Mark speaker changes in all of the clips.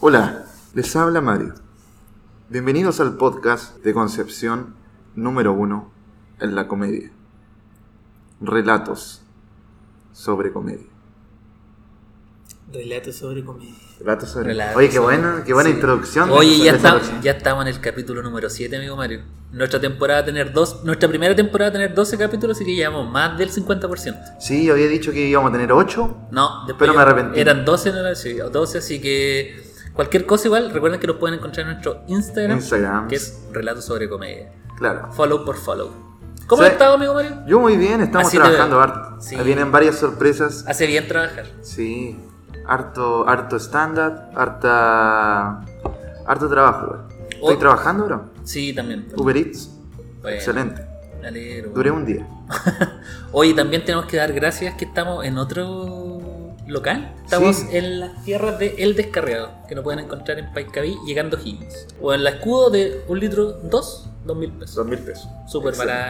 Speaker 1: Hola, les habla Mario. Bienvenidos al podcast de Concepción número uno en la comedia. Relatos sobre comedia.
Speaker 2: Relatos sobre comedia.
Speaker 1: Relatos sobre
Speaker 3: Relatos
Speaker 1: Oye, qué
Speaker 3: sobre-
Speaker 1: buena, qué buena
Speaker 2: sí.
Speaker 1: introducción.
Speaker 3: Oye,
Speaker 1: de-
Speaker 3: ya,
Speaker 1: de
Speaker 3: está-
Speaker 1: esa-
Speaker 3: ya estamos en el capítulo número 7, amigo Mario. Nuestra temporada va a tener dos, nuestra primera temporada va a tener 12 capítulos, así que llevamos más del 50%.
Speaker 1: Sí, yo había dicho que íbamos a tener ocho.
Speaker 3: No, después
Speaker 1: Pero me
Speaker 3: yo-
Speaker 1: arrepentí.
Speaker 3: eran 12, no era- sí, o 12, así que cualquier cosa igual, recuerden que nos pueden encontrar en nuestro Instagram,
Speaker 1: Instagram.
Speaker 3: que es Relatos sobre Comedia.
Speaker 1: Claro.
Speaker 3: Follow por follow. ¿Cómo
Speaker 1: Sí.
Speaker 3: has estado, amigo Mario?
Speaker 1: Yo muy bien, estamos
Speaker 3: Así te
Speaker 1: trabajando
Speaker 3: veo.
Speaker 1: harto. Ah,
Speaker 3: Sí.
Speaker 1: Vienen varias sorpresas.
Speaker 3: Hace bien trabajar.
Speaker 1: Sí, harto, harto stand-up, harta, harto trabajo. güey. Estoy
Speaker 3: Oh.
Speaker 1: trabajando, bro.
Speaker 3: Sí, también.
Speaker 1: Uber Eats,
Speaker 3: Bueno,
Speaker 1: excelente.
Speaker 3: me alegro.
Speaker 1: Duré un día.
Speaker 3: Oye, también tenemos que dar gracias que estamos en otro local. Estamos
Speaker 1: Sí.
Speaker 3: en las tierras de El Descarriado, que nos pueden encontrar en Paiscaví llegando a Higgins. O en la escudo de un litro, dos, dos mil pesos.
Speaker 1: Dos mil pesos.
Speaker 3: Súper
Speaker 1: Excelente.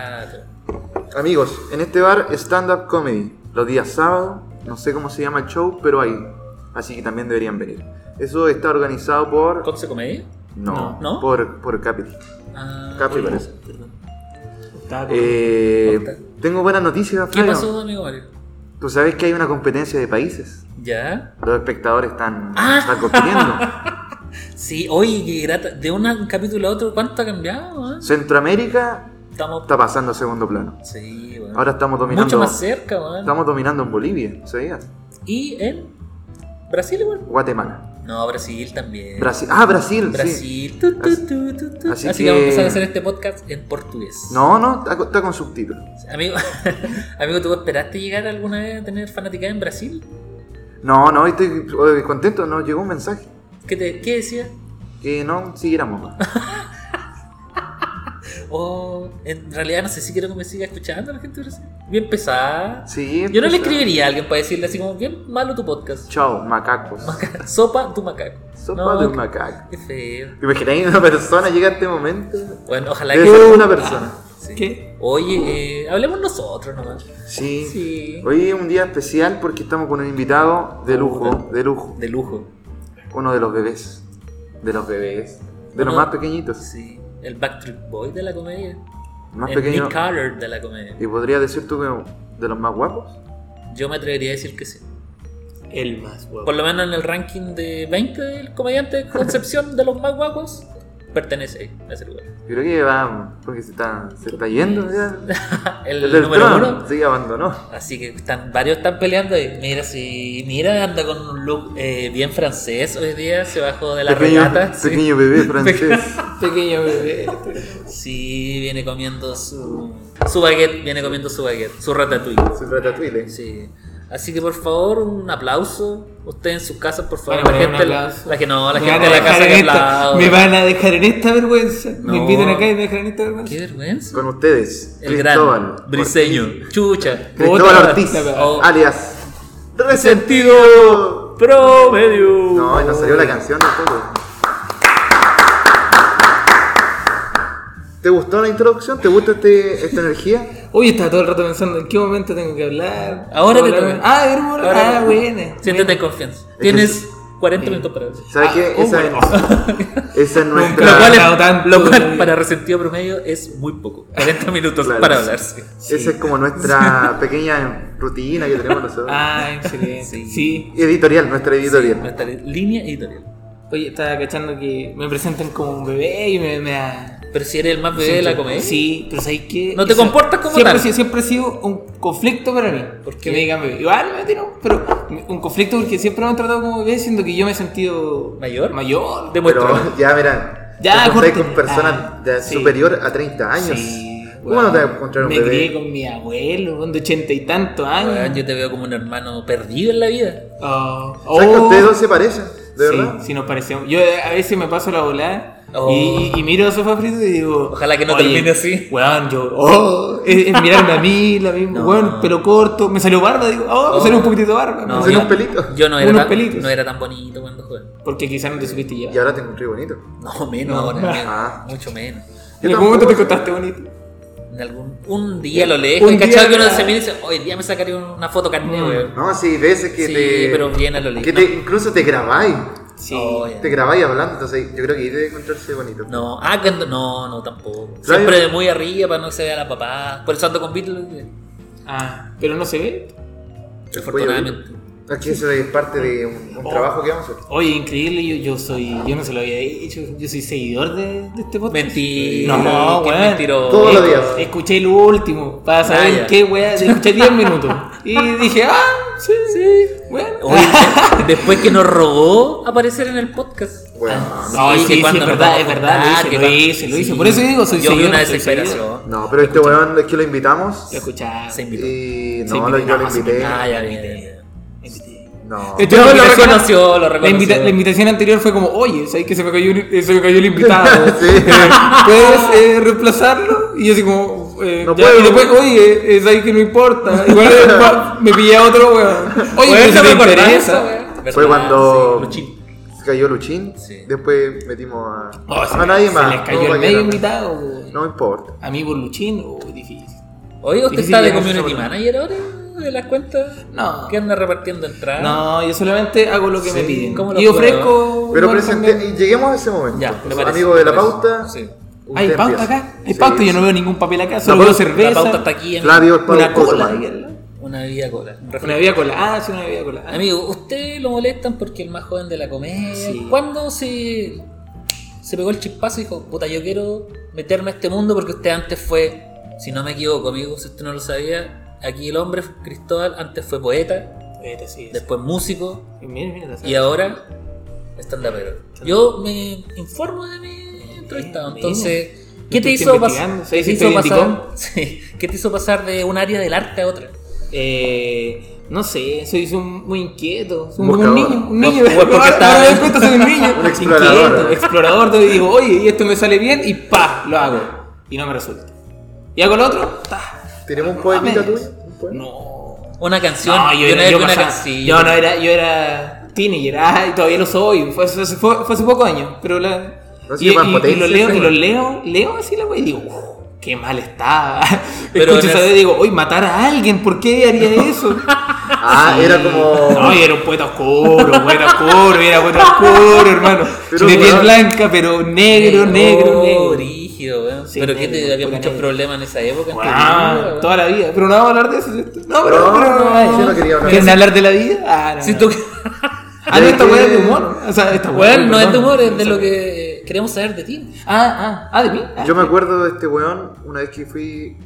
Speaker 3: barato.
Speaker 1: Amigos, en este bar stand-up comedy, los días sábados, no sé cómo se llama el show, pero ahí. Así que también deberían venir. Eso está organizado por...
Speaker 3: ¿Conce Comedia?
Speaker 1: No,
Speaker 3: ¿No?
Speaker 1: por, por Capital.
Speaker 3: Ah,
Speaker 1: Capi
Speaker 3: ¿Qué
Speaker 1: parece.
Speaker 2: Perdón.
Speaker 3: Ah,
Speaker 2: Estaba con-
Speaker 1: Eh,
Speaker 3: Octa.
Speaker 1: tengo buenas noticias, Flavio.
Speaker 3: pasó, amigo Mario?
Speaker 1: Tú sabes que hay una competencia de países.
Speaker 3: ¿Ya?
Speaker 1: Los espectadores están,
Speaker 3: Ah.
Speaker 1: están compitiendo.
Speaker 3: Sí, oye, qué grata. De un capítulo a otro, ¿cuánto ha cambiado? eh?
Speaker 1: Centroamérica
Speaker 3: Estamos.
Speaker 1: está pasando a segundo plano.
Speaker 3: Sí, bueno.
Speaker 1: Ahora estamos dominando.
Speaker 3: Mucho más cerca, weón.
Speaker 1: Estamos dominando en Bolivia, ¿sabías?
Speaker 3: Y en Brasil, igual.
Speaker 1: Guatemala.
Speaker 3: No, Brasil también.
Speaker 1: Brasil. Ah, Brasil, sí.
Speaker 3: Eh, Brasil. Tu, tu, tu, tu, tu.
Speaker 1: así
Speaker 3: Así, que vamos a
Speaker 1: que-
Speaker 3: empezar a hacer este podcast en portugués.
Speaker 1: No, no, está, con- está con subtítulos.
Speaker 3: Amigo, amigo, ¿tú esperaste llegar alguna vez a tener fanaticada en Brasil?
Speaker 1: No, no, estoy eh, contento. Nos llegó un mensaje
Speaker 3: ¿Qué, te, qué decía?
Speaker 1: que no siguiéramos más.
Speaker 3: Oh, en realidad no sé si quiero que me siga escuchando la gente de Brasil. Bien pesada.
Speaker 1: Sí,
Speaker 3: Yo no le
Speaker 1: pues,
Speaker 3: escribiría a alguien para decirle así como, bien malo tu podcast.
Speaker 1: Chao, macacos.
Speaker 3: Maca- Sopa tu macaco.
Speaker 1: Sopa
Speaker 3: No,
Speaker 1: de
Speaker 3: qué-
Speaker 1: un macaco.
Speaker 3: Qué feo.
Speaker 1: ¿Te imagináis una persona llega a este momento?
Speaker 3: Bueno, ojalá Ah,
Speaker 1: Debe ser una persona.
Speaker 3: Sí.
Speaker 2: ¿Qué?
Speaker 3: Oye, eh, hablemos nosotros nomás.
Speaker 1: Sí.
Speaker 3: Sí.
Speaker 1: Hoy es un día especial porque estamos con un invitado
Speaker 3: Oh,
Speaker 1: de lujo, de lujo.
Speaker 3: De lujo.
Speaker 1: Uno de los bebés. De los bebés. De los
Speaker 3: Uno-
Speaker 1: más pequeñitos.
Speaker 3: Sí. El Backstreet Boy de la comedia.
Speaker 1: Más
Speaker 3: el
Speaker 1: pequeños.
Speaker 3: Nick Carter de la comedia.
Speaker 1: Y podría decir tú que de los más guapos.
Speaker 3: Yo me atrevería a decir que sí.
Speaker 2: El más
Speaker 3: Por
Speaker 2: guapo.
Speaker 3: lo menos en el ranking de 20 del comediante de Concepción de los más guapos, pertenece ahí, a ese lugar.
Speaker 1: Yo creo que va. Porque se está, se está yendo ya.
Speaker 3: Ah, el
Speaker 1: El del
Speaker 3: número
Speaker 1: trono,
Speaker 3: uno.
Speaker 1: Sí, abandonó.
Speaker 3: Así que están, varios están peleando ahí. Mira, si mira, anda con un look eh, bien francés hoy día, se bajó de la
Speaker 1: pequeño,
Speaker 3: regata. sí.
Speaker 1: pequeño bebé francés.
Speaker 2: Pequeño bebé.
Speaker 3: Sí, viene comiendo su. Su baguette, viene comiendo su baguette, su ratatouille.
Speaker 1: se trata Twile.
Speaker 3: Sí. Así que por favor, un aplauso. Ustedes en sus casas, por favor.
Speaker 2: Bueno,
Speaker 3: la
Speaker 2: bueno,
Speaker 3: gente,
Speaker 2: un aplauso.
Speaker 3: la que no, la
Speaker 2: Me
Speaker 3: gente
Speaker 2: van a
Speaker 3: de la casa
Speaker 2: dejar
Speaker 3: que
Speaker 2: en esta-
Speaker 3: aplaude.
Speaker 2: Me van a dejar en esta vergüenza.
Speaker 3: No.
Speaker 2: Me invitan acá y me dejan en esta vergüenza.
Speaker 3: Qué vergüenza.
Speaker 1: Con ustedes.
Speaker 3: El
Speaker 1: Cristóbal.
Speaker 3: gran briseño. Chucha.
Speaker 1: Cristóbal
Speaker 2: Puta,
Speaker 1: Ortiz. Ah,
Speaker 2: la verdad.
Speaker 3: Oh.
Speaker 1: Alias. Resentido.
Speaker 3: Promedio.
Speaker 1: No, y nos salió la canción tampoco. ¿Te gustó la introducción? ¿Te gusta este, esta energía?
Speaker 2: Oye, estaba todo el rato pensando en qué momento tengo que hablar.
Speaker 3: Ahora te
Speaker 2: Hablar-
Speaker 3: toca.
Speaker 2: Ah, era por-
Speaker 3: Ahora-
Speaker 2: Ah, buena.
Speaker 3: Siéntate en confianza. Tienes 40 minutos para eso.
Speaker 1: ¿Sabes
Speaker 2: Ah,
Speaker 1: qué?
Speaker 2: oh,
Speaker 1: esa,
Speaker 2: bueno.
Speaker 1: es, esa es nuestra.
Speaker 3: Lo cual,
Speaker 2: hablado tanto.
Speaker 3: lo cual para resentido promedio es muy poco. 40 minutos
Speaker 1: Claro.
Speaker 3: para hablarse.
Speaker 1: Esa es como nuestra pequeña rutina que tenemos nosotros.
Speaker 2: Ah, excelente.
Speaker 3: Sí.
Speaker 2: sí.
Speaker 1: Editorial, nuestra editorial.
Speaker 3: Nuestra línea editorial.
Speaker 2: Oye, estaba cachando que me presentan como un bebé y me, me da...
Speaker 3: Pero si eres el más bebé de la comedia.
Speaker 2: Sí, pero ¿sabes qué?
Speaker 3: No te
Speaker 2: Eso
Speaker 3: comportas como
Speaker 2: siempre,
Speaker 3: tal.
Speaker 2: ha sido- Siempre ha sido un conflicto para mí.
Speaker 3: ¿Por qué?
Speaker 2: Que me digan bebé. Igual me tiran, pero un conflicto porque siempre me han tratado como bebé, siendo que yo me he sentido...
Speaker 3: ¿Mayor?
Speaker 2: Mayor.
Speaker 3: Demuéstralo.
Speaker 1: Pero ya verán.
Speaker 2: Ya,
Speaker 1: te juntáis
Speaker 2: corte.
Speaker 1: con personas
Speaker 2: Ah,
Speaker 1: de
Speaker 2: sí.
Speaker 1: superior a 30 años.
Speaker 2: Sí,
Speaker 1: ¿Cómo no te vas a
Speaker 2: weón.
Speaker 1: encontrar un
Speaker 2: Me crié
Speaker 1: bebé?
Speaker 2: con mi abuelo, weón, de ochenta y tantos años.
Speaker 3: Weón, yo te veo como un hermano perdido en la vida.
Speaker 2: Ah,
Speaker 1: ¿Sabes que
Speaker 2: oh,
Speaker 1: ustedes dos se parecen? ¿De
Speaker 2: sí,
Speaker 1: verdad?
Speaker 2: sí nos parecemos. Yo eh, a veces me paso la volada
Speaker 3: Oh.
Speaker 2: y, y miro a Sofá Frito y digo...
Speaker 3: Ojalá que no
Speaker 2: "Oye,
Speaker 3: termine así".
Speaker 2: Weón, yo... Oh, es, es mirarme a mí, la misma...
Speaker 3: No.
Speaker 2: Weón, pelo corto. Me salió barba, digo... Oh, me
Speaker 3: Oh.
Speaker 2: salió un poquitito de barba.
Speaker 3: No,
Speaker 1: Son
Speaker 2: Me salió-
Speaker 1: unos pelitos.
Speaker 3: Yo no era,
Speaker 2: Unos
Speaker 3: tan,
Speaker 2: pelitos.
Speaker 3: no era tan bonito cuando joven.
Speaker 2: Porque quizás no te supiste ya.
Speaker 1: Y ahora te encontré bonito.
Speaker 3: No, menos
Speaker 2: No.
Speaker 3: ahora. menos,
Speaker 1: Ah.
Speaker 3: Mucho menos.
Speaker 1: Yo
Speaker 2: En algún momento te
Speaker 1: tampoco.
Speaker 2: contaste bonito.
Speaker 3: En algún, un día lo lejos.
Speaker 2: Un
Speaker 3: y cachado
Speaker 2: día-
Speaker 3: que uno se mira y dice, hoy día me sacaría una foto carne,
Speaker 2: Mm.
Speaker 3: weón.
Speaker 1: No, sí, veces que
Speaker 3: Sí,
Speaker 1: te.
Speaker 3: pero bien a lo lindo.
Speaker 1: que te, incluso te grabáis.
Speaker 2: Sí.
Speaker 3: Oye.
Speaker 1: Te grabáis hablando, entonces yo creo que ahí debe encontrarse bonito.
Speaker 3: Oh, No, ah, que no, no, no, tampoco. Siempre de muy arriba para no que se vea la papá. Por eso ando con Beatles.
Speaker 2: Ah, pero no se ve.
Speaker 3: Afortunadamente.
Speaker 1: Es que eso es parte de un,
Speaker 2: Oh.
Speaker 1: un trabajo que vamos a hacer.
Speaker 2: Oye, increíble, yo, yo soy. Yo no se lo había dicho, yo soy seguidor de, de este podcast.
Speaker 3: Mentira.
Speaker 2: No,
Speaker 3: qué
Speaker 2: weón.
Speaker 3: mentiroso.
Speaker 1: Todos los
Speaker 2: Escu-
Speaker 1: días.
Speaker 2: Escuché el último, para saber
Speaker 3: ya.
Speaker 2: qué weá, escuché 10 minutos. Y dije, ah, sí, sí, bueno.
Speaker 3: Oye, después que nos robó aparecer en el podcast. Ah,
Speaker 1: Bueno,
Speaker 2: No, sí, sí, es
Speaker 3: nos
Speaker 2: verdad,
Speaker 3: vamos a
Speaker 2: es verdad, lo
Speaker 3: juntar,
Speaker 2: hice,
Speaker 3: que
Speaker 2: lo
Speaker 3: cuando-
Speaker 2: hice, lo hice. Por eso digo, soy
Speaker 3: Yo vi
Speaker 2: seguidor,
Speaker 3: una
Speaker 2: soy
Speaker 3: desesperación.
Speaker 1: no, pero este weón es que lo invitamos.
Speaker 2: Lo escuchaba.
Speaker 3: Se invitó.
Speaker 1: Y
Speaker 2: Sí,
Speaker 1: no, lo- yo lo
Speaker 2: invitamos,
Speaker 1: invité.
Speaker 3: Ah, ya, bien, bien, bien.
Speaker 1: No.
Speaker 2: Esto
Speaker 3: Yo
Speaker 2: es
Speaker 3: lo
Speaker 2: invitación-
Speaker 3: reconoció, lo
Speaker 2: La, invita-
Speaker 3: reconoció.
Speaker 2: la invitación anterior fue como, oye, ¿sabes que se me cayó, un- eh, se me cayó el invitado?
Speaker 1: Sí.
Speaker 2: Eh, ¿Puedes eh, reemplazarlo? Y yo así como, eh,
Speaker 1: No
Speaker 2: ya,
Speaker 1: puedo.
Speaker 2: y después, oye, eh, ¿sabes que no importa? Igual eh, me pillé a otro, weón. Oye,
Speaker 3: Bueno,
Speaker 2: pero si
Speaker 3: me
Speaker 2: te
Speaker 3: acordaba
Speaker 2: interesa,
Speaker 3: eso,
Speaker 2: weón.
Speaker 3: ¿verdad?
Speaker 1: Fue cuando-
Speaker 3: Sí, Luchín.
Speaker 1: Se cayó Luchín.
Speaker 3: Sí.
Speaker 1: Después metimos a,
Speaker 2: Oh, se
Speaker 1: a
Speaker 2: le-
Speaker 1: Ah, nadie
Speaker 2: se
Speaker 1: más.
Speaker 2: les cayó
Speaker 1: no,
Speaker 2: el medio
Speaker 1: cualquiera.
Speaker 2: invitado, weón.
Speaker 1: No me importa.
Speaker 2: A mí por Luchín, oh, difícil.
Speaker 3: Oye, ¿usted
Speaker 2: Difícil
Speaker 3: está de
Speaker 2: llegar
Speaker 3: community
Speaker 2: sobre-
Speaker 3: manager ahora? ¿De las cuentas?
Speaker 2: No.
Speaker 3: ¿Que anda repartiendo
Speaker 1: Ah.
Speaker 3: entradas?
Speaker 2: No, yo solamente hago lo que me
Speaker 3: Sí,
Speaker 2: piden.
Speaker 3: ¿cómo lo
Speaker 2: Y ofrezco...
Speaker 1: Pero
Speaker 2: igual
Speaker 1: presenté,
Speaker 2: también.
Speaker 1: y lleguemos a ese momento.
Speaker 3: Ya, me
Speaker 1: Entonces,
Speaker 3: parece,
Speaker 1: amigo de
Speaker 3: me
Speaker 1: la
Speaker 3: parece.
Speaker 1: pauta.
Speaker 3: Sí.
Speaker 1: usted
Speaker 2: Ah, ¿Hay pauta
Speaker 1: empieza.
Speaker 2: acá? ¿Hay
Speaker 1: Sí,
Speaker 2: pauta? Yo
Speaker 1: sí.
Speaker 2: no veo ningún papel acá, solo
Speaker 1: pauta-
Speaker 2: veo
Speaker 1: la
Speaker 2: cerveza.
Speaker 3: La pauta está aquí en
Speaker 1: Flavio es
Speaker 2: Una
Speaker 1: pauta. pues,
Speaker 2: cola ahí
Speaker 1: Tomás.
Speaker 2: al lado.
Speaker 3: una bebida cola. Un refresco.
Speaker 2: Una bebida cola. Ah, sí, una bebida cola. Ah,
Speaker 3: Amigo, usted lo molestan porque el más joven de la comedia.
Speaker 2: Sí.
Speaker 3: ¿Cuándo se, se pegó el chispazo y dijo, puta, yo quiero meterme a este mundo porque usted antes fue, si no me equivoco, amigo, si usted no lo sabía, aquí el hombre, Cristóbal, antes fue poeta,
Speaker 2: vete, Este, sí, sí.
Speaker 3: después músico
Speaker 2: Mira, mira, la
Speaker 3: y ahora stand-upero. Yo me informo de mi entrevistado,
Speaker 2: Mira.
Speaker 3: entonces...
Speaker 2: Yo
Speaker 3: ¿Qué te,
Speaker 2: estoy
Speaker 3: hizo pasar,
Speaker 2: investigando, ¿sabes
Speaker 3: te
Speaker 2: si estoy
Speaker 3: hizo
Speaker 2: en
Speaker 3: pasar, Sí, ¿Qué te hizo pasar de un área del arte a otra?
Speaker 2: Eh, no sé, soy un, muy inquieto. Soy un,
Speaker 1: Buscador.
Speaker 2: un niño. Un niño.
Speaker 3: Pues, porque
Speaker 2: Ahora-
Speaker 3: está-
Speaker 2: ahora me doy cuenta, soy un niño.
Speaker 1: Un explorador.
Speaker 2: Inquieto, explorador. Entonces digo, oye, y esto me sale bien y pa, lo hago. Y no me resulta. Y hago lo otro, ta.
Speaker 1: ¿Tenemos un
Speaker 2: Mames.
Speaker 1: poemita tuyo? ¿Un poema?
Speaker 2: No.
Speaker 3: Una canción,
Speaker 2: No, yo,
Speaker 3: una
Speaker 2: era,
Speaker 3: vez
Speaker 2: yo
Speaker 3: vi una
Speaker 2: pasaba-
Speaker 3: canción.
Speaker 2: yo no era, yo era teenager, ah, y todavía lo soy, fue, hace- fue- fue hace pocos años, pero la,
Speaker 1: No, sí,
Speaker 2: y,
Speaker 1: más
Speaker 2: y- y
Speaker 1: potencia,
Speaker 2: lo leo,
Speaker 1: sí,
Speaker 2: y lo
Speaker 1: güey.
Speaker 2: leo, leo así la wea y digo, "Uf, qué mal está,
Speaker 3: Pero
Speaker 2: escucho
Speaker 3: en
Speaker 2: esa
Speaker 3: el-
Speaker 2: vez y digo, uy, matar a alguien, ¿por qué haría eso?
Speaker 1: Ah,
Speaker 2: Sí.
Speaker 1: era como.
Speaker 2: No, yo era un poeta oscuro, poeta oscuro, era poeta oscuro, hermano,
Speaker 1: Pero,
Speaker 2: de piel
Speaker 1: weón.
Speaker 2: blanca, pero negro, negro,
Speaker 3: Oh,
Speaker 2: negro.
Speaker 3: brígido, weón.
Speaker 2: Sí,
Speaker 3: pero que
Speaker 2: negro,
Speaker 3: te había
Speaker 2: pura
Speaker 3: muchos
Speaker 2: negra.
Speaker 3: problemas en esa época. en tu vida,
Speaker 2: Guau,
Speaker 3: weón.
Speaker 2: Ah, toda la vida, pero no vamos a hablar de eso. ¿cierto?
Speaker 1: No,
Speaker 2: No, pero, pero
Speaker 1: no,
Speaker 2: no,
Speaker 1: yo no quería hablar de
Speaker 2: ¿Quieren
Speaker 1: eso.
Speaker 2: hablar de la vida? Ah, no,
Speaker 3: Si
Speaker 2: no.
Speaker 3: tú...
Speaker 2: Ah, no, esta
Speaker 1: ¿De
Speaker 2: weá es de
Speaker 1: qué?
Speaker 2: humor. O sea, esta weá
Speaker 3: Weón, no es de
Speaker 2: perdón.
Speaker 3: humor, es de lo que queremos saber de ti.
Speaker 2: Ah, ah, ah, de mí. Ah.
Speaker 1: Yo me acuerdo de este weón una vez que fui.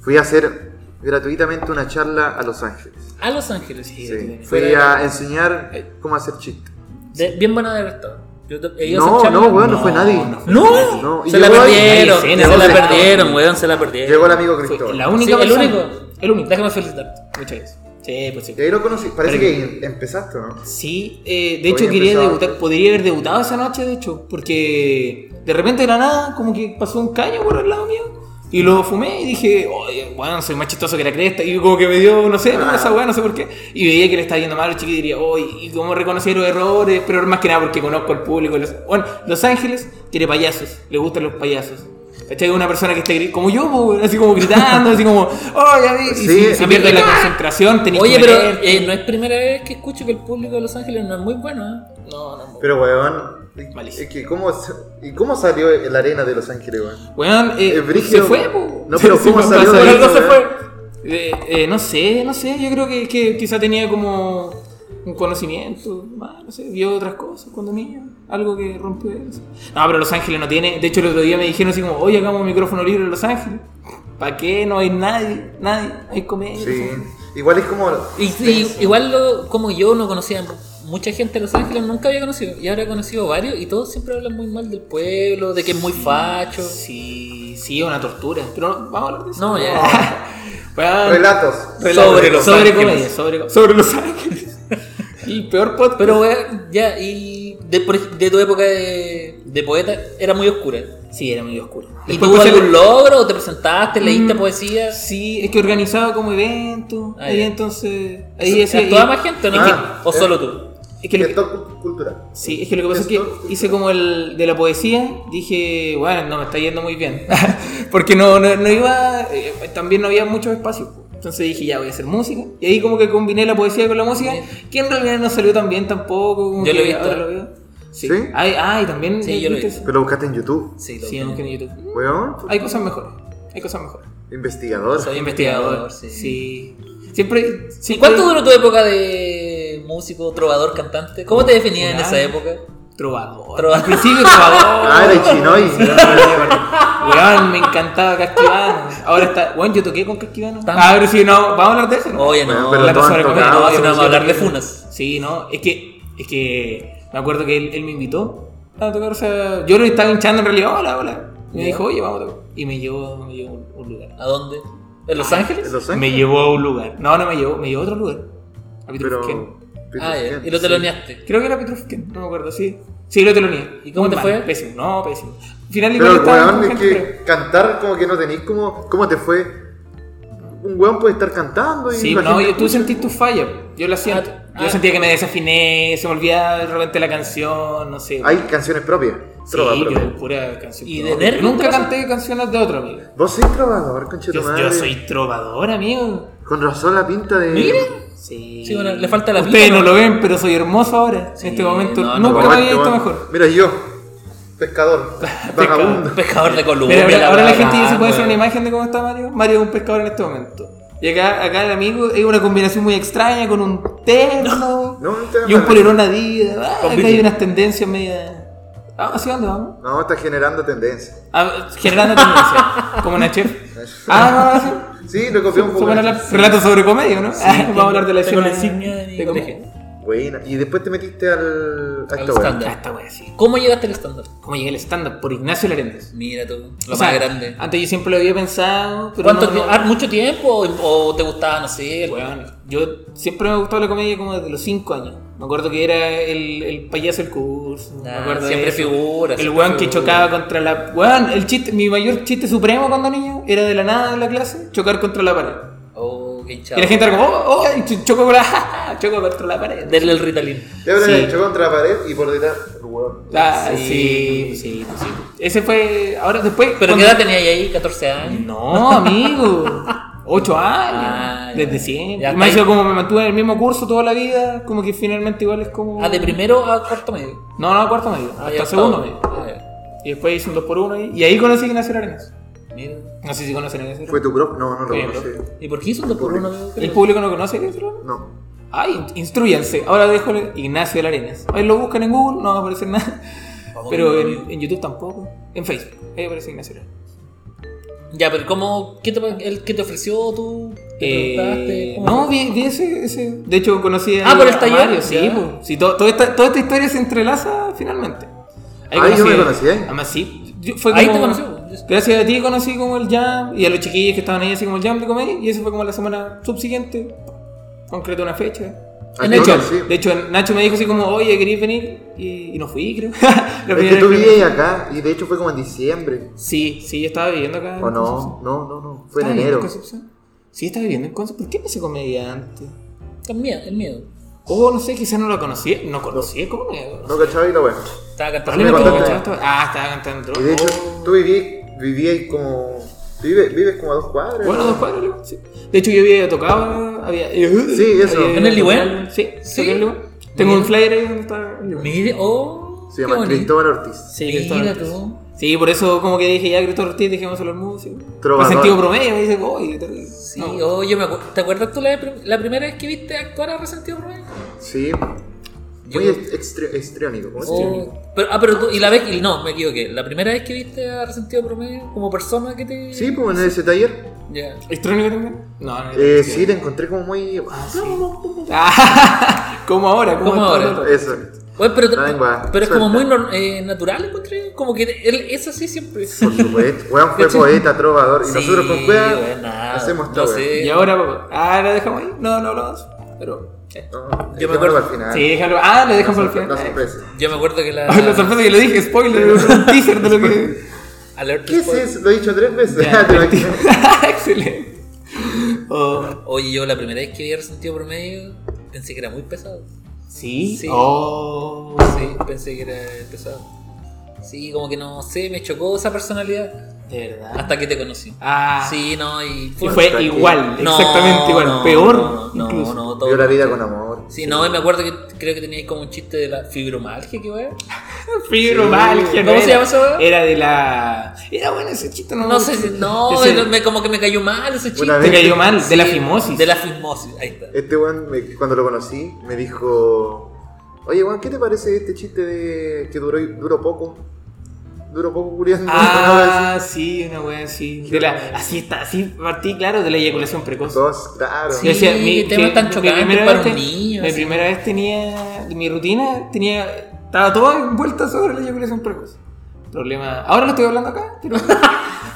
Speaker 1: Fui a hacer gratuitamente una charla a Los Ángeles.
Speaker 3: A Los Ángeles. Sí,
Speaker 1: Sí. Fui
Speaker 3: Fuera
Speaker 1: a enseñar cómo hacer chistes.
Speaker 3: de- bien buena de haber estado. Yo te- ellos
Speaker 1: No,
Speaker 3: echaron-
Speaker 1: no, weón, no fue
Speaker 2: No,
Speaker 1: nadie.
Speaker 2: no fue
Speaker 3: No,
Speaker 1: No, y
Speaker 3: se la
Speaker 1: llegó ahí-
Speaker 3: perdieron,
Speaker 2: Ahí sí,
Speaker 3: se
Speaker 1: llegó
Speaker 3: la
Speaker 1: el-
Speaker 3: perdieron, weón, se la perdieron.
Speaker 1: Llegó el amigo
Speaker 2: Fue
Speaker 1: Cristóbal.
Speaker 2: La única
Speaker 3: Sí, el
Speaker 2: persona.
Speaker 3: único.
Speaker 2: El único.
Speaker 3: Déjame felicitarte.
Speaker 2: Muchas gracias. Sí, pues sí.
Speaker 1: Y ahí lo conocí. Parece
Speaker 2: Pero-
Speaker 1: que empezaste, ¿no?
Speaker 2: Sí, eh, de
Speaker 1: Hoy
Speaker 2: hecho quería
Speaker 1: empezaba.
Speaker 2: debutar, podría haber debutado esa noche, de hecho, porque de repente de la nada como que pasó un caño por el lado mío y lo fumé y dije, oye, weón, soy más chistoso que la cresta y como que me dio, no sé,
Speaker 1: Ah.
Speaker 2: esa weá, no sé por qué, y veía que le estaba yendo mal al chico y diría, oye, ¿y cómo reconocer los errores? Pero más que nada porque conozco al público. Los, bueno, Los Ángeles tiene payasos, le gustan los payasos. ¿Cachai? Una persona que está gri- como yo, po, weón, así como gritando, así como, oye, a mí", y
Speaker 1: Sí,
Speaker 2: si-
Speaker 1: a
Speaker 2: se
Speaker 1: mí- ¡Ah!
Speaker 2: pierde la concentración, tenés
Speaker 3: Oye,
Speaker 2: que
Speaker 3: pero
Speaker 2: meterte.
Speaker 3: eh, no es primera vez que escucho que el público de Los Ángeles no es muy bueno, ¿eh?
Speaker 2: No, no, no.
Speaker 1: Pero weón.
Speaker 2: Malísimo.
Speaker 1: Es que ¿cómo, sa- ¿Y cómo salió la arena de Los Ángeles, weón?
Speaker 2: Weón, eh,
Speaker 1: Eh, brígido.
Speaker 2: se fue, po.
Speaker 1: No, pero
Speaker 2: Sí,
Speaker 1: ¿cómo
Speaker 2: sí,
Speaker 1: salió
Speaker 2: pasó,
Speaker 1: de
Speaker 2: algo
Speaker 1: eso,
Speaker 2: se
Speaker 1: weón?
Speaker 2: fue. Eh, eh, no sé, no sé, yo creo que, que quizá tenía como un conocimiento, más, no sé, vio otras cosas cuando niño, algo que rompió eso. No, pero Los Ángeles no tiene, de hecho el otro día me dijeron así como, oye, hagamos un micrófono libre en Los Ángeles, ¿para qué? No hay nadie, nadie, no hay comedia.
Speaker 1: Sí. Igual es como.
Speaker 3: Y, y igual lo- como yo no conocía mucha gente de Los Ángeles, nunca había conocido. Y ahora he conocido varios y todos siempre hablan muy mal del pueblo, de que es muy facho.
Speaker 2: Sí, sí, es una tortura, pero no- vamos a hablar de eso.
Speaker 3: No, ya.
Speaker 2: Weón,
Speaker 1: Relatos.
Speaker 3: Sobre Los
Speaker 2: um, sobre
Speaker 3: Ángeles.
Speaker 2: comedia, sobre, sobre Los Ángeles. El peor podcast.
Speaker 3: Pero weón, ya, y de, por ej- de tu época de, de poeta era muy oscura.
Speaker 2: Sí, era muy oscuro.
Speaker 3: ¿Y
Speaker 2: Después
Speaker 3: tuvo
Speaker 2: puse-
Speaker 3: algún logro? ¿O te presentaste? ¿Leíste
Speaker 2: Mm.
Speaker 3: poesía?
Speaker 2: Sí, es que organizaba como eventos.
Speaker 3: Ah,
Speaker 2: ahí
Speaker 3: ya.
Speaker 2: entonces. Ahí
Speaker 3: ¿Y
Speaker 2: hacía-
Speaker 3: ¿Actuaba
Speaker 2: y-
Speaker 3: más gente o no?
Speaker 1: Ah,
Speaker 3: ¿O
Speaker 1: eh.
Speaker 3: solo tú?
Speaker 2: Es que lo que-
Speaker 1: Gestor cultural.
Speaker 2: Sí, es que lo que pasa es que
Speaker 1: Gestor cultural.
Speaker 2: hice como el de la poesía, dije, bueno, no me está yendo muy bien. Porque no, no, no iba, eh, también no había muchos espacios. po. Entonces dije, ya voy a hacer música. Y ahí como que combiné la poesía con la música, que en realidad no salió tan bien tampoco. como
Speaker 3: Yo lo he
Speaker 2: que
Speaker 3: visto.
Speaker 2: ahora veo. Sí.
Speaker 1: ¿Sí?
Speaker 2: Ay, ay, también.
Speaker 3: Sí, yo lo he
Speaker 2: ¿viste
Speaker 3: visto.
Speaker 2: eso?
Speaker 1: Pero lo buscaste en YouTube.
Speaker 3: Sí,
Speaker 2: Sí,
Speaker 3: lo-
Speaker 2: aunque en YouTube.
Speaker 1: Weón,
Speaker 2: Hay cosas mejores. Hay cosas mejores.
Speaker 1: investigador.
Speaker 3: Soy-
Speaker 2: Investigador,
Speaker 3: investigador,
Speaker 2: sí.
Speaker 3: sí.
Speaker 2: Siempre,
Speaker 3: ¿Y
Speaker 2: siempre.
Speaker 3: cuánto duró tu época de músico, trovador, cantante? ¿Cómo te definías en
Speaker 2: Un
Speaker 3: esa
Speaker 2: año.
Speaker 3: época?
Speaker 2: Trovador.
Speaker 3: Trovador.
Speaker 2: Al principio trovador.
Speaker 1: Ah, era chinoy.
Speaker 2: Sí, Weón, me encantaba Casquivano. Ahora está. Weón, yo toqué con Casquivano. Ah, pero sí, no, vamos a hablar de eso. ¿no?
Speaker 3: Oye,
Speaker 1: Bueno,
Speaker 3: no,
Speaker 1: pero
Speaker 3: la
Speaker 1: todos
Speaker 3: cosa
Speaker 1: han
Speaker 3: era como,
Speaker 1: tocado,
Speaker 3: no, si no
Speaker 1: pero
Speaker 3: vamos a
Speaker 1: sí
Speaker 3: hablar de funas.
Speaker 2: Sí, no, es que. Es que. Me acuerdo que él, él me invitó a tocar, o sea. Yo lo estaba hinchando en realidad, hola, hola. Y me
Speaker 3: Ya.
Speaker 2: dijo, oye, vamos a tocar. Y me llevó, me llevó a un- un lugar.
Speaker 3: ¿A dónde? ¿En
Speaker 2: Ah,
Speaker 3: Los Ángeles?
Speaker 1: ¿En Los
Speaker 2: Me
Speaker 1: Ángeles?
Speaker 2: llevó a un lugar. No, no me llevó, me llevó a otro lugar. A
Speaker 1: Pero.
Speaker 2: Petrusquén.
Speaker 3: Ah, ya.
Speaker 1: Petrusquén,
Speaker 3: Y lo
Speaker 1: sí.
Speaker 3: teloneaste.
Speaker 2: Creo que era Petrusquén, no me acuerdo, sí. Sí, lo teloneé.
Speaker 3: ¿Y cómo
Speaker 2: Muy
Speaker 3: te
Speaker 2: mal,
Speaker 3: fue?
Speaker 2: Pésimo, no, pésimo. Al final igual
Speaker 1: Pero,
Speaker 2: estaba
Speaker 1: weón,
Speaker 2: con
Speaker 1: es
Speaker 2: gente, pero-
Speaker 1: que cantar como que no tenéis como. ¿Cómo te fue? Un weón puede estar cantando y.
Speaker 2: Sí,
Speaker 1: la
Speaker 2: no,
Speaker 1: gente
Speaker 2: yo, tú
Speaker 1: escucha.
Speaker 2: sentís tus fallas. Yo las siento.
Speaker 3: Ah,
Speaker 2: yo
Speaker 3: ah.
Speaker 2: sentía que me desafiné, se me olvidaba de repente la canción, no sé.
Speaker 1: Hay canciones propias.
Speaker 2: sí,
Speaker 1: Trova
Speaker 2: yo,
Speaker 1: propia.
Speaker 2: pura canción.
Speaker 3: ¿Y
Speaker 2: propia.
Speaker 3: de nerd,
Speaker 2: Nunca
Speaker 3: te pasa?
Speaker 2: canté canciones de otro, amigo.
Speaker 1: Vos sois trovador, conche tu
Speaker 2: Yo,
Speaker 1: madre.
Speaker 2: yo soy trovador, amigo.
Speaker 1: Con razón la pinta de.
Speaker 3: Mira.
Speaker 2: Sí.
Speaker 3: Sí, bueno, le falta la
Speaker 2: Ustedes
Speaker 3: pinta,
Speaker 2: no
Speaker 3: ¿no?
Speaker 2: lo ven, pero soy hermoso ahora.
Speaker 3: Sí,
Speaker 2: en este momento
Speaker 3: no, no,
Speaker 2: nunca
Speaker 1: Aguante,
Speaker 2: me había visto
Speaker 1: weón.
Speaker 2: mejor.
Speaker 1: Mira, yo. Pescador. vagabundo.
Speaker 3: Pescador de Colombia.
Speaker 2: Mira, ahora, ahora la gente ya
Speaker 3: verdad,
Speaker 2: se puede hacer
Speaker 3: Ah, weón.
Speaker 2: una imagen de cómo está Mario. Mario es un pescador en este momento. Y acá, acá el amigo es una combinación muy extraña con un
Speaker 1: No,
Speaker 2: terno.
Speaker 1: no te hagas
Speaker 2: Y un
Speaker 1: mal.
Speaker 2: polerón Adidas. Ah,
Speaker 3: Con
Speaker 2: acá hay
Speaker 3: bikini.
Speaker 2: unas tendencias media. Ah, ¿Hacia dónde vamos?
Speaker 1: No, está generando tendencia.
Speaker 2: Ah, generando tendencia. como una chef. Ah, no, no, sí.
Speaker 1: Sí, lo copió un poco.
Speaker 2: Supongo hablar- relatos sobre comedia, ¿no? Ah, vamos a hablar de la
Speaker 3: tengo
Speaker 2: escena
Speaker 3: la insignia de mi
Speaker 2: de comedia.
Speaker 3: colegio.
Speaker 1: Buena. Y después te metiste al. a
Speaker 3: Al
Speaker 1: esta weá.
Speaker 3: stand-up.
Speaker 2: Ah, esta wea, sí.
Speaker 3: ¿Cómo llegaste al estándar?
Speaker 2: ¿Cómo llegué al stand-up? Por Ignacio Larendes.
Speaker 3: Mira tú, lo
Speaker 2: O sea,
Speaker 3: más grande.
Speaker 2: Antes yo siempre lo había pensado. Pero
Speaker 3: ¿Cuánto
Speaker 2: no-
Speaker 3: tie-
Speaker 2: no-
Speaker 3: ah, ¿Mucho tiempo? ¿O, o te gustaba, no sé? el-
Speaker 2: Weón, yo siempre me gustó la comedia como desde los 5 años. Me acuerdo que era el, el payaso del curso. me
Speaker 3: Ah,
Speaker 2: acuerdo de
Speaker 3: siempre
Speaker 2: eso.
Speaker 3: figura,
Speaker 2: El
Speaker 3: siempre
Speaker 2: weón que
Speaker 3: figura.
Speaker 2: chocaba contra la. Weón, el chiste, mi mayor chiste supremo cuando niño era de la nada de la clase, chocar contra la pared.
Speaker 3: Oh, qué hinchado.
Speaker 2: Y la gente era como, oh, oh, y ch- choco con la. ja, ja, choco contra la pared.
Speaker 3: Denle el Ritalin.
Speaker 1: Ya habrás
Speaker 2: Sí.
Speaker 1: hecho contra la pared y por detrás. el weón.
Speaker 2: Ah,
Speaker 3: Sí,
Speaker 2: sí, sí, sí, Ese fue. Ahora después.
Speaker 3: ¿Pero
Speaker 2: cuando-
Speaker 3: qué edad tenías ahí? ¿14 años?
Speaker 2: No, amigo. Ocho años.
Speaker 3: Ah, ya.
Speaker 2: desde siempre.
Speaker 3: Ya
Speaker 2: Y más
Speaker 3: está ahí.
Speaker 2: encima como me mantuve en el mismo curso toda la vida, como que finalmente igual es como.
Speaker 3: Ah, de primero a cuarto medio.
Speaker 2: No, no, cuarto medio,
Speaker 3: Ah,
Speaker 2: hasta
Speaker 3: ya,
Speaker 2: segundo medio.
Speaker 3: octavo. Ah,
Speaker 2: Y después hice un 2 por 1 ahí. Y ahí conocí a Ignacio Arenas.
Speaker 3: ya. Mira.
Speaker 2: No sé si conocen a Ignacio
Speaker 1: ¿Fue tu
Speaker 2: Arenas.
Speaker 1: prof? No, no lo
Speaker 2: Fue mi
Speaker 1: conocí.
Speaker 3: ¿Y por qué hizo un 2 por 1 amigo?
Speaker 2: ¿El público no conoce a Ignacio Arenas?
Speaker 1: No.
Speaker 2: Ay, instruyanse. Ahora dejo el- Ignacio de Arenas. Ahí lo buscan en Google, no va a aparecer nada.
Speaker 3: Vamos,
Speaker 2: Pero
Speaker 3: amigo.
Speaker 2: en, en YouTube tampoco. En Facebook. Ahí aparece Ignacio Arenas.
Speaker 3: Ya, pero ¿cómo? ¿Qué te, el, qué te ofreció tú? ¿Qué
Speaker 2: Eh,
Speaker 3: preguntaste? ¿Cómo
Speaker 2: no,
Speaker 3: fue?
Speaker 2: vi, vi ese, ese- De hecho, conocí a.
Speaker 3: Ah, por el
Speaker 2: a
Speaker 3: taller,
Speaker 2: Mario, sí,
Speaker 3: ya.
Speaker 2: po. Sí, to- toda, esta, toda esta historia se entrelaza finalmente.
Speaker 1: Ah, yo me conocí ahí.
Speaker 2: Además, sí. yo- fue
Speaker 3: Ahí
Speaker 2: como-
Speaker 3: te conocí.
Speaker 2: Gracias a ti conocí como el jam y a los chiquillos que estaban ahí así como el jam de comedia y eso fue como la semana subsiguiente. Concreto una fecha.
Speaker 1: Ah,
Speaker 2: de,
Speaker 1: yo
Speaker 2: hecho,
Speaker 1: conocí.
Speaker 2: de hecho, Nacho me dijo así como, oye, ¿querés venir? Y, y no fui, creo. La
Speaker 1: Es
Speaker 2: primera
Speaker 1: que tú
Speaker 2: vez
Speaker 1: vivías acá y de hecho fue como en diciembre.
Speaker 2: Sí, sí, yo estaba viviendo acá. en
Speaker 1: ¿O no?
Speaker 2: Concepción.
Speaker 1: No, no, no. Fue en
Speaker 2: ¿Estaba viviendo
Speaker 1: enero.
Speaker 2: Concepción? Sí, estaba viviendo en Concepción. ¿Por qué me hice comediante?
Speaker 3: El miedo, el miedo.
Speaker 2: Oh, no sé, quizás no lo conocí. No conocí, ¿cómo me
Speaker 1: No cachaba y la weá.
Speaker 3: Estaba
Speaker 2: ¿Por
Speaker 3: cantando.
Speaker 2: qué me
Speaker 1: me
Speaker 2: tocó?
Speaker 1: contaste.
Speaker 2: Estaba- Ah, estaba cantando.
Speaker 1: Y de hecho,
Speaker 2: Oh.
Speaker 1: tú vivías vivías como. Vives, vives como a dos cuadras.
Speaker 2: Oh, Bueno,
Speaker 1: ¿no?
Speaker 2: dos cuadros, Ligüen, sí. De hecho, yo había tocado, había... Sí,
Speaker 1: eso.
Speaker 3: ¿En el Ligüen?
Speaker 2: Sí,
Speaker 3: Sí.
Speaker 2: toqué en el Ligüen. Tengo
Speaker 3: Mira.
Speaker 2: un flyer ahí donde está el Ligüen.
Speaker 3: Mire, oh.
Speaker 1: Se llama
Speaker 3: qué bonito.
Speaker 1: Cristóbal Ortiz.
Speaker 2: Sí,
Speaker 3: Mira
Speaker 2: Cristóbal Ortiz.
Speaker 3: tú.
Speaker 2: Sí, por eso como que dije, ya, Cristóbal Ortiz, dejemos a los músicos. Por
Speaker 1: Trovador.
Speaker 2: sentido promedio, me dice, uy,
Speaker 3: Sí, oh, yo me acuerdo. ¿Te acuerdas tú la, la primera vez que viste actuar a Resentido Rubén?
Speaker 1: Sí.
Speaker 3: Yo-
Speaker 1: Muy extre- estriónico. ¿cómo se llama?
Speaker 3: Oh, pero, ah, pero tú, y la vez, y no, me equivoqué. La primera vez que viste a Resentido Promedio como persona que te.
Speaker 1: Sí, pues en ese taller.
Speaker 3: Ya.
Speaker 2: ¿Electrónico también? No, no.
Speaker 1: Eh, sí, te encontré como muy. Ah, sí.
Speaker 2: Ah, como ahora, como
Speaker 3: Como ahora.
Speaker 1: Eso.
Speaker 3: Bueno, pero,
Speaker 1: La lengua
Speaker 3: pero es como muy
Speaker 1: suelta.
Speaker 3: nor- eh, natural, encontré. Como que él es así siempre.
Speaker 1: Por supuesto. Weón fue
Speaker 3: ¿Cachai?
Speaker 1: poeta, trovador. Y nosotros con
Speaker 3: weón,
Speaker 1: cueva
Speaker 3: nada,
Speaker 1: hacemos
Speaker 3: no
Speaker 1: todo.
Speaker 3: sé.
Speaker 2: Y ahora, papá. Ah, la dejamos ahí. No, no, no. Pero... eh.
Speaker 1: Yo
Speaker 3: Yo
Speaker 1: me acuerdo
Speaker 3: me acuerdo.
Speaker 1: al final.
Speaker 2: Sí, déjalo. Ah, la
Speaker 1: La
Speaker 2: dejamos al
Speaker 1: sorpre-
Speaker 2: final.
Speaker 1: la
Speaker 2: Eh.
Speaker 1: sorpresa.
Speaker 3: Yo me acuerdo que la.
Speaker 2: Ay, Ah, la sorpresa que le dije, spoiler, un teaser de lo que.
Speaker 3: Alert
Speaker 1: ¿Qué es
Speaker 3: spoiler.
Speaker 1: eso? Lo he dicho tres veces.
Speaker 2: Ya,
Speaker 1: Te
Speaker 2: mentira.
Speaker 1: imaginas.
Speaker 2: Excelente. Oh,
Speaker 3: Oye, yo la primera vez que vi a Resentido Promedio pensé que era muy pesado.
Speaker 2: ¿Sí?
Speaker 3: Sí.
Speaker 2: Oh.
Speaker 1: Pues
Speaker 3: Sí, pensé que era pesado. Sí, como que no sé, me chocó esa personalidad.
Speaker 2: De verdad.
Speaker 3: Hasta que te conocí.
Speaker 2: Ah.
Speaker 3: Sí, no, y
Speaker 2: Y fue igual, exactamente igual,
Speaker 3: no,
Speaker 2: peor.
Speaker 3: No, no,
Speaker 2: incluso.
Speaker 3: no, todo
Speaker 1: Vio la vida
Speaker 3: mal.
Speaker 1: con amor.
Speaker 3: Sí, no, y me acuerdo que creo que tenía ahí como un chiste de la fibromialgia que weón.
Speaker 2: Fibromialgia,
Speaker 3: Sí.
Speaker 2: no eh,
Speaker 3: ¿Cómo se
Speaker 2: era-
Speaker 3: llama esa weá?
Speaker 2: Era de la. Era bueno ese chiste, no
Speaker 3: No sé si, no,
Speaker 2: Ese-
Speaker 3: no, me- como que me cayó mal ese chiste.
Speaker 1: Una
Speaker 2: Te
Speaker 1: vez-
Speaker 2: cayó mal,
Speaker 3: Sí,
Speaker 2: de la fimosis.
Speaker 3: De la fimosis, ahí está.
Speaker 1: Este weón, me- cuando lo conocí, me dijo: Oye, weón, ¿qué te parece este chiste de que duró, duró poco? Duró poco, culiando.
Speaker 2: Ah, sí, una wea así. De la, así está, así partí, claro, de la eyaculación precoz.
Speaker 1: Todos, claro.
Speaker 3: Sí. temas tan chocantes para un
Speaker 2: vez te-
Speaker 3: niño,
Speaker 2: Mi
Speaker 3: así.
Speaker 2: primera vez tenía. Mi rutina tenía. Estaba todo envuelta sobre la eyaculación precoz. Problema. Ahora lo estoy hablando acá, pero.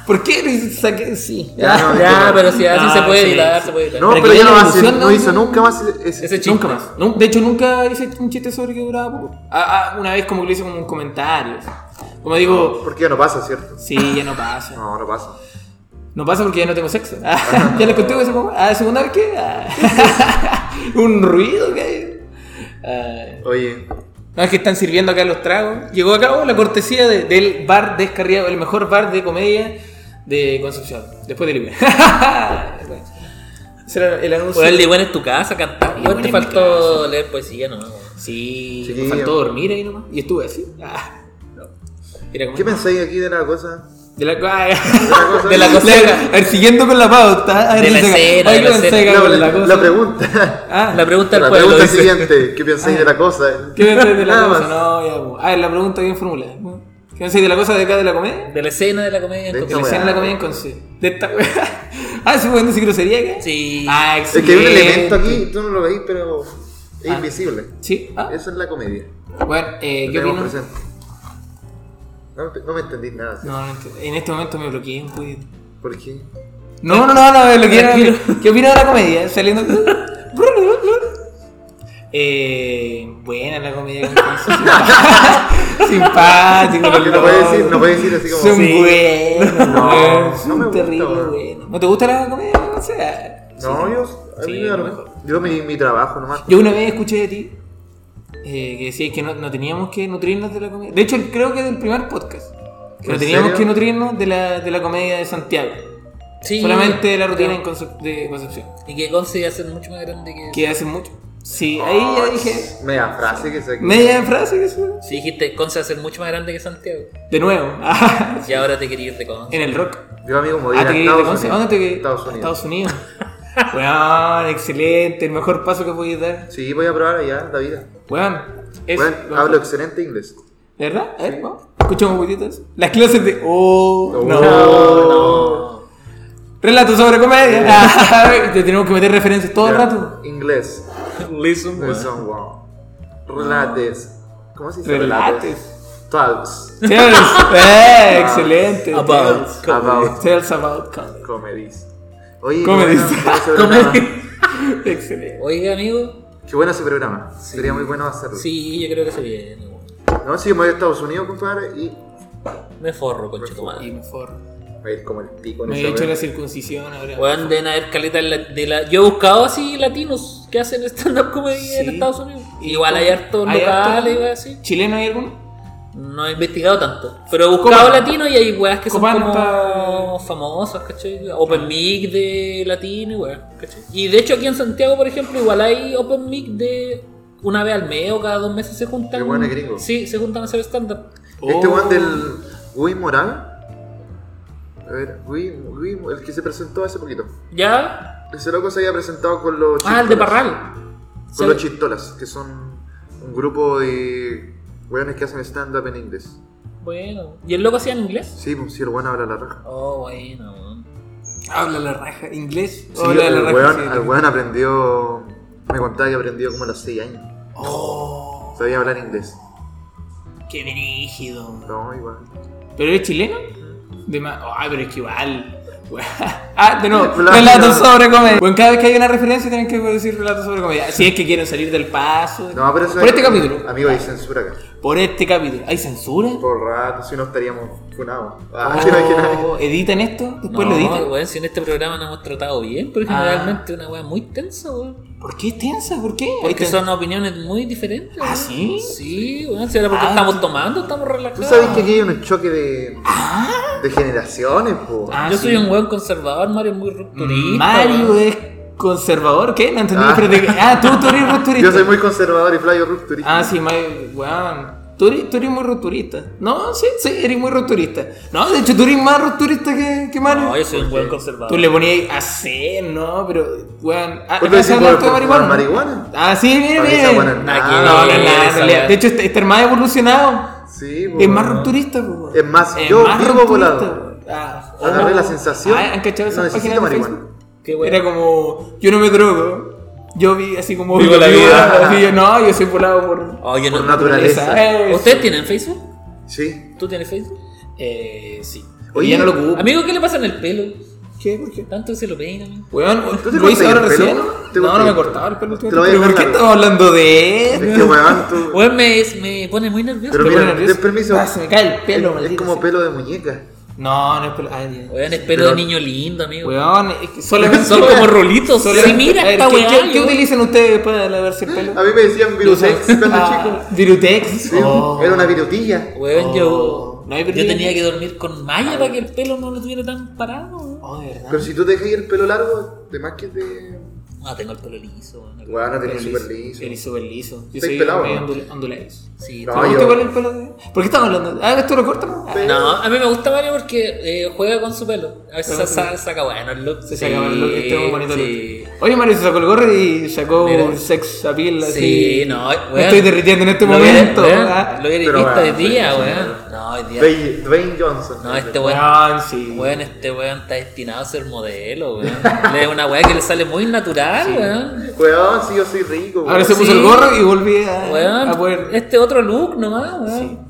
Speaker 2: ¿Por qué lo saqué? Sí.
Speaker 1: Ya, no,
Speaker 3: Ya, pero si así
Speaker 2: Ah,
Speaker 3: se puede
Speaker 2: sí,
Speaker 3: editar,
Speaker 2: sí.
Speaker 3: se puede editar.
Speaker 1: No,
Speaker 2: Para
Speaker 1: pero
Speaker 2: que
Speaker 1: ya no
Speaker 2: haya
Speaker 1: va a hacer-
Speaker 2: evolución,
Speaker 1: no
Speaker 2: no-
Speaker 1: hizo nunca más ese,
Speaker 3: Ese chiste.
Speaker 2: Nunca más. Nu- de hecho, nunca hice un chiste sobre que duraba poco. Ah, ah, una vez como que lo hice como un comentario. Como digo,
Speaker 1: Porque ya no pasa, ¿cierto?
Speaker 2: sí, ya no pasa.
Speaker 1: No, no pasa.
Speaker 2: No pasa porque ya no tengo sexo. Ah, ya le conté esa mamá. Ah, segunda vez que. ah. un ruido que hay. Ah,
Speaker 1: Oye,
Speaker 2: no, es que están sirviendo acá los tragos. Llegó a cabo la cortesía de- del bar descarriado, el mejor bar de comedia de Concepción. Después de Libre. Será el anuncio.
Speaker 3: Bueno, Pues el Ligüen en tu casa, cantar.
Speaker 2: Ligüen
Speaker 3: Bueno, te
Speaker 2: en
Speaker 3: faltó
Speaker 2: mi casa.
Speaker 3: leer poesía, ¿no? weón.
Speaker 2: Sí,
Speaker 1: Sí.
Speaker 2: me faltó dormir ahí nomás. Y estuve así. Ah, no. Era como-
Speaker 1: ¿qué pensáis aquí de la cosa?
Speaker 2: De la,
Speaker 1: cosa-
Speaker 2: de la cosecha. A ver, siguiendo con la pauta. A ver,
Speaker 3: De la
Speaker 2: dice acá,
Speaker 3: escena,
Speaker 2: ay,
Speaker 3: de la
Speaker 2: ¿qué pensáis
Speaker 3: escena.
Speaker 2: acá
Speaker 1: La,
Speaker 2: con la cosa?
Speaker 1: la pregunta.
Speaker 2: Ah,
Speaker 3: La pregunta del
Speaker 1: La
Speaker 3: pueblo
Speaker 1: pregunta
Speaker 3: dice.
Speaker 1: siguiente: ¿Qué pensáis de la cosa?
Speaker 2: ¿Qué pensáis de la
Speaker 1: Nada
Speaker 2: cosa?
Speaker 1: más.
Speaker 2: No, ya, po. Ah, la pregunta bien formulada. ¿Qué pensáis de la cosa de acá de la comedia?
Speaker 3: De la escena de la comedia.
Speaker 1: De
Speaker 2: De la
Speaker 1: weá.
Speaker 2: escena de la comedia en Conce. De esta wea. Ah, ¿se pueden decir grosería acá?
Speaker 3: Sí.
Speaker 2: Ah,
Speaker 1: Es
Speaker 2: excelente.
Speaker 1: que hay un elemento aquí, tú no lo veis, pero es
Speaker 2: Ah.
Speaker 1: invisible.
Speaker 2: Sí, ah.
Speaker 1: Esa es la comedia.
Speaker 2: Bueno, eh,
Speaker 1: La
Speaker 2: ¿qué
Speaker 1: tenemos
Speaker 2: opinas?
Speaker 1: presente. No, me- no me entendí nada.
Speaker 2: No, no entiendo. en este momento me bloqueé un poquito.
Speaker 1: ¿Por qué?
Speaker 2: No, no, no, no, lo que era- ¿Qué opinas de la comedia? Saliendo. Eh, buena la comedia con Conce. Simpático.
Speaker 1: Porque no puedes decir, no puedes decir así como.
Speaker 2: Son
Speaker 1: Sí.
Speaker 2: buenos,
Speaker 1: No,
Speaker 2: no,
Speaker 1: no
Speaker 2: son
Speaker 1: me gusta,
Speaker 2: terribles,
Speaker 1: weón.
Speaker 2: buenos. ¿No te gusta la comedia? O sea,
Speaker 1: No, yo. A mí
Speaker 2: Sí,
Speaker 1: me da lo
Speaker 2: mejor.
Speaker 1: mismo. Yo mi, mi trabajo nomás.
Speaker 2: yo una vez escuché de ti eh, que decías que no, no teníamos que nutrirnos de la comedia. De hecho, creo que del primer podcast. Que
Speaker 1: ¿En
Speaker 2: no teníamos
Speaker 1: serio?
Speaker 2: que nutrirnos de la, de la comedia de Santiago.
Speaker 3: Sí.
Speaker 2: Solamente de la rutina en
Speaker 3: Pero-
Speaker 2: Concep- de Concepción.
Speaker 3: Y que Conce ya ser mucho más grande que.
Speaker 2: Que hace mucho. Sí, ahí ya dije.
Speaker 1: Oh, Media frase que saqué.
Speaker 2: Media frase que eso.
Speaker 3: Si dijiste Conce va a ser mucho más grande que Santiago.
Speaker 2: De nuevo.
Speaker 3: Y ahora te quería ir de Conce.
Speaker 2: Ah, en el rock.
Speaker 1: Yo, amigo, me voy a
Speaker 2: Ah,
Speaker 1: ir a
Speaker 2: te quería ir de
Speaker 1: Estados
Speaker 2: Conce. ¿A
Speaker 1: Unidos.
Speaker 2: ¿Dónde te quería ir?
Speaker 1: Estados Unidos.
Speaker 2: Estados Unidos. Weón, excelente. El mejor paso que podías dar.
Speaker 1: Sí, voy a probar allá la vida.
Speaker 2: Weón, es.
Speaker 1: Bueno, hablo excelente inglés.
Speaker 2: ¿De verdad? A ver, vamos. Escuchamos un poquito eso. Las clases de. Oh,
Speaker 1: No,
Speaker 2: no.
Speaker 1: no.
Speaker 2: Relatos sobre comedia. Ah, Te tenemos que meter referencias todo el
Speaker 1: Ya.
Speaker 2: rato.
Speaker 1: Inglés.
Speaker 3: Listen,
Speaker 1: Well. Son wow. Relates. ¿Cómo se dice?
Speaker 2: Relates.
Speaker 1: Talks.
Speaker 2: Tales. Eh, excelente.
Speaker 3: About.
Speaker 2: Tales.
Speaker 1: About
Speaker 2: Tales about comedy.
Speaker 1: comedies. Oye,
Speaker 2: Comedies.
Speaker 1: qué bueno, qué bueno ese programa.
Speaker 2: Excelente.
Speaker 3: Oiga, amigo.
Speaker 1: Qué bueno ese programa. Sería muy bueno hacerlo.
Speaker 3: Sí, yo creo que se viene. weón.
Speaker 1: No, sí, me voy a Estados Unidos, compadre, y
Speaker 3: Me forro, con
Speaker 2: Y
Speaker 3: madre.
Speaker 2: me forro.
Speaker 1: voy a ir como el pico en
Speaker 2: Me
Speaker 1: esa
Speaker 2: he hecho
Speaker 1: wea.
Speaker 2: la circuncisión ahora.
Speaker 3: Weón, deben haber caletas la- de la. Yo he buscado así latinos que hacen stand-up comedy en
Speaker 2: Sí.
Speaker 3: Estados Unidos. Igual hay hartos
Speaker 2: ¿Hay harto?
Speaker 3: locales, weón, así.
Speaker 2: ¿Chileno hay alguno?
Speaker 3: No he investigado tanto. Pero he buscado
Speaker 2: Copano.
Speaker 3: latinos y hay weas que son
Speaker 2: Copano
Speaker 3: como famosas, ¿cachai? Open mic de latino y weas, ¿cachai? Y de hecho aquí en Santiago, por ejemplo, igual hay open mic de una vez al mes o cada dos meses se juntan.
Speaker 1: Qué bueno, gringo.
Speaker 3: Sí, se juntan a hacer stand-up.
Speaker 1: Este
Speaker 2: Oh.
Speaker 1: one del Guy Moral. A ver, Guy, Guy- el que se presentó hace poquito.
Speaker 3: ¿Ya?
Speaker 1: Ese loco se había presentado con los
Speaker 3: Ah, el de
Speaker 1: chistolas.
Speaker 3: Parral.
Speaker 1: Con
Speaker 3: ¿Sabe?
Speaker 1: los chistolas, que son un grupo de weones que hacen stand-up en inglés.
Speaker 3: Bueno. ¿Y el loco hacía en inglés?
Speaker 1: Sí, pues, sí, el weón habla la raja.
Speaker 3: Oh, bueno. weón.
Speaker 2: Habla la raja. ¿Inglés?
Speaker 1: Sí,
Speaker 2: Habla la
Speaker 1: el
Speaker 2: raja.
Speaker 1: weón,
Speaker 2: sí.
Speaker 1: el weón aprendió. Me contaba que aprendió como a los 6 años.
Speaker 2: Oh,
Speaker 1: Sabía hablar inglés.
Speaker 2: qué brígido.
Speaker 1: No, igual.
Speaker 2: ¿Pero eres chileno? De más. Ah, pero es que igual. ah, de nuevo,
Speaker 1: Blanco.
Speaker 2: relatos sobre comedia. Bueno, cada vez que hay una referencia tienen que decir relatos sobre comedia. Si es que quieren salir del paso.
Speaker 1: No, pero eso
Speaker 2: Por
Speaker 1: es-
Speaker 2: este capítulo.
Speaker 1: Amigo, hay censura acá.
Speaker 2: por este capítulo. ¿Hay censura?
Speaker 1: Todo el rato, si no estaríamos funados. Ah, ¿te imaginas?
Speaker 2: Oh, ¿Editan esto? ¿Después lo editan?
Speaker 3: weón, si en este programa nos hemos tratado bien, pero
Speaker 2: Ah.
Speaker 3: generalmente una weá muy tensa, weón.
Speaker 2: ¿Por qué es tensa? ¿Por qué?
Speaker 3: Porque
Speaker 2: Ahí
Speaker 3: son opiniones muy diferentes.
Speaker 2: ¿Ah,
Speaker 3: weón.
Speaker 2: sí?
Speaker 3: Sí, weón. Si ahora porque
Speaker 2: Ah,
Speaker 3: estamos
Speaker 2: tú-
Speaker 3: tomando, estamos
Speaker 1: Tú
Speaker 3: relajados.
Speaker 1: sabes que aquí hay un choque de, de generaciones, po.
Speaker 2: Ah,
Speaker 3: Yo
Speaker 2: sí.
Speaker 3: soy un weón conservador, Mario es muy rupturista.
Speaker 2: Mario
Speaker 3: weón.
Speaker 2: es conservador, ¿qué? No entendí,
Speaker 1: Ah.
Speaker 2: pero de- Ah, tú, tú eres rupturista.
Speaker 1: Yo soy muy conservador y Flavio rupturista.
Speaker 2: Ah, sí, Mario, weón. Tú eres, tú eres muy rupturista. No, sí, sí, eres muy rupturista. No, de hecho, tú eres más rupturista que, que Mario.
Speaker 3: No, yo soy un weón
Speaker 2: Tú
Speaker 3: conservador.
Speaker 2: le ponías a C, no, pero, weón. Ah,
Speaker 1: ¿Vos lo decís
Speaker 2: ¿acaso
Speaker 1: por,
Speaker 2: hablaste de
Speaker 1: por fumar marihuana?
Speaker 2: Ah, sí, mire,
Speaker 1: Para mí esa buena es
Speaker 2: mire.
Speaker 1: nada,
Speaker 2: Ah, No, no,
Speaker 3: Eh,
Speaker 2: no,
Speaker 3: esa
Speaker 2: no,
Speaker 3: weá.
Speaker 2: De hecho, este, este hermano ha evolucionado.
Speaker 1: Sí, po,
Speaker 2: Es más
Speaker 1: weón.
Speaker 2: rupturista, po, weón.
Speaker 1: Es más, yo vivo
Speaker 2: rupturista,
Speaker 1: volado.
Speaker 2: weón. Ah,
Speaker 1: Agarré
Speaker 2: oh.
Speaker 1: la sensación.
Speaker 2: Ah, ¿Han cachado
Speaker 1: no
Speaker 2: esas
Speaker 1: necesito
Speaker 2: páginas de
Speaker 1: marihuana.
Speaker 2: Facebook?
Speaker 3: Qué weón.
Speaker 2: Era como, yo no me drogo. Yo vi así como.
Speaker 3: Vivo la
Speaker 1: vida.
Speaker 2: así, yo, no, yo soy volado por.
Speaker 3: Oh, yo
Speaker 1: Por
Speaker 3: no-
Speaker 1: naturaleza.
Speaker 2: Esa,
Speaker 3: ¿Ustedes tienen Facebook?
Speaker 1: Sí.
Speaker 3: ¿Tú tienes Facebook?
Speaker 2: Eh, sí.
Speaker 1: Oye,
Speaker 2: Oye, ya no lo ocupo.
Speaker 3: Amigo, ¿qué le pasa en el pelo?
Speaker 2: ¿Qué? ¿Por qué?
Speaker 3: Tanto se lo peina, amigo.
Speaker 2: Weón,
Speaker 1: ¿Tú te
Speaker 2: lo hice
Speaker 1: cortas
Speaker 2: ahora
Speaker 1: el pelo?
Speaker 2: recién.
Speaker 1: ¿Te
Speaker 2: No, no
Speaker 1: cortas
Speaker 2: me
Speaker 1: el pelo?
Speaker 2: cortaba el pelo
Speaker 1: Te lo voy a
Speaker 2: últimamente. ¿Pero por qué
Speaker 1: dejar
Speaker 2: estamos hablando de
Speaker 1: Es
Speaker 2: él?
Speaker 1: que, weón, tú...
Speaker 3: Weón, me, me pone muy nervioso.
Speaker 1: Pero
Speaker 2: Me
Speaker 1: mira,
Speaker 2: pone nervioso.
Speaker 1: ten permiso.
Speaker 2: Ah, se me cae el pelo,
Speaker 1: es- es,
Speaker 2: maldito
Speaker 1: como
Speaker 2: sea.
Speaker 1: pelo de muñeca.
Speaker 2: No, no es pelo. Ay, Dios.
Speaker 3: Weón, es pelo
Speaker 1: Pero-
Speaker 3: de niño lindo, amigo.
Speaker 2: Weón, es que solamente.
Speaker 3: Son como rolitos.
Speaker 2: solamente-
Speaker 3: Sí, mira,
Speaker 2: A ver,
Speaker 3: esta
Speaker 2: ¿qué-
Speaker 3: weá.
Speaker 2: ¿Qué, qué
Speaker 3: weón.
Speaker 2: utilizan ustedes para lavarse el pelo?
Speaker 1: A mí me decían virusex cuando
Speaker 2: Ah,
Speaker 1: chico.
Speaker 2: Virutex.
Speaker 1: Sí,
Speaker 2: Oh.
Speaker 1: Era una virutilla.
Speaker 3: Weón,
Speaker 2: Oh,
Speaker 3: yo,
Speaker 2: no hay
Speaker 3: yo
Speaker 2: brillo.
Speaker 3: tenía que dormir con malla para que el pelo no lo tuviera tan parado. weón.
Speaker 2: Oh, de verdad.
Speaker 1: Pero si tú te dejas el pelo largo, de más que te...
Speaker 3: No, Ah, tengo el pelo liso. weón.
Speaker 1: Weón, no tenés
Speaker 2: Eres
Speaker 1: super liso.
Speaker 2: Eres súper liso. Yo
Speaker 1: Estáis
Speaker 2: soy
Speaker 1: pelado,
Speaker 2: medio
Speaker 1: ¿no?
Speaker 2: ondul- ondulado.
Speaker 3: Sí,
Speaker 1: No,
Speaker 2: ¿Te gusta
Speaker 1: yo-
Speaker 2: igual el pelo de.? ¿Por qué estamos hablando? Ah, esto lo cortamos. Ah,
Speaker 3: No, a mí me gusta Mario porque eh, juega con su pelo. A veces
Speaker 2: Juega
Speaker 3: sa-
Speaker 2: con su
Speaker 3: sa- saca buenos looks.
Speaker 2: Se sacaba el look, este es un bonito
Speaker 3: sí.
Speaker 2: look. Oye, Mario se sacó el gorro y sacó
Speaker 3: Mira.
Speaker 2: un sex appeal así.
Speaker 3: Sí, no, weón.
Speaker 2: Me estoy derritiendo en este
Speaker 3: Lo hubiera-
Speaker 2: momento,
Speaker 3: weón,
Speaker 2: ah.
Speaker 3: Lo hubiera
Speaker 1: Pero,
Speaker 3: visto
Speaker 1: weón,
Speaker 3: hoy día,
Speaker 1: sí,
Speaker 3: weón. No, hoy día.
Speaker 1: Dwayne, Dwayne Johnson.
Speaker 3: No, este weón.
Speaker 2: Weón, sí.
Speaker 3: Weón, este weón está destinado a ser modelo, weón. Le es una weá que le sale muy natural, weón.
Speaker 1: Weón, sí, yo soy rico.
Speaker 2: Ahora se
Speaker 1: weón.
Speaker 2: puso
Speaker 3: Sí.
Speaker 2: el gorro y volví a,
Speaker 3: Weón,
Speaker 2: a poder.
Speaker 3: este otro look nomás, weón.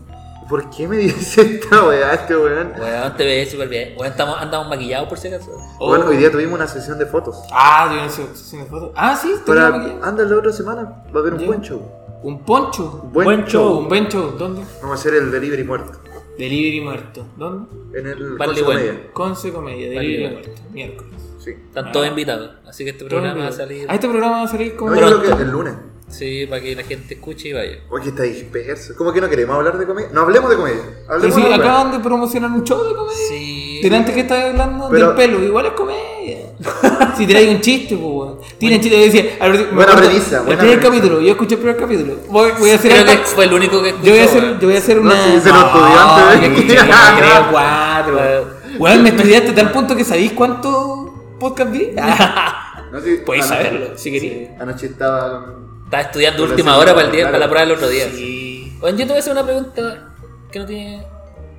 Speaker 1: ¿Por qué me dice esta weá este weón?
Speaker 3: Weón, te ves súper bien. Weón, estamos, andamos maquillados por si acaso.
Speaker 2: Oh.
Speaker 1: Bueno, hoy día tuvimos una sesión de fotos.
Speaker 2: Ah, Dios mío, sin foto. Ah, sí,
Speaker 1: Para,
Speaker 2: tenía maquillaje.
Speaker 1: anda la otra semana, va a haber un
Speaker 2: Ya.
Speaker 1: buen show.
Speaker 2: Un poncho.
Speaker 1: Buen Buen show. show.
Speaker 2: Un buen show. ¿Dónde?
Speaker 1: Vamos a hacer el delivery muerto.
Speaker 2: Delivery muerto. ¿Dónde?
Speaker 1: En el
Speaker 3: Vale,
Speaker 1: Consejo
Speaker 3: bueno.
Speaker 1: Media.
Speaker 2: Conce Comedia. Delivery
Speaker 3: Vale.
Speaker 2: muerto. Miércoles.
Speaker 1: Sí.
Speaker 3: Están todos invitados. Así que este programa va a salir.
Speaker 2: Ah, este programa va a salir como.
Speaker 1: No, yo creo que el lunes.
Speaker 3: Sí, para que la gente escuche y vaya.
Speaker 1: Oye, está disperso. ¿Cómo que no queremos hablar de comedia? No hablemos de comedia.
Speaker 2: Pero
Speaker 1: Hablemos
Speaker 2: sí,
Speaker 1: de comedia.
Speaker 2: acaban de promocionar un show de comedia.
Speaker 3: Sí.
Speaker 2: Delante que estás hablando
Speaker 1: Pero-
Speaker 2: del pelo, igual es comedia. si tiráis un chiste, pues, weón. Tienen chiste, yo decía. al- me
Speaker 1: Buena
Speaker 2: acuerdo,
Speaker 1: premisa,
Speaker 2: El
Speaker 1: buena
Speaker 2: primer
Speaker 1: premisa.
Speaker 2: capítulo, yo escuché el primer capítulo. Voy, voy a hacer
Speaker 3: Creo que
Speaker 2: algo-
Speaker 3: fue el único que
Speaker 2: Yo voy a
Speaker 3: escuchó,
Speaker 2: hacer,
Speaker 3: weón.
Speaker 2: yo voy a hacer
Speaker 1: No,
Speaker 2: una.
Speaker 1: sí, se lo estudiaste,
Speaker 2: yo
Speaker 1: ¿eh?
Speaker 2: escuché como tres, cuatro. Weón, me estudiaste a tal punto que sabéis cuántos podcast vi. Ah,
Speaker 1: No, sí,
Speaker 2: Podéis
Speaker 1: anoche-
Speaker 2: saberlo, si queréis.
Speaker 1: Anoche estaba. con-
Speaker 3: Estaba estudiando
Speaker 1: Por
Speaker 3: última
Speaker 1: eso,
Speaker 3: hora para, el día,
Speaker 1: claro.
Speaker 3: para la prueba del otro día.
Speaker 2: Sí.
Speaker 3: Bueno, yo te voy a hacer una pregunta que no tiene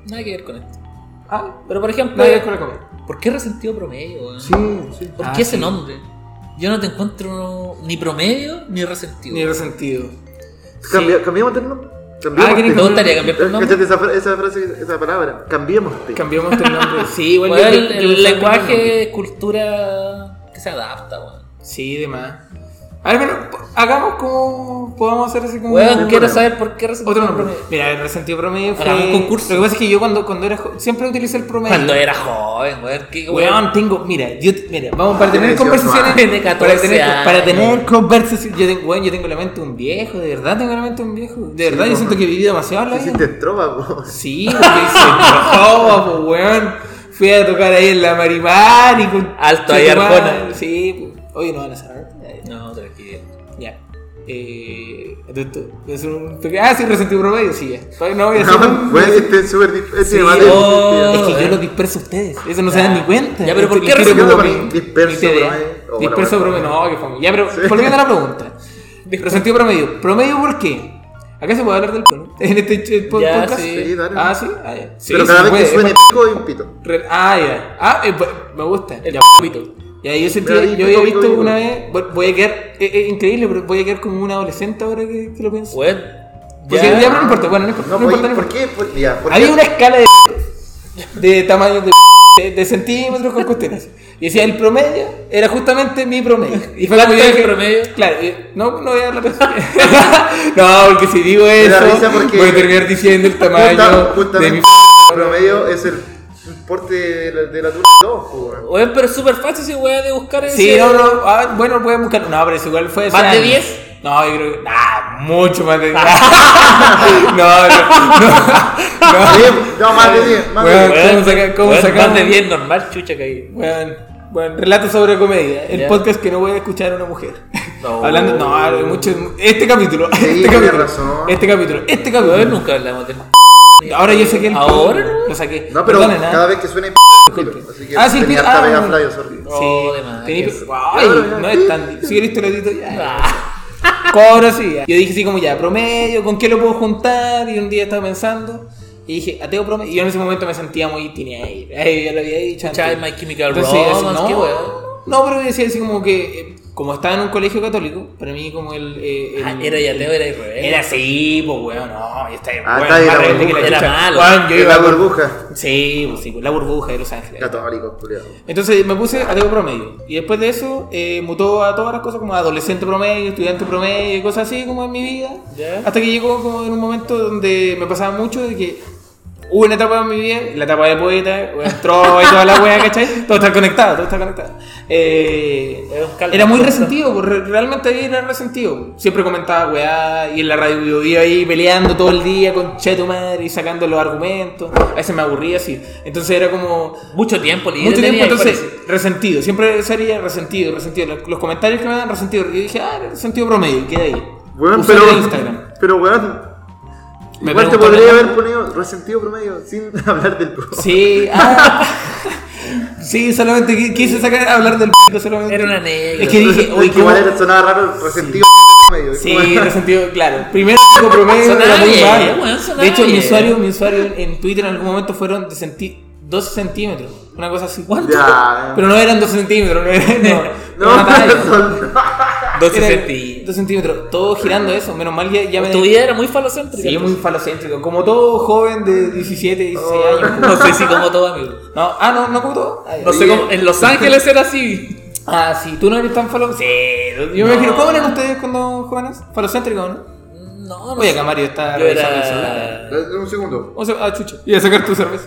Speaker 3: nada que ver con esto.
Speaker 2: Ah,
Speaker 3: Pero por ejemplo,
Speaker 2: no hay con la comedia.
Speaker 3: ¿por qué resentido promedio? weón?
Speaker 1: Sí, sí.
Speaker 3: ¿Por
Speaker 2: Ah,
Speaker 3: qué ese
Speaker 2: sí.
Speaker 3: nombre? Yo no te encuentro ni promedio ni resentido.
Speaker 2: Ni resentido.
Speaker 1: Cambia- ¿Cambiamos el nombre?
Speaker 2: Ah, ¿quieren
Speaker 3: ¿Te
Speaker 1: Cambiamos.
Speaker 3: gustaría cambiar por nombre?
Speaker 1: esa, fra- esa frase, esa palabra? Cambiamos.
Speaker 2: Cambiamos el nombre. Sí, igual
Speaker 3: Weón,
Speaker 2: yo-
Speaker 3: el,
Speaker 2: yo-
Speaker 3: el
Speaker 2: yo-
Speaker 3: lenguaje es cultura que se adapta, weón.
Speaker 2: Sí, demás. A ver, pero po- hagamos como podamos hacer así como.
Speaker 3: Weón, quiero
Speaker 1: nombre.
Speaker 3: saber por qué resentido
Speaker 2: Otro nombre.
Speaker 3: promedio.
Speaker 2: Mira, el resentido promedio fue.
Speaker 3: Hagamos un concurso.
Speaker 2: Lo que pasa es que yo cuando, cuando era jo- siempre utilicé el promedio.
Speaker 3: Cuando era joven, weón, qué
Speaker 2: Weón, tengo, mira, yo, mira, vamos para tener
Speaker 1: Tiene 18
Speaker 2: conversaciones.
Speaker 1: años.
Speaker 3: Tiene
Speaker 2: para tener,
Speaker 3: 14 años.
Speaker 2: para tener conversaciones. Yo tengo, weón, yo tengo la mente de un viejo, de verdad tengo la mente de un viejo. De verdad, yo
Speaker 1: weón.
Speaker 2: siento que he vivido demasiado la vida.
Speaker 1: Hiciste estroba, po.
Speaker 2: Sí, porque se enojaba, pues, weón. Fui a tocar ahí en la Marimar y con.
Speaker 3: Alto ahí, Arjona.
Speaker 2: Sí, pues. Oye, no van a saber.
Speaker 3: No, tranquilo.
Speaker 2: Ya. Eh, entonces, voy a hacer un peque- Ah, sí, resentí un promedio, sí, ya. Todavía no voy a hacer
Speaker 1: No,
Speaker 2: un-
Speaker 1: Bueno, este es súper dif- este
Speaker 2: Sí,
Speaker 1: debate es
Speaker 3: oh.
Speaker 1: difícil.
Speaker 2: Es que yo
Speaker 3: eh.
Speaker 2: lo disperso a ustedes. Eso no se dan ni cuenta.
Speaker 3: Ya, pero ¿por
Speaker 2: Yo
Speaker 3: qué
Speaker 2: quiero
Speaker 1: resentido
Speaker 2: como
Speaker 1: promedio?
Speaker 2: mi-
Speaker 1: Disperso
Speaker 2: mi TDA.
Speaker 1: promedio. Oh, bueno,
Speaker 2: eh, Disperso
Speaker 1: bueno,
Speaker 2: promedio. No, que fome. Ya, pero volviendo a la pregunta. Resentido promedio. ¿Promedio por qué? Acá se puede hablar del pelo. En este ch- po-
Speaker 3: Ya,
Speaker 2: podcast.
Speaker 3: sí.
Speaker 1: Sí, dale.
Speaker 2: Ah, sí. Ah, ya. Sí,
Speaker 1: Pero
Speaker 2: se
Speaker 1: cada vez
Speaker 2: puede.
Speaker 1: que suene pico hay un pito.
Speaker 2: Re- Ah, ya. Ah, eh, bu- me gusta.
Speaker 3: El
Speaker 2: Ya,
Speaker 3: pito.
Speaker 2: ya, yo sentí,
Speaker 1: Pero ahí
Speaker 2: yo había
Speaker 1: pico, pico,
Speaker 2: visto
Speaker 1: pico.
Speaker 2: una vez, voy- voy a quedar, es, es increíble, pero voy a quedar como un adolescente ahora que, que lo pienso.
Speaker 3: Weón,
Speaker 2: Pues sí, ya, pero no importa, bueno, no importa,
Speaker 1: No, pues,
Speaker 2: no importa,
Speaker 1: oye,
Speaker 2: no
Speaker 1: ¿por
Speaker 2: importa.
Speaker 1: qué? Por- ya, ¿por
Speaker 2: Había
Speaker 1: qué?
Speaker 2: una escala de de tamaño de de, de centímetros con cuestiones. Y decía, el promedio era justamente mi promedio. Y fue
Speaker 3: ¿Cuánto
Speaker 2: como yo
Speaker 3: es el
Speaker 2: dije,
Speaker 3: promedio?
Speaker 2: Claro, eh, no, no voy a dar la no, porque si digo
Speaker 1: da
Speaker 2: eso,
Speaker 1: risa porque-
Speaker 2: voy a terminar diciendo el tamaño
Speaker 1: Justa-
Speaker 2: de
Speaker 1: justamente
Speaker 2: mi...
Speaker 1: el promedio es el importe de la, de la turca de todos, po, weón.
Speaker 3: Oye, pero es súper fácil si weá de buscar en
Speaker 2: Sí, no, no, ah, bueno, pueden buscar. No, pero es igual fue. ese
Speaker 3: ¿Más de
Speaker 2: año.
Speaker 3: 10?
Speaker 2: No, yo creo que. Ah, mucho más de 10. no, no, no. no.
Speaker 1: Sí, No, más de 10, más de
Speaker 2: Ah. Weón.
Speaker 1: 10.
Speaker 2: ¿Cómo saca- cómo sacamos?
Speaker 3: Más de 10 normal, chucha que hay.
Speaker 2: Bueno, bueno, relato sobre comedia. El
Speaker 3: Ya.
Speaker 2: podcast que no voy a escuchar a una mujer.
Speaker 3: No.
Speaker 2: Hablando, no, hay mucho. Este capítulo.
Speaker 1: Sí,
Speaker 2: este
Speaker 1: tiene
Speaker 2: capítulo.
Speaker 1: razón.
Speaker 2: Este capítulo. Este
Speaker 3: Weón,
Speaker 2: capítulo.
Speaker 3: nunca hablamos de
Speaker 2: Ahora yo saqué el.
Speaker 3: Ahora, ¿no?
Speaker 2: Lo saqué.
Speaker 1: No, pero
Speaker 2: Perdonen, ¿ah?
Speaker 1: cada vez que suena el
Speaker 2: Disculpe.
Speaker 1: así que
Speaker 2: Ah, sí,
Speaker 1: tenía
Speaker 2: pi-
Speaker 1: harta
Speaker 2: ah.
Speaker 1: pega Flavio, sorry.
Speaker 3: Oh, de más,
Speaker 2: tení-
Speaker 3: que es-
Speaker 2: Ay, no es tan. Si querés te lo edito ya.
Speaker 3: Ah.
Speaker 2: Cobro sí. Yo dije así como ya, promedio, ¿con qué lo puedo juntar? Y un día estaba pensando y dije, ateo promedio. Y yo en ese momento me sentía muy teenager. Ay, ya lo había dicho antes.
Speaker 3: Child My Chemical
Speaker 2: Entonces, yo decía,
Speaker 3: Romance,
Speaker 2: no,
Speaker 3: qué weón.
Speaker 2: No, pero decía así como que, eh, como estaba en un colegio católico, para mí como el... eh, el-
Speaker 3: Ah, Era ya Leo, era irreverente.
Speaker 2: Era así, pues weón, no, ya está
Speaker 1: Ah,
Speaker 2: weón,
Speaker 1: está ahí la
Speaker 2: más rebelde que la
Speaker 1: burbuja.
Speaker 3: Era
Speaker 2: chucha.
Speaker 3: malo.
Speaker 2: Weón, yo
Speaker 1: En
Speaker 2: iba
Speaker 1: la
Speaker 2: a-
Speaker 1: burbuja.
Speaker 2: Sí, pues sí, pues, la burbuja de Los Ángeles.
Speaker 1: Católico, culiado.
Speaker 2: Entonces me puse ateo promedio. Y después de eso eh, mutó a todas las cosas como adolescente promedio, estudiante promedio y cosas así como en mi vida.
Speaker 3: Ya.
Speaker 2: Hasta que llegó como en un momento donde me pasaba mucho de que hubo una etapa en mi vida, la etapa de poeta, weón, trova y toda la wea, ¿cachai? Todo está conectado, todo está conectado. Eh,
Speaker 3: Era un caldo.
Speaker 2: era muy resentido, pues, re- realmente era resentido. Siempre comentaba weá, y en la radio yo iba ahí peleando todo el día con che tu madre y sacando los argumentos. A veces me aburría así. Entonces era como,
Speaker 3: Mucho tiempo libre.
Speaker 2: mucho tiempo,
Speaker 3: tenía,
Speaker 2: entonces,
Speaker 3: parece.
Speaker 2: resentido. Siempre sería resentido, resentido. Los, los comentarios que me dan resentido. Yo dije, ah, resentido promedio, queda ahí.
Speaker 1: Weón,
Speaker 2: Usuario
Speaker 1: pero.
Speaker 2: de Instagram.
Speaker 1: Pero, weón.
Speaker 2: Me
Speaker 1: Igual te
Speaker 2: preguntaron-
Speaker 1: podría haber ponido resentido promedio sin hablar del promedio.
Speaker 2: Sí, ah. sí, solamente qui- quise sacar hablar del p solamente.
Speaker 3: Era una negra.
Speaker 2: Es que dije, uy,
Speaker 1: Es que igual
Speaker 2: ¿cómo?
Speaker 1: era- sonaba raro resentido promedio.
Speaker 2: Sí, resentido, claro. Primero digo promedio
Speaker 3: Sonaba
Speaker 2: era muy
Speaker 3: bien,
Speaker 2: malo.
Speaker 3: weón, sonaba
Speaker 2: de hecho, mi
Speaker 3: bien.
Speaker 2: usuario, mi usuario en Twitter en algún momento fueron de centi- 12 centímetros. Una cosa así. ¿Cuánto?
Speaker 1: Ya.
Speaker 2: Pero no eran 12 centímetros, no eran. No, era
Speaker 1: No,
Speaker 2: una talla.
Speaker 1: pero son.
Speaker 3: 12
Speaker 2: Era-
Speaker 3: centímetros.
Speaker 2: dos centímetros. Todo girando eso. Menos mal ya, ya me.
Speaker 3: Tu vida era muy falocéntrica.
Speaker 2: Sí, muy falocéntrico. Como todo joven de 17, 16 años.
Speaker 3: No sé si como todo, amigo.
Speaker 2: No, ah, no, no como todo. Ah, ya.
Speaker 3: Oh. No sé cómo. En Los Ángeles era así.
Speaker 2: Ah, sí, tú no eres tan falocéntrico. Sí, yo me
Speaker 3: No.
Speaker 2: imagino. ¿Cómo eran ustedes cuando jóvenes? Falocéntricos, ¿no?
Speaker 3: No, no.
Speaker 2: Oye,
Speaker 3: sé.
Speaker 2: acá Mario está
Speaker 3: Yo
Speaker 2: revisando el celular.
Speaker 3: era.
Speaker 1: Dame Un segundo.
Speaker 2: O sea, ah, chucha. Y a sacar tu cerveza.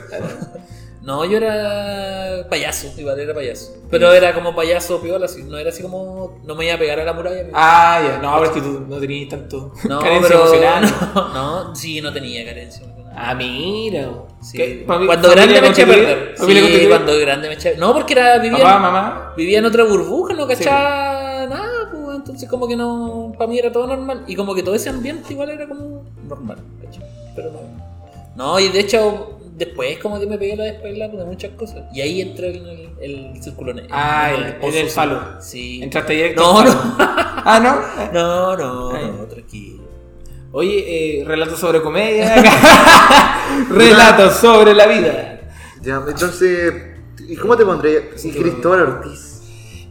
Speaker 3: No, yo era payaso, igual era payaso. Pero era como payaso piola, así. No era así como. No me iba a pegar a la muralla. amigo.
Speaker 2: Ah, ya. No, pero es que tú no tenías tanto
Speaker 3: no,
Speaker 2: carencia
Speaker 3: pero.
Speaker 2: emocional.
Speaker 3: No, no, sí, no tenía carencia emocional.
Speaker 2: Ah, mira.
Speaker 3: Sí.
Speaker 2: ¿Qué? Fami-
Speaker 3: Cuando grande
Speaker 2: familia
Speaker 3: me eché a
Speaker 2: constituida,
Speaker 3: perder.
Speaker 2: familia
Speaker 3: Sí,
Speaker 2: constituida.
Speaker 3: cuando grande me eché a perder. No, porque era, vivía,
Speaker 2: Papá, mamá.
Speaker 3: vivía en otra burbuja, no cachaba nada, pues, entonces como que no, para mí era todo normal. Y como que todo ese ambiente igual era como normal, ¿cachai? Pero no. No, y de hecho después como que me pegué la despegada de muchas cosas. Y ahí entró en el, el círculo negro.
Speaker 2: Ah,
Speaker 3: En
Speaker 2: el- en el falo.
Speaker 3: Sí.
Speaker 2: Entraste directo.
Speaker 3: No,
Speaker 2: al
Speaker 3: no.
Speaker 2: palo. Ah, no.
Speaker 3: No, no,
Speaker 2: Ah,
Speaker 3: no, tranquilo.
Speaker 2: Oye, eh, relato sobre comedia. relato sobre la vida.
Speaker 1: Ya, entonces. ¿Y cómo te pondría? Sí, Cristóbal Ortiz.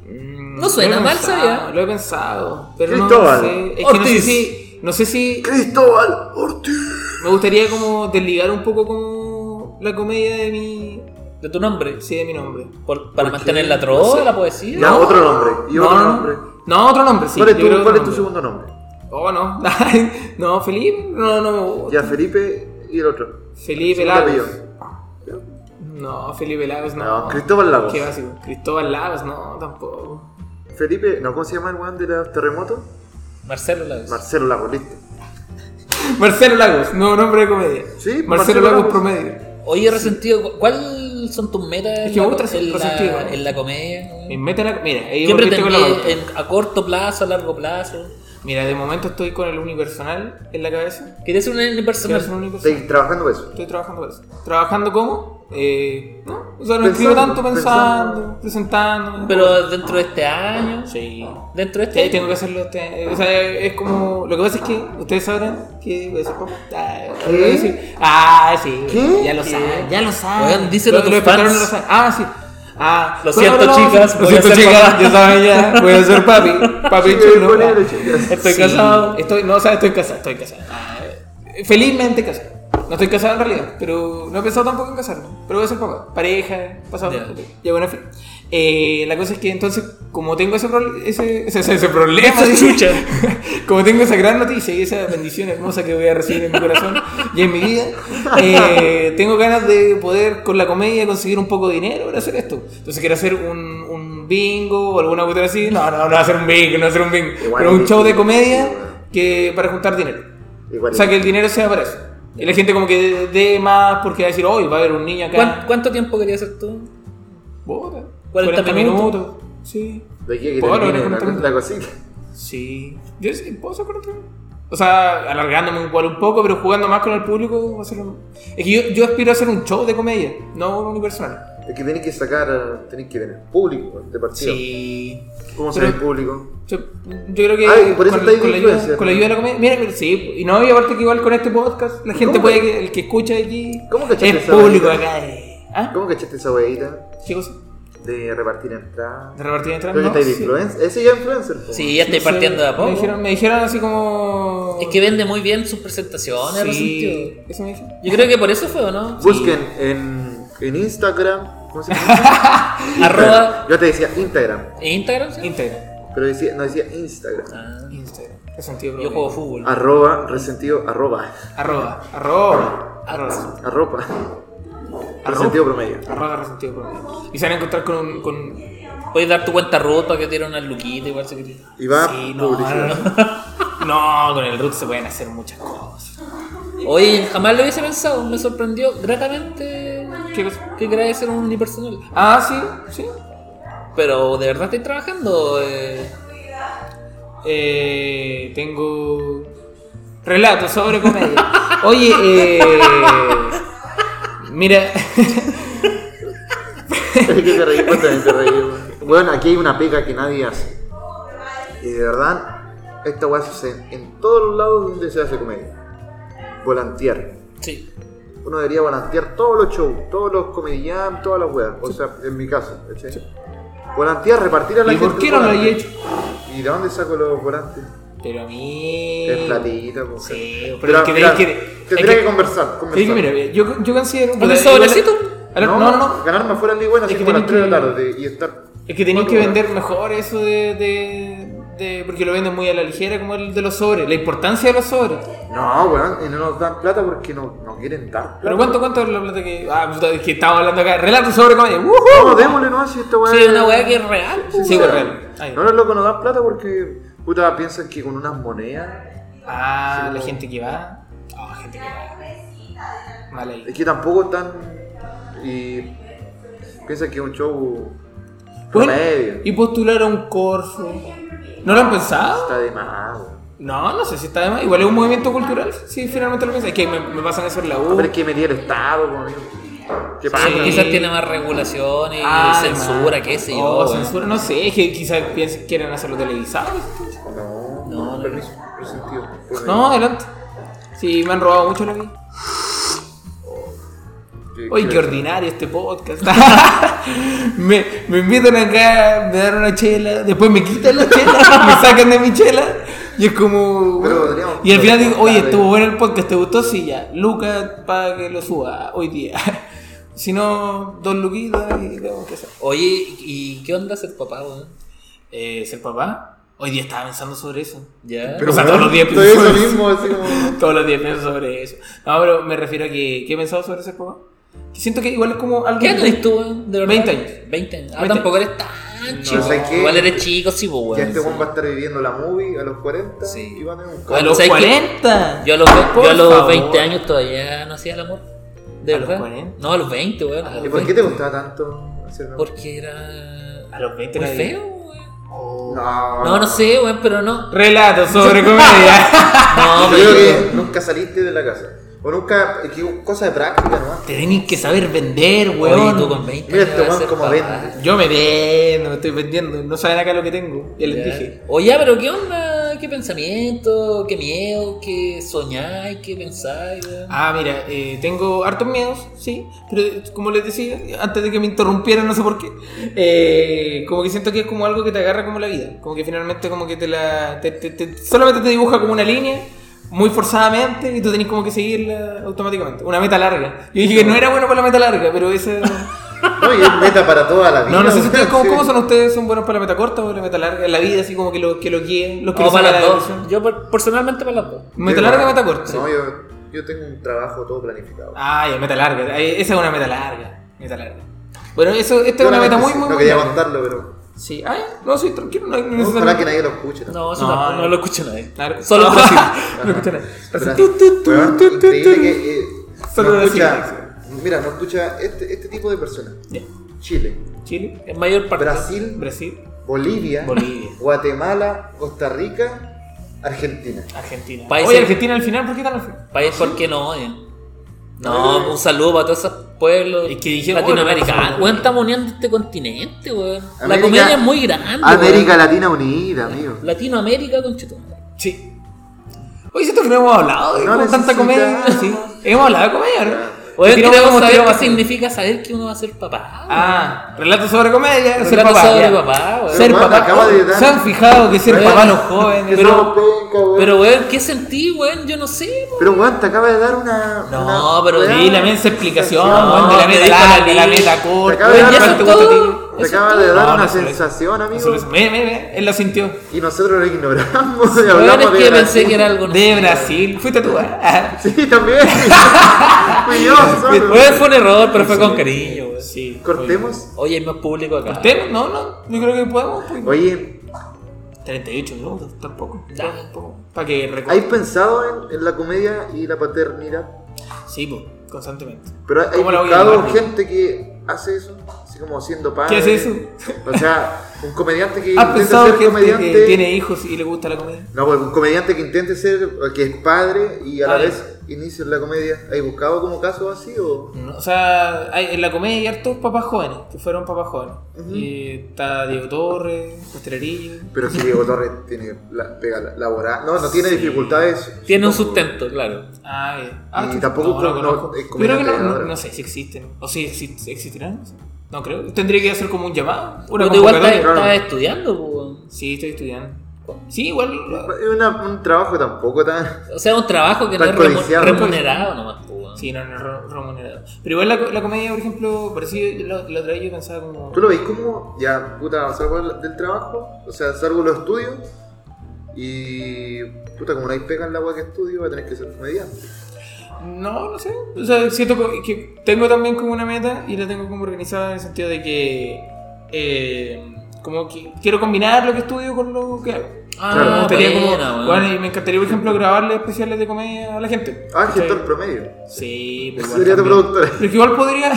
Speaker 2: No
Speaker 3: No suena mal, ¿sabía?
Speaker 2: Lo he pensado, pero
Speaker 1: Cristóbal.
Speaker 2: no sé. Es que no sé
Speaker 3: Ortiz.
Speaker 2: si, no sé si
Speaker 1: ¡Cristóbal Ortiz!
Speaker 2: me gustaría como desligar un poco como la comedia de mi,
Speaker 3: De tu nombre.
Speaker 2: sí, de mi nombre.
Speaker 3: Por- para
Speaker 1: ¿Por qué?
Speaker 3: mantener la trova,
Speaker 2: No sé.
Speaker 3: la poesía.
Speaker 1: Ya, otro nombre. Y otro
Speaker 2: no,
Speaker 1: nombre.
Speaker 2: No, otro nombre, sí.
Speaker 1: ¿Cuál es
Speaker 2: yo creo
Speaker 1: tu,
Speaker 2: que
Speaker 1: cuál es
Speaker 2: otro
Speaker 1: tu
Speaker 2: nombre.
Speaker 1: segundo nombre?
Speaker 2: Oh, no. no, Felipe, no, no me gusta.
Speaker 1: Ya, Felipe y el otro.
Speaker 2: Felipe
Speaker 1: Segundo
Speaker 2: Lagos.
Speaker 1: apellido.
Speaker 2: No, Felipe Lagos no.
Speaker 1: No, Cristóbal Lagos.
Speaker 2: Qué básico. Cristóbal Lagos, no, tampoco.
Speaker 1: Felipe, no, ¿cómo se llama el weón de los terremotos?
Speaker 3: Marcelo Lagos.
Speaker 1: Marcelo Lagos, listo.
Speaker 2: Marcelo Lagos, nuevo nombre de comedia.
Speaker 1: Sí,
Speaker 2: Marcelo,
Speaker 1: Marcelo
Speaker 2: Lagos,
Speaker 1: Lagos.
Speaker 2: promedio.
Speaker 3: Oye, resentido, ¿cu- ¿cuál son tus metas
Speaker 2: Es
Speaker 3: en
Speaker 2: que me
Speaker 3: la-
Speaker 2: gusta ser
Speaker 3: en,
Speaker 2: resentido.
Speaker 3: la, en la comedia? güey?
Speaker 2: Me Eh, meten a- Mira, ahí
Speaker 3: ¿Qué
Speaker 2: volviste con la
Speaker 3: pretendías
Speaker 2: pauta.
Speaker 3: en- a corto plazo, a largo plazo?
Speaker 2: Mira, de momento estoy con el unipersonal en la cabeza.
Speaker 3: ¿Quieres ser un
Speaker 2: Quiero ser
Speaker 3: personal?
Speaker 2: unipersonal.
Speaker 1: Estoy trabajando eso.
Speaker 2: Estoy trabajando por eso. ¿Trabajando cómo? Eh, no, o sea, no escribo
Speaker 1: Pensando,
Speaker 2: tanto pensando,
Speaker 1: pensando.
Speaker 2: presentando.
Speaker 3: Pero dentro de este año,
Speaker 2: Sí.
Speaker 3: dentro de
Speaker 2: Sí,
Speaker 3: este
Speaker 2: tengo
Speaker 3: año.
Speaker 2: que hacerlo. este- o sea, es como. Lo que pasa es que ustedes sabrán que voy a ser papá. Ah,
Speaker 1: ¿Qué?
Speaker 2: voy a decir- Ah, sí.
Speaker 1: ¿Qué?
Speaker 2: Ya lo
Speaker 1: ¿Qué?
Speaker 2: saben, ya lo saben.
Speaker 3: Oigan, díselo
Speaker 2: Lo-
Speaker 3: a
Speaker 2: lo
Speaker 3: tus fans.
Speaker 2: escucharon, lo saben. Ah, sí. Ah,
Speaker 3: Lo
Speaker 2: no,
Speaker 3: siento,
Speaker 2: no, no,
Speaker 3: chicas,
Speaker 2: Lo
Speaker 3: voy a
Speaker 2: siento,
Speaker 3: ser
Speaker 2: chicas.
Speaker 3: papá.
Speaker 2: Ya saben, ya. Voy a ser papi. Papi
Speaker 1: Sí,
Speaker 2: chulo.
Speaker 1: ponelo,
Speaker 2: Ah.
Speaker 1: chicas.
Speaker 3: Estoy casado.
Speaker 2: Estoy, no, o sea, estoy casado, estoy casado. Ah, eh, felizmente casado. No estoy casado en realidad, pero no he pensado tampoco en casarme. Pero voy a ser papá. Pareja, pasado.
Speaker 3: Ya.
Speaker 2: ok. Ya, bueno, en fin. Eh, la cosa es que entonces, como tengo ese, prole- ese, ese, ese- ese problema,
Speaker 3: Esa
Speaker 2: dije,
Speaker 3: chucha.
Speaker 2: como tengo esa gran noticia y esa bendición hermosa que voy a recibir en mi corazón y en mi vida, eh, tengo ganas de poder con la comedia conseguir un poco de dinero para hacer esto. Entonces quiero hacer un, un bingo o alguna cosa así. No, no, no va a ser un bingo, no va a ser un bingo.
Speaker 1: Igual
Speaker 2: pero un
Speaker 1: es
Speaker 2: show de
Speaker 1: difícil,
Speaker 2: comedia
Speaker 1: weón.
Speaker 2: que para juntar dinero.
Speaker 1: Igual
Speaker 2: O sea, que el dinero sea para eso. Y la gente como que dé más porque va a decir, hoy va a haber un niño
Speaker 3: ¿Cuán-
Speaker 2: acá.
Speaker 3: ¿Cuánto tiempo querías hacer tú?
Speaker 2: Bota.
Speaker 3: 40 minutos.
Speaker 2: Sí.
Speaker 1: De aquí a que
Speaker 2: Puedo hablar
Speaker 1: termine
Speaker 2: con
Speaker 1: la,
Speaker 2: todo.
Speaker 1: la cosita.
Speaker 2: Sí. Yo sí, puedo hacer 40 minutos. O sea, alargándome igual un poco, pero jugando más con el público. va a ser lo- Es que yo, yo aspiro a hacer un show de comedia, no un unipersonal.
Speaker 1: Es que tenés que sacar, tenés que tener público de partido.
Speaker 2: Sí.
Speaker 1: ¿Cómo se
Speaker 2: Pero-
Speaker 1: ve el público?
Speaker 2: Yo, yo creo que
Speaker 1: Ah, y por eso
Speaker 2: con,
Speaker 1: estáis de
Speaker 2: con la
Speaker 1: influencer.
Speaker 2: ayuda, con la ayuda de la comedia. Mira, mira, sí, y no, y aparte que igual con este podcast, la gente
Speaker 1: ¿Cómo
Speaker 2: puede
Speaker 1: que-
Speaker 2: que el que escucha aquí
Speaker 1: ¿Cómo cachaste
Speaker 2: es
Speaker 1: esa
Speaker 2: público
Speaker 1: vaina?
Speaker 2: acá. eh. ¿Ah?
Speaker 1: ¿Cómo cachaste esa huevita
Speaker 2: ¿Qué cosa?
Speaker 1: de repartir entradas?
Speaker 2: ¿De repartir entradas?
Speaker 1: Creo que
Speaker 2: No,
Speaker 1: estáis de
Speaker 2: sí.
Speaker 1: influencer. Ese ya es influencer. po.
Speaker 3: Sí, ya estoy
Speaker 2: No sé,
Speaker 3: partiendo de a poco.
Speaker 2: Me dijeron, me dijeron así como.
Speaker 3: Es que vende muy bien sus presentaciones, Resentiu.
Speaker 2: sí, Eso me dijeron.
Speaker 3: Yo creo que por eso fue, ¿o no?
Speaker 1: Busquen en, en Instagram. ¿Cómo se llama?
Speaker 3: Arroba
Speaker 1: Yo te decía Instagram,
Speaker 3: ¿en Instagram, ¿sí?
Speaker 2: Instagram.
Speaker 1: pero decía, no decía Instagram.
Speaker 3: Ah,
Speaker 2: Instagram. Resentido
Speaker 3: yo juego fútbol.
Speaker 2: Ah,
Speaker 1: Arroba, resentido, arroba.
Speaker 2: Arroba. Arroba.
Speaker 3: Ah,
Speaker 2: Arroba.
Speaker 1: Arropa. Resentido promedio.
Speaker 2: Arroba resentido promedio. Y se van a encontrar con un. Con...
Speaker 3: Puedes dar tu cuenta root para que tiren unas luquitas igual se que
Speaker 1: Y va
Speaker 2: Sí, no,
Speaker 1: publicidad.
Speaker 2: no, no. No, con el root se pueden hacer muchas cosas.
Speaker 3: Oye, jamás lo hubiese pensado, me sorprendió gratamente
Speaker 2: ¿Qué cosa?
Speaker 3: que queráis ser un unipersonal.
Speaker 2: Ah, sí, sí.
Speaker 3: Pero de verdad estoy trabajando. Eh,
Speaker 2: Eh, tengo relatos sobre comedia. Oye, eh, mira,
Speaker 1: Es que te reí, cuéntame, te reí, weón. Bueno, aquí hay una pega que nadie hace. Y de verdad, esta weá se hace en todos los lados donde se hace comedia. Volantear.
Speaker 3: sí.
Speaker 1: Uno debería volantear todos los shows, todos los comediantes, todas las weas. O sea, en mi caso, ¿cachai? Volantear, repartir a la
Speaker 2: ¿y
Speaker 1: gente.
Speaker 2: por qué
Speaker 1: el
Speaker 2: no lo
Speaker 1: volante.
Speaker 2: he hecho?
Speaker 1: ¿Y de dónde saco los volantes?
Speaker 2: Pero a mí.
Speaker 3: Eh,
Speaker 1: Es platillita, po.
Speaker 2: Sí, pero,
Speaker 1: Pero,
Speaker 2: es que
Speaker 1: mira,
Speaker 2: tenéis que. es
Speaker 1: tendría que, conversar.
Speaker 2: tenéis que-
Speaker 1: conversar.
Speaker 2: mira, mira, yo, yo considero.
Speaker 3: ¿Algún sobrecito?
Speaker 2: A ver, No, no, no.
Speaker 1: Ganarme afuera en Ligue One, así
Speaker 2: Es que
Speaker 1: como a las
Speaker 2: tienen
Speaker 1: 3 de la
Speaker 2: que-
Speaker 1: tarde y estar.
Speaker 2: Es que tenéis
Speaker 1: cuatro
Speaker 2: que
Speaker 1: horas.
Speaker 2: vender mejor eso de, de, de- Porque lo venden muy a la ligera, como el de los sobres. La importancia de los sobres.
Speaker 1: No, weón, y no nos dan plata porque no, no quieren dar.
Speaker 2: Pero ¿cuánto, cuánto es la plata que.? Ah, puta, es que estamos hablando acá. Relatos sobre comedia. ¡Woohoo!
Speaker 1: No, démosle nomás si esta weá.
Speaker 3: Sí,
Speaker 1: es-
Speaker 3: una weá que es real. po.
Speaker 2: Sí,
Speaker 1: o
Speaker 2: pues,
Speaker 1: sea,
Speaker 2: real. Ahí.
Speaker 1: No, los locos nos dan plata porque, puta, piensan que con unas monedas.
Speaker 2: Ah, la gente que va. Ah, la gente que va. Mal ahí.
Speaker 1: Es que tampoco están. Y. Piensan que es un show.
Speaker 2: Bueno,
Speaker 1: promedio.
Speaker 2: y postular a un corso. ¿No lo han pensado?
Speaker 1: Está de más, weón.
Speaker 2: No, no sé si está de más. Igual es un movimiento cultural. Sí, finalmente lo piensan. Es que me, me pasan eso en la U.
Speaker 1: Ah, Pero es que metía el Estado, weón, amigo. ¿Qué pasa?
Speaker 3: Sí, quizás tiene más regulaciones,
Speaker 2: Ah,
Speaker 3: censura,
Speaker 2: man.
Speaker 3: qué sé yo.
Speaker 2: Oh,
Speaker 3: weón.
Speaker 2: censura, no sé. Es que quizás piensen, quieren hacerlo televisado.
Speaker 1: No,
Speaker 3: No,
Speaker 1: no,
Speaker 3: no.
Speaker 1: permiso. Pues, Resentido.
Speaker 2: No, adelante. Sí, me han robado mucho la vida. Oye, qué ordinario este podcast. me, me invitan acá, me dan una chela, después me quitan la chela, me sacan de mi chela. Y es como.
Speaker 1: Pero podríamos-
Speaker 2: y al final digo, oye,
Speaker 1: Claro.
Speaker 2: estuvo bueno el podcast, ¿te gustó? Sí, ya. Lucas para que lo suba hoy día. si no, dos luquitas y vemos qué hacer.
Speaker 3: Oye, ¿y y qué onda ser papá, weón?
Speaker 2: Eh, ¿Ser papá? Hoy día estaba pensando sobre eso.
Speaker 3: Ya.
Speaker 2: Pero- o sea, todos los días
Speaker 1: Todo eso
Speaker 2: pienso eso.
Speaker 1: mismo, así como.
Speaker 2: Todos los días pienso sobre eso. No, pero me refiero a que. ¿Qué he pensado sobre ser papá? Que siento que igual es como algo.
Speaker 3: ¿Qué edad
Speaker 2: que-
Speaker 3: tenés tú, weón? De verdad.
Speaker 2: 20 años.
Speaker 3: 20 años. Ah,
Speaker 2: 20.
Speaker 3: tampoco eres tan chico.
Speaker 1: sé qué.
Speaker 3: Igual eres chico, sí, pues,
Speaker 1: Ya
Speaker 3: weón.
Speaker 1: este weón va a estar viviendo la movie a los 40
Speaker 3: Sí.
Speaker 1: y va a tener un
Speaker 2: A
Speaker 3: Bueno,
Speaker 1: carro.
Speaker 2: los
Speaker 3: ¿sabes qué?
Speaker 2: 40.
Speaker 3: Yo a los, yo a los
Speaker 2: Por favor.
Speaker 3: 20 años todavía no hacía el amor. ¿De
Speaker 2: ¿A los
Speaker 3: verdad?
Speaker 2: 40?
Speaker 3: No, a los 20, weón. a
Speaker 1: ¿Y
Speaker 3: los
Speaker 1: por qué te
Speaker 3: 20.
Speaker 1: gustaba tanto hacer la
Speaker 3: Porque era.
Speaker 2: A los 20
Speaker 3: Muy
Speaker 2: era
Speaker 3: feo, weón.
Speaker 1: No,
Speaker 3: No, no sé, weón, pero no.
Speaker 2: Relatos sobre comedia.
Speaker 3: No,
Speaker 1: Yo
Speaker 3: pero.
Speaker 1: creo que nunca saliste de la casa. O nunca, es que cosa de práctica nomás.
Speaker 2: Te tienen que saber vender,
Speaker 3: Oye,
Speaker 2: weón.
Speaker 3: tú con 20
Speaker 1: Mira
Speaker 3: años
Speaker 1: este
Speaker 3: vas a
Speaker 1: weón
Speaker 3: ser
Speaker 1: como
Speaker 3: papá.
Speaker 1: vende.
Speaker 2: Yo me vendo, me estoy vendiendo. No saben acá lo que tengo. Ya les
Speaker 3: Ya.
Speaker 2: dije.
Speaker 3: Oye, pero ¿qué onda? ¿Qué pensamiento? ¿Qué miedo? ¿Qué soñáis? ¿Qué pensáis? weón?
Speaker 2: Ah, mira, eh, tengo hartos miedos, sí. Pero eh, como les decía, antes de que me interrumpieran, no sé por qué. eh, como que siento que es como algo que te agarra como la vida. Como que finalmente como que te la... te- te- te- solamente te dibuja como una línea. muy forzadamente y tú tenés como que seguirla automáticamente. Una meta larga. Yo dije que no era bueno para la meta larga, pero esa.
Speaker 1: No, y es meta para toda la vida.
Speaker 2: No, no sé si ustedes, ¿cómo,
Speaker 1: sí.
Speaker 2: cómo son ustedes? ¿Son buenos para la meta corta o para la meta larga? En la vida, así como que lo, que lo guíen, los que
Speaker 3: O
Speaker 2: les
Speaker 3: Ah, para
Speaker 2: saca
Speaker 3: las
Speaker 2: la
Speaker 3: dos.
Speaker 2: depresión.
Speaker 3: Yo per- personalmente para las dos.
Speaker 2: ¿Meta
Speaker 1: Yo
Speaker 2: larga o
Speaker 1: no.
Speaker 2: meta corta?
Speaker 1: No, yo, yo tengo un trabajo todo planificado.
Speaker 2: Ah, ya, meta larga. Ay, Esa es una meta larga. Meta larga. Bueno, eso, esta
Speaker 1: Yo
Speaker 2: es una meta
Speaker 1: realmente
Speaker 2: muy,
Speaker 1: sí,
Speaker 2: muy,
Speaker 1: No
Speaker 2: muy
Speaker 1: quería
Speaker 2: larga.
Speaker 1: contarlo, pero.
Speaker 2: Sí, ay, no, sí, tranquilo, no hay no
Speaker 1: Ojalá
Speaker 2: necesariamente-
Speaker 1: que nadie lo escuche.
Speaker 3: No, eso
Speaker 2: No,
Speaker 3: tampoco,
Speaker 2: no.
Speaker 3: no lo escucha nadie.
Speaker 2: Claro.
Speaker 3: Solo en Brasil.
Speaker 2: no escucha nada.
Speaker 1: Pero
Speaker 2: Así,
Speaker 1: así,
Speaker 2: tu, tu, tu,
Speaker 1: weón,
Speaker 2: tu, tu, tu.
Speaker 1: increíble que, eh,
Speaker 2: Solo
Speaker 1: no
Speaker 2: de
Speaker 1: escucha, mira, no escucha este, este tipo de personas.
Speaker 2: Ya.
Speaker 1: Chile,
Speaker 2: Chile,
Speaker 3: En mayor parte.
Speaker 1: Brasil,
Speaker 2: Brasil,
Speaker 1: Bolivia,
Speaker 2: Bolivia.
Speaker 1: Guatemala, Costa Rica, Argentina.
Speaker 2: Argentina.
Speaker 3: Países-
Speaker 2: Oye, Argentina al final, ¿por qué tan al final?
Speaker 3: País porque no odian.
Speaker 1: Eh.
Speaker 3: No, un saludo para todos esos pueblos
Speaker 2: Ah. Es que dije, "Oh,
Speaker 3: latinoamericanos.
Speaker 2: bueno,
Speaker 3: Weón, estamos uniendo este continente, weón. La
Speaker 1: América-
Speaker 3: comedia es muy grande.
Speaker 1: América
Speaker 3: weón.
Speaker 1: Latina Unida, amigo.
Speaker 3: Latinoamérica, con
Speaker 2: Sí. Oye, siento que no hemos hablado de
Speaker 1: No
Speaker 2: con tanta comedia. Sí.
Speaker 1: necesitamos.
Speaker 2: Hemos hablado de comedia, ¿no?
Speaker 3: Oye,
Speaker 2: Tiramos-
Speaker 3: queremos saber
Speaker 2: tiramos
Speaker 3: qué
Speaker 2: así.
Speaker 3: significa saber que uno va a ser papá.
Speaker 2: Ah, relato sobre comedia, ser
Speaker 3: Relato
Speaker 2: papá.
Speaker 3: sobre
Speaker 2: ya.
Speaker 3: papá, weón.
Speaker 2: Ser
Speaker 1: Hermano,
Speaker 2: papá.
Speaker 1: acaba de dar-
Speaker 2: ¿Se han fijado que ser
Speaker 1: Weón,
Speaker 2: papá no es
Speaker 1: Que
Speaker 2: joven?
Speaker 3: Pero-
Speaker 1: somos penca, weón.
Speaker 3: Pero, weón, ¿qué sentí, weón? Yo no sé, weón.
Speaker 1: Pero weón, te acaba de dar una.
Speaker 3: No,
Speaker 1: una-
Speaker 3: pero
Speaker 1: weón,
Speaker 2: Sí, la mensa explicación,
Speaker 1: sensación.
Speaker 2: weón, de la
Speaker 3: te
Speaker 2: meta
Speaker 3: dijo la
Speaker 2: larga, de la
Speaker 3: ley.
Speaker 2: meta
Speaker 1: Te
Speaker 2: corta.
Speaker 1: acaba de
Speaker 2: weón,
Speaker 1: dar-
Speaker 2: ¿cuánto
Speaker 1: eso
Speaker 2: te gusta a ti?
Speaker 3: todo.
Speaker 1: Te
Speaker 3: Eso
Speaker 1: acaba de
Speaker 2: No,
Speaker 1: dar
Speaker 2: no
Speaker 1: una
Speaker 2: se lo hizo.
Speaker 1: sensación,
Speaker 2: No se lo hizo.
Speaker 1: amigo.
Speaker 2: Ve, ve, ve, él lo sintió.
Speaker 1: Y nosotros lo ignoramos. y
Speaker 3: Weón,
Speaker 1: hablamos
Speaker 3: es
Speaker 1: de
Speaker 3: que
Speaker 1: Brasil.
Speaker 3: pensé que era algo. no
Speaker 2: De
Speaker 3: sé,
Speaker 2: Brasil, fuiste tú, ¿eh? Ah,
Speaker 1: Sí, también. Fui yo
Speaker 3: weón.
Speaker 1: solo.
Speaker 3: Weón, fue un error, pero fue con cariño, weón.
Speaker 2: Sí.
Speaker 1: Cortemos.
Speaker 3: Oye, hay más público acá.
Speaker 2: ¿Usted? No, no, yo creo que podemos. pues.
Speaker 1: Oye,
Speaker 2: 38 minutos, tampoco.
Speaker 3: Ya.
Speaker 2: Tampoco. Para que recuerde.
Speaker 1: ¿Has pensado en, en la comedia y la paternidad?
Speaker 2: Sí, pues, constantemente.
Speaker 1: Pero hay
Speaker 2: ¿Cómo la voy a
Speaker 1: buscado
Speaker 2: llamar?
Speaker 1: gente que hace eso, así como siendo padre.
Speaker 2: ¿Qué hace eso?
Speaker 1: O sea, un comediante que
Speaker 2: ¿Has
Speaker 1: intente
Speaker 2: pensado
Speaker 1: ser
Speaker 2: que este
Speaker 1: comediante.
Speaker 2: que tiene hijos y le gusta la comedia?
Speaker 1: No, pues un comediante que intente ser, que es padre y a la
Speaker 2: Ah, ya.
Speaker 1: vez inicia en la comedia. ¿Has buscado como casos así o?
Speaker 2: No, o sea, hay, en la comedia hay hartos papás jóvenes, que fueron papás jóvenes. Y está Diego Torres, Postrerillo.
Speaker 1: Pero si Diego Torres tiene la pega la- laboral, no, no tiene
Speaker 2: Sí.
Speaker 1: dificultades.
Speaker 3: Tiene un
Speaker 1: supongo.
Speaker 3: sustento, claro.
Speaker 2: Ah, ya.
Speaker 1: Y
Speaker 2: tú-
Speaker 1: tampoco
Speaker 2: lo
Speaker 1: no-
Speaker 2: conozco.
Speaker 1: es
Speaker 2: Yo creo que no,
Speaker 1: comediante,
Speaker 2: no,
Speaker 1: ¿verdad?
Speaker 2: no sé si existen. O si exist- existirán. no sé. No creo. Tendría que hacer como un llamado. Una
Speaker 3: Pero tú igual estás,
Speaker 2: convocatoria.
Speaker 1: claro.
Speaker 3: estás estudiando, po, weón.
Speaker 2: Sí, estoy estudiando. Sí, igual.
Speaker 1: Es una- un trabajo tampoco tan.
Speaker 3: O sea, un trabajo que no es
Speaker 1: Estás
Speaker 3: remu-
Speaker 1: codiciado.
Speaker 3: remunerado nomás, po, weón.
Speaker 2: Sí, no, no re- remunerado. Pero igual la, co- la comedia, por ejemplo, por eso yo- la, la otra vez yo pensaba como.
Speaker 1: ¿Tú lo veis como ya puta salgo del- del trabajo? O sea, salgo de los estudios y puta como no hay pega en la agua que estudio, va a tener que ser comediante.
Speaker 2: No, no sé. O sea, siento co- que tengo también como una meta y la tengo como organizada en el sentido de que. eh, como que quiero combinar lo que estudio con lo que hago.
Speaker 3: Ah,
Speaker 1: Claro,
Speaker 2: me gustaría
Speaker 3: buena,
Speaker 2: como.
Speaker 3: weón.
Speaker 2: Bueno, y me encantaría, por ejemplo, grabarle especiales de comedia a la gente.
Speaker 1: Ah, gestor
Speaker 2: ¿Cachai?
Speaker 1: promedio.
Speaker 2: Sí, pues
Speaker 1: Ese
Speaker 2: igual
Speaker 1: sería tu
Speaker 2: también.
Speaker 1: productor.
Speaker 2: Pero que igual podría.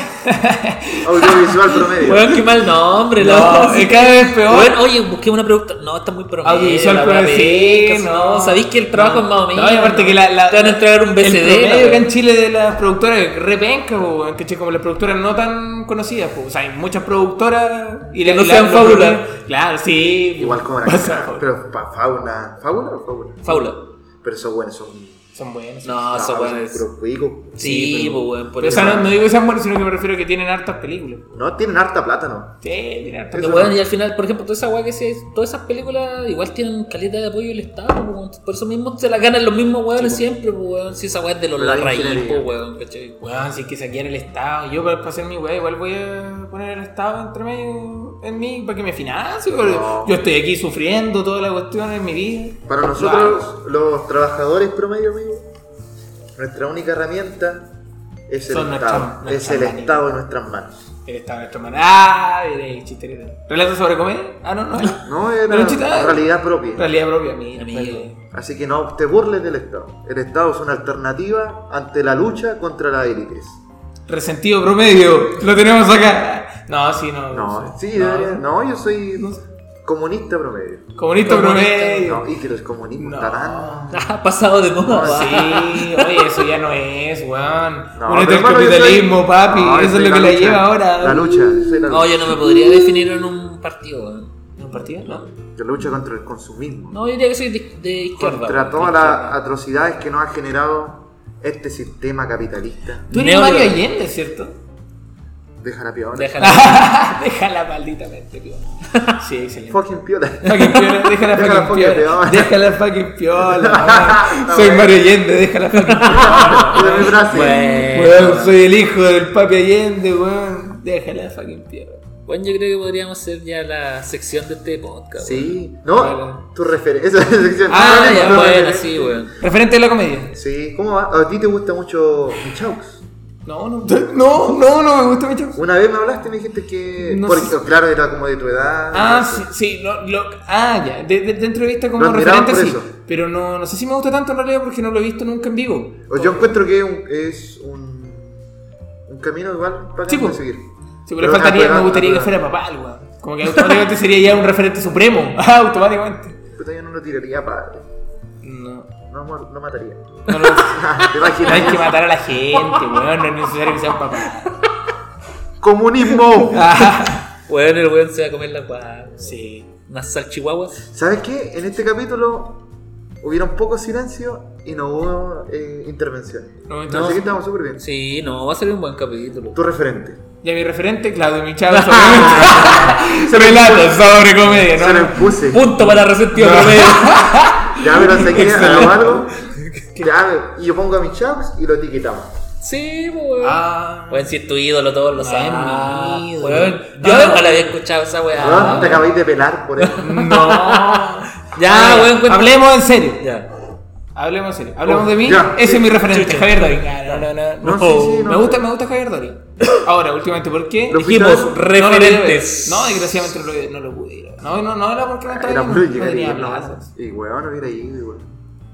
Speaker 1: Audiovisual promedio.
Speaker 3: Weón, qué mal nombre,
Speaker 2: no,
Speaker 3: loco.
Speaker 2: es cada vez peor.
Speaker 3: Weón, oye, busqué una pregunta. No, está muy promedio.
Speaker 2: Audiovisual
Speaker 3: la
Speaker 2: pero
Speaker 3: weá
Speaker 2: sí,
Speaker 3: penca,
Speaker 2: no.
Speaker 3: Sabéis que el trabajo
Speaker 2: No.
Speaker 3: es más o menos.
Speaker 2: No, y aparte que la, la-
Speaker 3: Te van a entregar un BCD.
Speaker 2: El
Speaker 3: la
Speaker 2: promedio
Speaker 3: weá.
Speaker 2: acá en Chile de las productoras es re penca, po, weón, ¿cachai? Como las productoras no tan conocidas, po. O sea, hay muchas productoras. Y
Speaker 3: Que
Speaker 2: la-
Speaker 3: no
Speaker 2: y la-
Speaker 3: sean
Speaker 2: los
Speaker 3: fábula.
Speaker 2: promedios- Claro, sí. po.
Speaker 1: Igual como la
Speaker 2: Pasa, po.
Speaker 1: Pero pa, fauna. ¿Fauna o fauna?
Speaker 3: Faula.
Speaker 1: Pero esos buenos son.
Speaker 2: Son buenas.
Speaker 3: No, eso,
Speaker 1: son
Speaker 3: weón. es-
Speaker 1: puros cuicos.
Speaker 3: Ah, Sí, pues, weón. Por
Speaker 2: Pero, o
Speaker 3: eso.
Speaker 2: sea, no, no digo que sean buenas, sino que me refiero a que tienen hartas películas. po.
Speaker 1: No, tienen harta plata, ¿no?
Speaker 2: Sí, tienen hartas
Speaker 1: Eso
Speaker 3: Pero
Speaker 2: películas.
Speaker 3: bueno, y al final, por ejemplo, toda esa weá que se, todas esas películas igual tienen calidad de apoyo del Estado, po, weón. por eso mismo se las ganan los mismos weones siempre, po, weón. Si esa weá es de los
Speaker 1: La
Speaker 3: Larraín, po,
Speaker 1: ingeniería.
Speaker 3: weón, ¿cachai?
Speaker 2: Weón, si es que saquear el Estado. Yo para, para hacer mi weá, igual voy a poner el Estado entre medio en mí para que me financie. porque
Speaker 1: No.
Speaker 2: Yo estoy aquí sufriendo toda la cuestión en mi vida.
Speaker 1: Para nosotros, los trabajadores promedio, amigo, nuestra única herramienta es el
Speaker 2: Son nuestra-
Speaker 1: Estado.
Speaker 2: nuestras
Speaker 1: es el
Speaker 2: manos.
Speaker 1: Estado en nuestras manos.
Speaker 2: El Estado de nuestra mano. Ah, mira, el chiste. ¿Relato sobre comer? Ah, no, no.
Speaker 1: No era
Speaker 2: Pero eh, chita-
Speaker 1: realidad propia.
Speaker 2: Realidad propia, mía.
Speaker 3: Amigo.
Speaker 2: realidad.
Speaker 1: Así que no te burles del Estado. El Estado es una alternativa ante la lucha contra las élites.
Speaker 2: Resentido promedio. Lo tenemos acá. No, sí, no.
Speaker 1: No, sí,
Speaker 2: no.
Speaker 1: debería- no, yo soy
Speaker 2: No.
Speaker 1: comunista promedio.
Speaker 2: Comunista,
Speaker 3: Comunista.
Speaker 2: promedio.
Speaker 1: No, y que los comunistas
Speaker 2: No.
Speaker 1: están.
Speaker 3: Ah, pasado de moda,
Speaker 1: No,
Speaker 3: weón.
Speaker 2: Sí, oye, eso ya no es, weón.
Speaker 1: No,
Speaker 2: Únete
Speaker 1: pero
Speaker 2: al
Speaker 1: hermano, yo
Speaker 2: capitalismo,
Speaker 1: soy-
Speaker 2: papi.
Speaker 1: No, yo soy
Speaker 2: eso es lo
Speaker 1: la
Speaker 2: que la
Speaker 1: lucha.
Speaker 2: lleva ahora.
Speaker 1: La lucha, soy la lucha.
Speaker 3: No, yo no me podría definir en un partido, weón.
Speaker 2: ¿En un partido? No.
Speaker 1: La lucha contra el consumismo.
Speaker 3: No, yo diría que soy de, de izquierda.
Speaker 1: contra
Speaker 3: weón.
Speaker 1: todas las atrocidades que nos ha generado este sistema capitalista.
Speaker 2: Tú eres
Speaker 3: Neoliberal.
Speaker 2: Mario Allende, ¿cierto?
Speaker 1: Deja la piola.
Speaker 3: Déjala.
Speaker 2: Déjala maldita mente, piola. Sí, excelente.
Speaker 1: Fucking piola.
Speaker 2: Fucking piola, déjala
Speaker 1: Déjala
Speaker 2: fucking
Speaker 1: fucking
Speaker 2: piola.
Speaker 1: piola.
Speaker 2: Déjala fucking piola. weón. Soy Mario Allende, déjala fucking piola.
Speaker 1: Mira mi frase.
Speaker 2: Weón, soy el hijo del papi Allende, weón. Déjala fucking piola.
Speaker 3: Bueno, yo creo que podríamos hacer ya la sección de este podcast.
Speaker 1: Sí.
Speaker 2: Vale.
Speaker 1: No, tu referencia. Esa es la sección.
Speaker 2: Ah,
Speaker 1: No,
Speaker 3: Ah,
Speaker 1: no,
Speaker 3: ya,
Speaker 1: no,
Speaker 3: bueno,
Speaker 1: referencia.
Speaker 3: sí, weón.
Speaker 2: Referente a la comedia.
Speaker 1: Sí, ¿cómo va? ¿A ti te gusta mucho Michaux?
Speaker 2: No, no, no, no, no me gusta mucho.
Speaker 1: Una vez me hablaste y me dijiste que.
Speaker 2: No
Speaker 1: porque,
Speaker 2: sé.
Speaker 1: Claro, era como de tu edad.
Speaker 2: Ah,
Speaker 1: no
Speaker 2: sí,
Speaker 1: sé.
Speaker 2: sí, no, lo, ah, ya, de, de- dentro de vista como
Speaker 1: Lo admiraban
Speaker 2: referente, sí.
Speaker 1: por eso.
Speaker 2: Pero no, no sé si me gusta tanto en realidad porque no lo he visto nunca en vivo.
Speaker 1: O yo encuentro que es un, es un, un camino igual para
Speaker 2: Sí, po.
Speaker 1: seguir.
Speaker 2: Sí, pero
Speaker 1: Pero
Speaker 2: faltaría, me
Speaker 1: natural,
Speaker 2: gustaría que fuera
Speaker 1: natural.
Speaker 2: papá, el weón. Como que automáticamente sería ya un referente supremo. Ah, automáticamente.
Speaker 1: Puta, yo no lo tiraría padre.
Speaker 2: No.
Speaker 1: No, mor- no mataría.
Speaker 2: No lo
Speaker 1: ¿Te
Speaker 2: No hay
Speaker 1: imaginas?
Speaker 2: que matar a la gente, weón. No es necesario que sea un papá.
Speaker 1: ¡Comunismo!
Speaker 2: Ah,
Speaker 3: Weón, el weón se va a comer la guada.
Speaker 2: sí.
Speaker 3: Unas salchihuahuas.
Speaker 1: ¿Sabes qué? En este capítulo hubieron poco silencio y no hubo eh, intervención.
Speaker 2: No,
Speaker 1: Así que
Speaker 2: entonces,
Speaker 1: estamos súper bien.
Speaker 3: Sí, no, va a ser un buen capítulo.
Speaker 1: Tu referente.
Speaker 2: ya mi referente, Claudio Michado, sobre Se relata sobre comedia,
Speaker 1: Se lo
Speaker 2: ¿no?
Speaker 1: impuse.
Speaker 3: Punto para resentido promedio.
Speaker 1: Ya, pero sé que
Speaker 2: Excelente.
Speaker 1: hago algo. Ya, y yo pongo a mis chaps y lo etiquetamos.
Speaker 3: Sí, weón.
Speaker 2: Ah,
Speaker 3: Weón, si es tu ídolo, todos lo saben.
Speaker 2: Ah,
Speaker 3: mi
Speaker 2: weón.
Speaker 3: ídolo. Yo
Speaker 2: Ah.
Speaker 3: nunca la había escuchado esa weá.
Speaker 1: Weón, Te acabáis de pelar por eso.
Speaker 2: no.
Speaker 3: Ya,
Speaker 2: Ah,
Speaker 3: weón, cuenta.
Speaker 2: Hablemos en serio.
Speaker 3: Ya.
Speaker 2: Hablemos en serio. Hablemos
Speaker 1: Oh,
Speaker 2: de mí.
Speaker 1: ya.
Speaker 2: Ese es mi referente,
Speaker 3: Chucha.
Speaker 2: Javier Dori. No, no, no.
Speaker 1: No, sí, sí, no.
Speaker 2: Me gusta, me gusta Javier Dori. Ahora, últimamente, ¿por qué?
Speaker 1: Lo
Speaker 3: Dijimos,
Speaker 1: escucharon?
Speaker 2: No lo
Speaker 3: referentes.
Speaker 2: pude ver. No, desgraciadamente no lo, no lo pude ir. a ver. No, no, no era porque no estaba
Speaker 1: Era
Speaker 2: lleno,
Speaker 1: muy
Speaker 2: no
Speaker 1: llegar y
Speaker 2: tenía
Speaker 1: ir, no.
Speaker 2: plazas.
Speaker 1: Y weón, no hubiera ido, weón.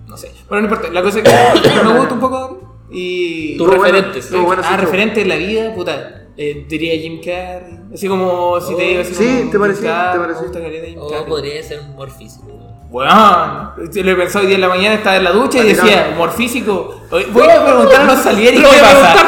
Speaker 2: No sé. Bueno, no importa. La cosa es que me gusta un poco Dori. Y.
Speaker 1: Estuvo
Speaker 3: Tus
Speaker 1: bueno,
Speaker 3: referentes.
Speaker 1: estuvo bueno
Speaker 2: ah,
Speaker 1: ese show.
Speaker 2: referente de la vida, puta. Eh, diría Jim Carrey. Así como si te iba a decir.
Speaker 1: Oh, Sí,
Speaker 2: como
Speaker 1: te parecí,
Speaker 2: Jim Carrey,
Speaker 1: te
Speaker 2: me
Speaker 1: parecí.
Speaker 2: gusta la vida de Jim
Speaker 3: O
Speaker 2: Carrey.
Speaker 3: podría ser un humor físico. weón.
Speaker 2: Bueno, lo he pensado hoy día en la mañana, estaba en la ducha y
Speaker 1: Ah, mira.
Speaker 2: decía, humor físico. Hoy- Voy a preguntar a los salieres qué pasa.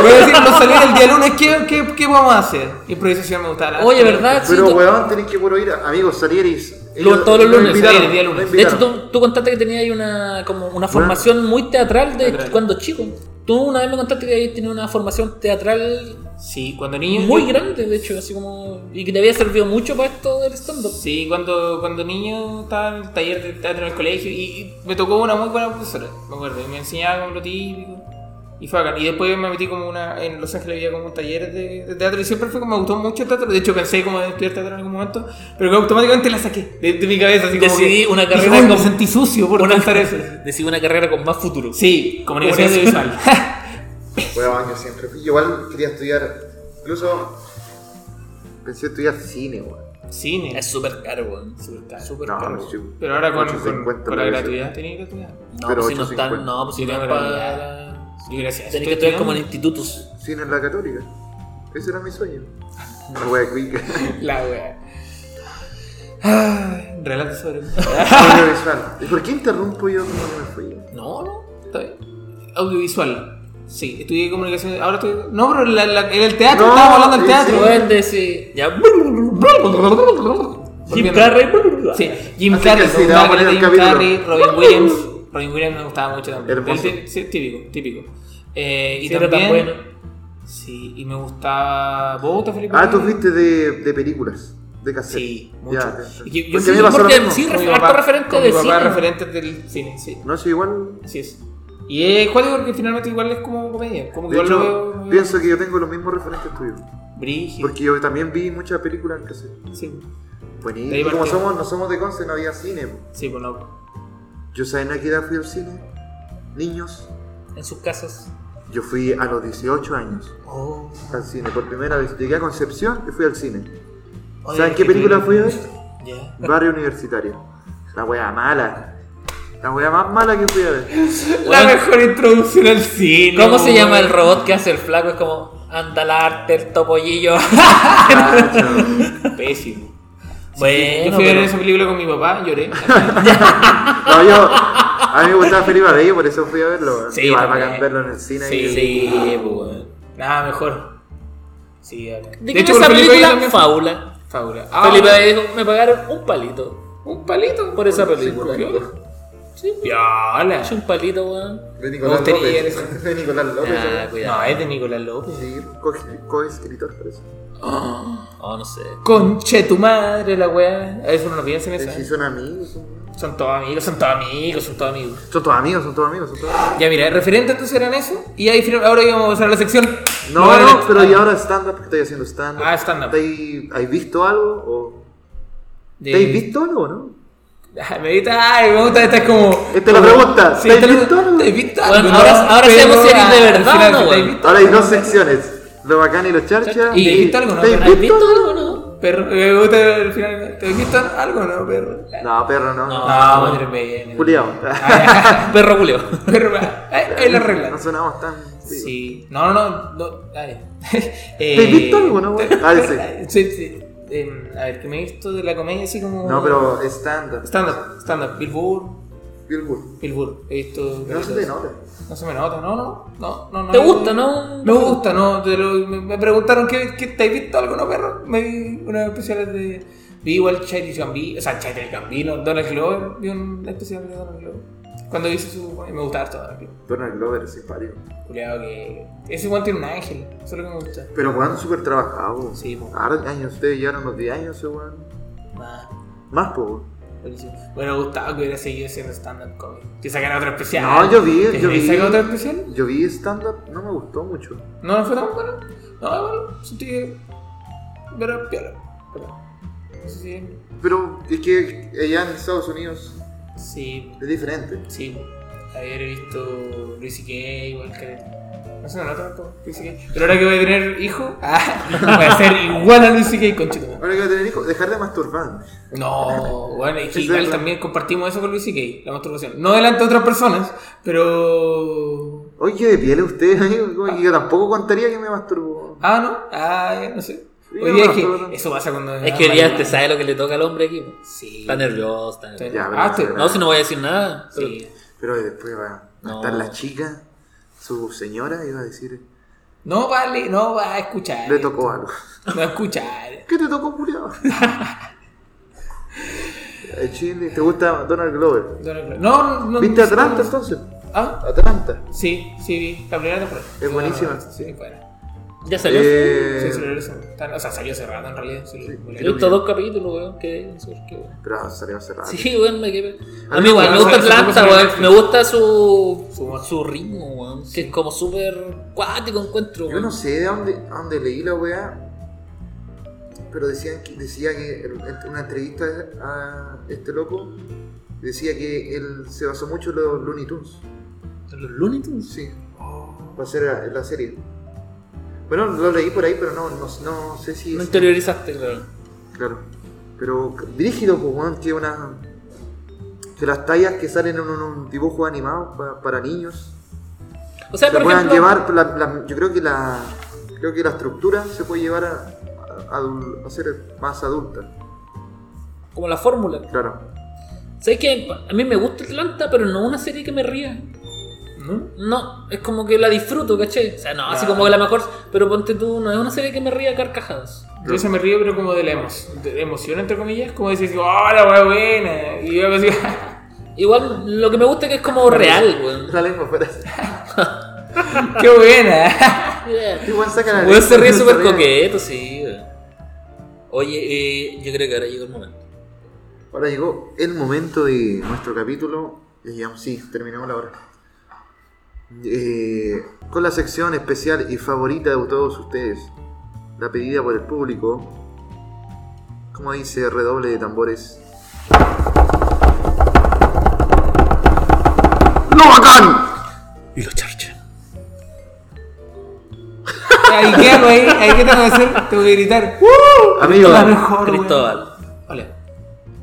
Speaker 2: Voy a decir a los salieres el día lunes qué, qué, qué vamos a hacer. Improvisación me gustaba. la-
Speaker 3: Oye, ¿verdad? Sí,
Speaker 1: Pero
Speaker 3: tú-
Speaker 1: weón, tenés que puro ir, a- amigos, salieris.
Speaker 3: Lo- todos los lunes,
Speaker 1: invitaron,
Speaker 2: Salieris, día lunes.
Speaker 1: me
Speaker 3: De hecho,
Speaker 1: invitaron.
Speaker 3: tú, tú contaste que tenías ahí una, como una formación muy teatral de
Speaker 2: Teatral.
Speaker 3: cuando chico. Tú una vez me contaste que ahí tenías una formación teatral
Speaker 2: Sí, cuando niño.
Speaker 3: muy
Speaker 2: yo-
Speaker 3: grande, de hecho, así como. Y que te había servido mucho para esto del stand-up.
Speaker 2: Sí, cuando, cuando niño estaba en el taller de teatro en el colegio y, y me tocó una muy buena profesora, me acuerdo, y me enseñaba como lo típico. Y fue bacán. Y después me metí como una. En Los Ángeles había como un taller de, de teatro y siempre fue como me gustó mucho el teatro. De hecho, pensé como de estudiar teatro en algún momento, pero que automáticamente la saqué de, de mi cabeza. Así como
Speaker 3: Decidí
Speaker 2: que-
Speaker 3: una
Speaker 2: dije,
Speaker 3: carrera
Speaker 2: "Uy,
Speaker 3: como-
Speaker 2: me sentí sucio por contar eso.
Speaker 3: Decidí una carrera con más futuro.
Speaker 2: Sí, comunicación
Speaker 3: Comunicación.
Speaker 2: audiovisual.
Speaker 1: Weón, yo siempre fui. Yo igual quería estudiar. Incluso pensé estudiar cine, weón.
Speaker 2: Cine.
Speaker 3: Es súper caro, weón.
Speaker 2: Súper caro.
Speaker 3: Súper
Speaker 1: No,
Speaker 3: caro.
Speaker 1: no sé, weón.
Speaker 2: Pero ahora con, con,
Speaker 1: 8.50
Speaker 2: con la
Speaker 1: lo hice.
Speaker 2: gratuidad, tenía gratuidad.
Speaker 3: No,
Speaker 1: Pero
Speaker 3: pues si no
Speaker 1: 8.50.
Speaker 3: están, no, pues si
Speaker 2: Sí,
Speaker 3: no
Speaker 2: no,
Speaker 3: es
Speaker 2: pero
Speaker 3: para.
Speaker 2: Y gracias.
Speaker 3: Tenés
Speaker 2: Estoy
Speaker 3: que estudiar como en
Speaker 2: estudiando.
Speaker 3: institutos.
Speaker 1: Cine en la católica. Ese era mi sueño. Una wea cuica.
Speaker 2: La wea. Ah, Relato sobre.
Speaker 1: Audiovisual. ¿Y por qué interrumpo yo como que me fui?
Speaker 2: No, no, está bien. Audiovisual. Sí, estudié comunicación. Ahora estoy. No, pero la, la- era el teatro,
Speaker 1: No,
Speaker 2: estábamos hablando del
Speaker 1: sí,
Speaker 2: teatro.
Speaker 1: sí.
Speaker 2: weón.
Speaker 3: Duende, sí. Ya. Jim
Speaker 2: Volviendo.
Speaker 3: Carrey.
Speaker 2: Sí, Jim
Speaker 1: Así
Speaker 2: Carrey,
Speaker 1: que sí,
Speaker 2: me
Speaker 1: le vamos a
Speaker 2: gustaba
Speaker 1: poner el
Speaker 2: Jim
Speaker 1: capítulo.
Speaker 2: Carrey, Robin Williams. Robin Williams me gustaba mucho también.
Speaker 1: Hermoso.
Speaker 2: Él te- sí, típico, típico. Eh, y
Speaker 3: Y
Speaker 2: también,
Speaker 3: era tan bueno.
Speaker 2: Sí, y me gustaba. ¿Vos gustas Felipe?
Speaker 1: Ah, tú
Speaker 2: Rodríguez?
Speaker 1: fuiste de, de películas, de cassette.
Speaker 2: Sí,
Speaker 1: Ya,
Speaker 2: mucho.
Speaker 1: ya,
Speaker 2: Y
Speaker 1: ya.
Speaker 2: que yo
Speaker 1: Porque
Speaker 2: sí,
Speaker 1: a mí me pasó lo
Speaker 3: porque
Speaker 1: mismo.
Speaker 3: sí,
Speaker 2: Con mi
Speaker 3: harto
Speaker 2: papá-
Speaker 3: referente
Speaker 2: con
Speaker 3: de
Speaker 2: mi papá,
Speaker 3: cine.
Speaker 2: referente del cine, sí.
Speaker 1: No sé, igual.
Speaker 2: Así es. Y es cuático porque finalmente igual es como comedia. Como que
Speaker 1: De
Speaker 2: igual lo
Speaker 1: hecho,
Speaker 2: veo.
Speaker 1: pienso que yo tengo los mismos referentes tuyos.
Speaker 2: Brígido.
Speaker 1: Porque yo también vi muchas películas en cassette.
Speaker 2: Sí,
Speaker 1: Buenísimo.
Speaker 2: De ahí
Speaker 1: Y como
Speaker 2: partió.
Speaker 1: somos, no somos de Conce, no había cine. po.
Speaker 2: sí, pues no.
Speaker 1: Yo sabía a qué edad fui al cine. Niños,
Speaker 3: En sus casas.
Speaker 1: yo fui a los 18 años
Speaker 2: Oh.
Speaker 1: al cine. Por primera vez llegué a Concepción y fui al cine.
Speaker 2: Oye,
Speaker 1: ¿Saben
Speaker 2: qué
Speaker 1: qué película
Speaker 2: bien.
Speaker 1: fui a ver?
Speaker 2: Ya.
Speaker 1: Barrio Universitario. La wea mala. La wea más mala que fui a ver.
Speaker 2: La
Speaker 3: Bueno.
Speaker 2: mejor introducción al cine.
Speaker 3: ¿Cómo se llama el
Speaker 2: weón.
Speaker 3: robot que hace el flaco? Es como. Anda el arte, el topollillo.
Speaker 1: Cacho.
Speaker 2: Pésimo. Yo
Speaker 3: bueno,
Speaker 2: fui a ver
Speaker 3: pero-
Speaker 2: esa película con mi papá, lloré.
Speaker 1: No, yo. A mí me gustaba Felipe Abello, por eso fui a verlo.
Speaker 2: Sí,
Speaker 1: Sí, Igual
Speaker 2: también.
Speaker 1: bacán verlo en el cine.
Speaker 2: Sí,
Speaker 1: y-
Speaker 3: Sí, pues, weón.
Speaker 2: Nada, mejor. Sí, dale.
Speaker 3: ¿De, hecho, esa
Speaker 2: con Felipe
Speaker 3: película?
Speaker 2: también-
Speaker 3: Faula.
Speaker 2: Fábula.
Speaker 3: Felipe dijo, me pagaron un palito.
Speaker 2: Ah, Un palito
Speaker 3: Por esa película.
Speaker 1: cinco minutos.
Speaker 3: Sí,
Speaker 2: Piola.
Speaker 3: Echa un palito, weón.
Speaker 1: De Nicolás
Speaker 2: gustaría
Speaker 1: López.
Speaker 2: eso.
Speaker 1: De Nicolás López.
Speaker 3: Ah,
Speaker 1: ¿no?
Speaker 3: cuidado.
Speaker 2: No, es de Nicolás López.
Speaker 1: Sí, co- co-escritor, parece.
Speaker 3: Oh, no sé.
Speaker 2: Conche tu madre, la weá. Eso no lo piensen eso.
Speaker 1: Sí,
Speaker 2: ¿eh?
Speaker 1: son amigos. son-
Speaker 2: Son todos amigos, son todos amigos, son todos amigos.
Speaker 1: Son todos amigos, son todos amigos, son todos amigos.
Speaker 2: Ya mira, el referente entonces eran eso. Y ahí final- ahora íbamos a pasar a la sección. ah,
Speaker 1: No,
Speaker 2: era-
Speaker 1: no, pero y ahora stand-up, porque estoy haciendo stand-up.
Speaker 2: Ah, stand-up.
Speaker 1: ¿Te- ¿Has visto algo? O...
Speaker 2: De-
Speaker 1: ¿Te has visto algo, no?
Speaker 2: Ay, Ah, me gusta, ay, me gusta, esta es como.
Speaker 1: Esta es la
Speaker 2: como-
Speaker 1: pregunta,
Speaker 2: Sí,
Speaker 1: ¿te has
Speaker 2: esta es la-
Speaker 1: visto?
Speaker 2: ¿te has visto?
Speaker 3: Bueno,
Speaker 2: No,
Speaker 3: ahora- ahora
Speaker 2: pero
Speaker 3: hacemos series de
Speaker 2: al
Speaker 3: verdad,
Speaker 2: final,
Speaker 3: ¿no,
Speaker 2: ¿te has
Speaker 3: weón?
Speaker 2: visto?
Speaker 1: Ahora hay dos secciones. Lo bacán y lo charcha.
Speaker 2: ¿Y te has visto algo, no?
Speaker 1: ¿Te has
Speaker 2: ¿Has
Speaker 3: ¿Has
Speaker 1: visto?
Speaker 3: visto algo, no?
Speaker 2: Perro, eh, me gusta al final. ¿Te has visto algo, no, perro?
Speaker 1: No, perro, no.
Speaker 3: No.
Speaker 2: No, madre mía.
Speaker 1: Juliado.
Speaker 3: Perro culeo.
Speaker 2: Perro, ay, es la regla.
Speaker 1: No sonamos tan.
Speaker 2: Sí. No, no, no. no, dale. Eh,
Speaker 1: ¿Te has visto algo, no, weón? Ah, ese.
Speaker 2: sí, sí. Em, a ver, que me he visto de la comedia así como.
Speaker 1: No, pero stand-up.
Speaker 2: Stand-up, stand-up. Billboard,
Speaker 1: Bill Burr.
Speaker 2: Billboard. He visto.
Speaker 1: No se te nota.
Speaker 2: No se me nota, no, no, no, no. no
Speaker 3: ¿Te
Speaker 2: no,
Speaker 3: gusta, no?
Speaker 2: Me gusta, no. te lo- me, me preguntaron que, te has visto algo, no, perro. Me vi una especial de. Vi igual Charlie Gambino, o sea, Charlie Gambino, Donald Glover. Vi un especial de Donald Glover. Cuando hizo su. Me gustaba harto Donald Glover.
Speaker 1: Donald Glover, simpático.
Speaker 2: Culeado que. Ese igual tiene un ángel, eso es lo que me gusta.
Speaker 1: Pero weón, súper trabajado.
Speaker 2: Sí, po.
Speaker 1: Ahora años, ustedes llevaron unos 10 años, ese weón.
Speaker 2: Más.
Speaker 1: Más, po.
Speaker 2: buenísimo. Bueno, me gustaba que hubiera seguido siendo stand-up comedy. Que sacara otro especial.
Speaker 1: No, yo vi,
Speaker 2: ¿Te
Speaker 1: yo vi.
Speaker 2: saca otro especial?
Speaker 1: Yo vi stand-up, no me gustó mucho.
Speaker 2: No, no fue tan bueno. No, bueno, sentí que. Pero piola. Pero- Sí,
Speaker 1: Pero es que allá en Estados Unidos
Speaker 2: sí,
Speaker 1: es diferente.
Speaker 2: sí. Haber visto Luis y igual que. No se me nota tanto, Luis C.K.. Pero ahora que voy a tener hijo, ah, voy a ser igual a Luis y conchito.
Speaker 1: Ahora que voy a tener hijos, dejar de masturbarme.
Speaker 2: No, bueno, es que
Speaker 1: Es
Speaker 2: igual
Speaker 1: verdad.
Speaker 2: también compartimos eso con Luis y la masturbación. No delante de otras personas, pero.
Speaker 1: Oye, qué de piel ustedes, amigo. Como que yo tampoco contaría que me masturbo.
Speaker 2: Ah, no, ah, ya, no sé.
Speaker 1: Sí,
Speaker 2: Hoy día
Speaker 1: no,
Speaker 2: es que
Speaker 1: masturbo.
Speaker 2: eso pasa cuando.
Speaker 3: Es que hoy día te sabe lo que le toca al hombre aquí. po.
Speaker 2: Sí.
Speaker 3: Está nervioso, está nervioso.
Speaker 1: Ya, pero
Speaker 2: ah,
Speaker 1: no
Speaker 2: te-
Speaker 1: sé,
Speaker 3: No, si no voy a decir nada. pero-
Speaker 2: Sí.
Speaker 1: Pero después va a
Speaker 3: No.
Speaker 1: estar la chica, su señora, y va a decir,
Speaker 2: No vale, no va a escuchar.
Speaker 1: le tocó algo.
Speaker 2: No va a escuchar.
Speaker 1: ¿Qué te tocó, culiao? Eh, Chile, ¿te gusta Donald Glover?
Speaker 2: No, no, no, no.
Speaker 1: ¿Viste Atlanta entonces?
Speaker 2: Ah,
Speaker 1: Atlanta.
Speaker 2: sí, sí, vi. La primera temporada.
Speaker 1: Es buenísima.
Speaker 2: Sí, sí, buena.
Speaker 3: Ya salió.
Speaker 1: Eh,
Speaker 2: Sí, sí, lo hizo. Tan- O sea, salió cerrado en realidad. sí, lo-
Speaker 3: He visto dos capítulos, weón. Que que weón.
Speaker 1: Pero salió hace rato.
Speaker 3: Sí, weón, me quedé.
Speaker 1: A
Speaker 3: A
Speaker 1: mí
Speaker 3: mí, igual,
Speaker 2: me
Speaker 3: me gusta
Speaker 2: gusta
Speaker 3: Atlanta,
Speaker 2: esa cosa
Speaker 3: weón.
Speaker 2: que-
Speaker 3: Me gusta su,
Speaker 2: Su humor.
Speaker 3: su ritmo, weón. Que es como súper cuático, encuentro,
Speaker 1: Yo
Speaker 3: weón.
Speaker 1: no sé de dónde, a dónde leí la weá, pero decían que, decía que el- en una entrevista a este loco decía que él se basó mucho en los Looney Tunes.
Speaker 3: Los Looney Tunes.
Speaker 1: Sí. Va a ser la, la serie. Bueno, lo leí por ahí, pero no, no, no sé si.
Speaker 3: No
Speaker 1: es-
Speaker 3: interiorizaste, claro.
Speaker 1: Claro. Pero brígido, pues, weón, que una. Que las tallas que salen en un, un dibujo animado pa- para niños
Speaker 3: O sea,
Speaker 1: se
Speaker 3: por
Speaker 1: puedan
Speaker 3: ejemplo.
Speaker 1: llevar. la- la- yo creo que la. Creo que la estructura se puede llevar a, a- a- a ser más adulta.
Speaker 3: Como la fórmula.
Speaker 1: Claro.
Speaker 3: ¿Sabes qué? A mí me gusta Atlanta, pero no una serie que me ría.
Speaker 2: ¿No?
Speaker 3: No, es como que la disfruto, ¿cachai? O sea, no, así como que la mejor. Pero ponte tú, no es una serie que me ría a carcajadas.
Speaker 2: Yo se me río, pero como de la emo- de la emoción, entre comillas. Como decir, oh, la wea buena. Y yo así,
Speaker 3: Igual, lo que me gusta es que es como real, weón.
Speaker 1: La lengua fuera.
Speaker 2: qué buena.
Speaker 1: Este weón saca la
Speaker 3: Weón se ríe
Speaker 1: no
Speaker 3: súper coqueto, sí, weón. Oye, eh, yo creo que ahora llegó el momento.
Speaker 1: Ahora llegó el momento de nuestro capítulo. Y ya, sí, terminamos la hora. Eh, con la sección especial y favorita de todos ustedes. La pedida por el público. Como dice, redoble de tambores. ¡Lo bacán!
Speaker 3: Y lo charcha.
Speaker 2: Ahí qué hago ahí. Ahí qué tengo que hacer. Tengo que gritar.
Speaker 1: Amigo,
Speaker 2: La mejor. wea.
Speaker 3: Cristóbal,
Speaker 2: Hola.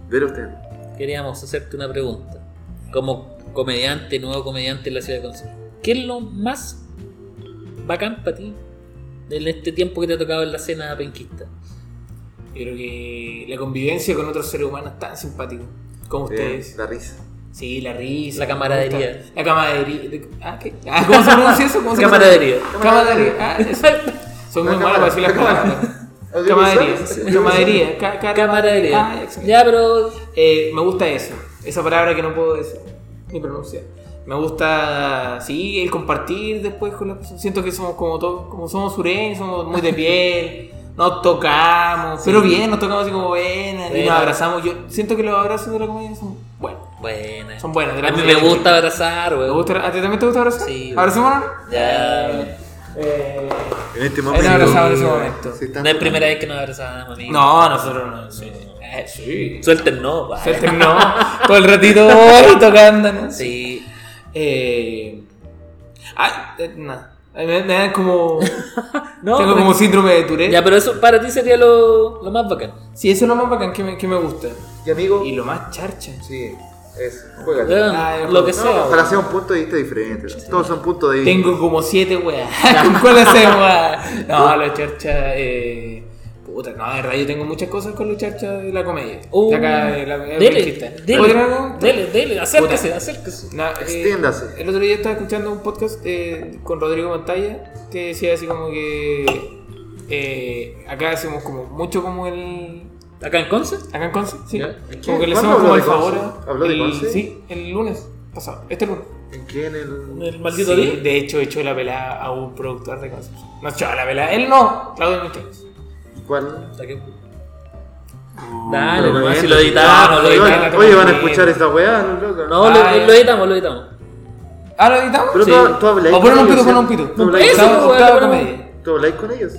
Speaker 1: vele usted.
Speaker 3: queríamos hacerte una pregunta. Como comediante, nuevo comediante en la ciudad de Concepción, ¿qué es lo más bacán para ti en este tiempo que te ha tocado en la cena penquista?
Speaker 2: Yo creo que la convivencia con otros seres humanos es tan simpático como
Speaker 1: Eh,
Speaker 2: ustedes.
Speaker 1: la risa.
Speaker 2: Sí, la risa.
Speaker 3: La camaradería.
Speaker 2: me gusta. La camaradería. Ah, ¿qué? Ah, ¿Cómo se pronuncia eso? ¿Cómo se
Speaker 3: Camaradería.
Speaker 2: pronuncia? Camaradería. Ah, eso.
Speaker 1: La
Speaker 2: Soy muy malo
Speaker 1: cámara-
Speaker 2: para decir las
Speaker 1: la cámara.
Speaker 2: palabras.
Speaker 1: Audiovisual,
Speaker 2: Camaradería.
Speaker 1: sí.
Speaker 2: Camaradería. ca- ca-
Speaker 3: Camaradería.
Speaker 2: Ah, excelente.
Speaker 3: ya, pero
Speaker 2: Eh, me gusta eso. Esa palabra que no puedo decir. ni pronunciar. Me gusta, sí, el compartir después con las personas. Siento que somos como todos, como somos sureños, somos muy de piel. Nos tocamos, pero bien, nos tocamos así como buenas, y
Speaker 3: Buena.
Speaker 2: nos abrazamos. Yo siento que los abrazos de la comedia son buenos.
Speaker 3: Buena.
Speaker 2: Son buenas, de la
Speaker 3: A mí me
Speaker 2: comedia
Speaker 3: gusta abrazar,
Speaker 2: ¿Te
Speaker 3: weón.
Speaker 2: gusta- ¿A ti también te gusta abrazar?
Speaker 3: Sí.
Speaker 2: ¿Abrazémonos?
Speaker 3: Ya.
Speaker 2: Eh,
Speaker 1: En este
Speaker 2: ahí nos
Speaker 1: momento.
Speaker 2: abrazamos en ese momento.
Speaker 1: se están-
Speaker 3: No es primera vez que nos abrazamos, amigo.
Speaker 2: No, nosotros no. Sí. Eh, sí.
Speaker 3: Suelten no, va.
Speaker 2: Se terminó todo el ratito hoy tocándonos.
Speaker 3: Sí.
Speaker 2: Eh, ah, eh, nada. Ay, Me, me dan como.
Speaker 3: No,
Speaker 2: tengo
Speaker 3: pero-
Speaker 2: como síndrome de Tourette.
Speaker 3: Ya, pero eso para ti sería lo, lo más bacán.
Speaker 2: Sí, eso es lo más bacán que me, que me gusta.
Speaker 1: Y amigo.
Speaker 2: Y lo más charcha.
Speaker 1: Sí, es. Juega.
Speaker 3: Weón,
Speaker 2: Ah,
Speaker 3: lo que
Speaker 2: no,
Speaker 3: sea.
Speaker 1: Ojalá sea un punto de vista diferente. Todos son puntos de vista.
Speaker 2: Tengo como siete weas. ¿Con cuál hacemos? ah? No, la charcha. Eh, puta, no, de verdad yo tengo muchas cosas con la charcha de la comedia.
Speaker 3: Uh,
Speaker 2: de acá, de la, de la
Speaker 3: dele,
Speaker 2: conquista. ¿Otra?
Speaker 3: dele, dele, dele, acérquese, acérquese.
Speaker 2: No, eh,
Speaker 1: Extiéndase.
Speaker 2: el otro día estaba escuchando un podcast eh, con Rodrigo Pantalla que decía así como que eh, acá hacemos como mucho como el
Speaker 3: ¿Acá en Conce?
Speaker 2: acá en Conce, sí.
Speaker 1: ¿Ya? ¿En
Speaker 2: Como
Speaker 1: qué?
Speaker 2: que le
Speaker 1: ¿Cuándo
Speaker 2: hacemos
Speaker 1: habló
Speaker 2: como el
Speaker 1: de Conce?
Speaker 2: favor. a-
Speaker 1: ¿Habló de
Speaker 2: el-
Speaker 1: Conce?
Speaker 2: Sí, el lunes pasado, este lunes.
Speaker 1: ¿En quién? El...
Speaker 3: El maldito
Speaker 2: Sí,
Speaker 3: día.
Speaker 2: de hecho echó la pelada a un productor de Conce. No echó la pelada, él no, Claudio Michelis.
Speaker 1: ¿Cuál?
Speaker 2: Ah,
Speaker 3: Dale,
Speaker 1: Pero
Speaker 3: weón,
Speaker 1: bien,
Speaker 3: si lo
Speaker 1: sí.
Speaker 3: editamos, lo
Speaker 2: Oye,
Speaker 3: editamos.
Speaker 1: Oye, van a
Speaker 2: bien.
Speaker 1: escuchar esta weá, no, loco.
Speaker 3: No,
Speaker 2: Ah, ya.
Speaker 3: lo, lo editamos, lo editamos.
Speaker 2: ¿Ah, lo editamos?
Speaker 1: Pero
Speaker 2: Sí.
Speaker 1: tú, tú habláis
Speaker 2: O ponen un
Speaker 1: ellos,
Speaker 2: pito, ponen un
Speaker 1: ¿sí?
Speaker 2: pito.
Speaker 1: Tú habláis
Speaker 3: Eso,
Speaker 1: con ellos.
Speaker 2: Octava-
Speaker 3: pues,
Speaker 2: octava
Speaker 3: bueno.
Speaker 2: comedia.
Speaker 1: ¿Tú habláis con ellos?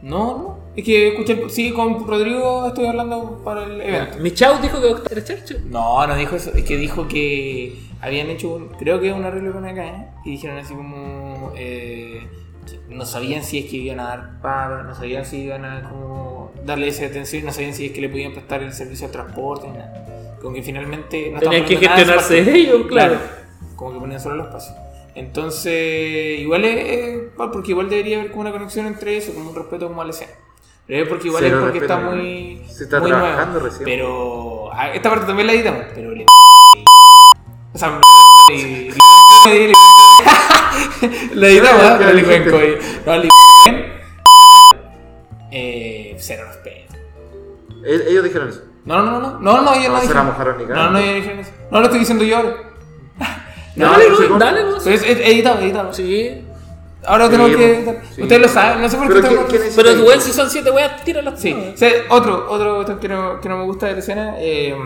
Speaker 2: No, no. Es que escuché, sí, con Rodrigo estoy hablando para el evento.
Speaker 3: Mi chau dijo que era charcha.
Speaker 2: No, no dijo eso. Es que dijo que habían hecho, un, creo que un arreglo con acá, ¿eh? y dijeron así como, eh, que no sabían si es que iban a dar paro, no sabían si iban a como darle esa atención, no sabían si es que le podían prestar el servicio al transporte, ni nada. Como que finalmente no
Speaker 3: Tenían
Speaker 2: estaban
Speaker 3: que
Speaker 2: poniendo nada de su
Speaker 3: gestionarse
Speaker 2: parte.
Speaker 3: ellos, claro.
Speaker 2: Como que ponían solo los pasos. Entonces, igual es, es- bueno, porque igual debería haber como una conexión entre eso, como un respeto como a la escena. Pero es porque igual
Speaker 1: Cero
Speaker 2: es porque
Speaker 1: respeto,
Speaker 2: está
Speaker 1: ¿no?
Speaker 2: muy.
Speaker 1: Se está
Speaker 2: muy
Speaker 1: trabajando
Speaker 2: nuevo.
Speaker 1: recién.
Speaker 2: Pero. ah, Esta parte también la editamos, pero le. O sea, y- la editamos,
Speaker 1: Ya
Speaker 2: ¿ah? Pero le
Speaker 1: dijiste.
Speaker 2: cuenco ahí. No, le. Eh, cero respeto.
Speaker 1: El- E-, Ellos dijeron eso.
Speaker 2: No, no, no, no, no, no, yo no,
Speaker 1: No se
Speaker 2: dije.
Speaker 1: la mojaron ni
Speaker 2: No, no,
Speaker 1: cagando.
Speaker 2: yo no dije eso. No lo estoy diciendo yo ahora.
Speaker 1: No,
Speaker 3: Dale,
Speaker 1: no se
Speaker 3: weón,
Speaker 1: corta.
Speaker 3: dale, weón.
Speaker 2: Pero es, es editado, editado.
Speaker 3: Sí.
Speaker 2: Ahora
Speaker 1: Sí,
Speaker 2: tenemos que.
Speaker 1: bueno, sí.
Speaker 2: Ustedes lo saben, no sé por qué.
Speaker 1: Pero ¿quién-
Speaker 2: tengo-
Speaker 1: quién es?
Speaker 3: Pero weón, si son siete weas, tíralas.
Speaker 2: Sí,
Speaker 3: todas.
Speaker 2: O sea, otro, otro cuestión que no, que no me gusta de la escena. eh,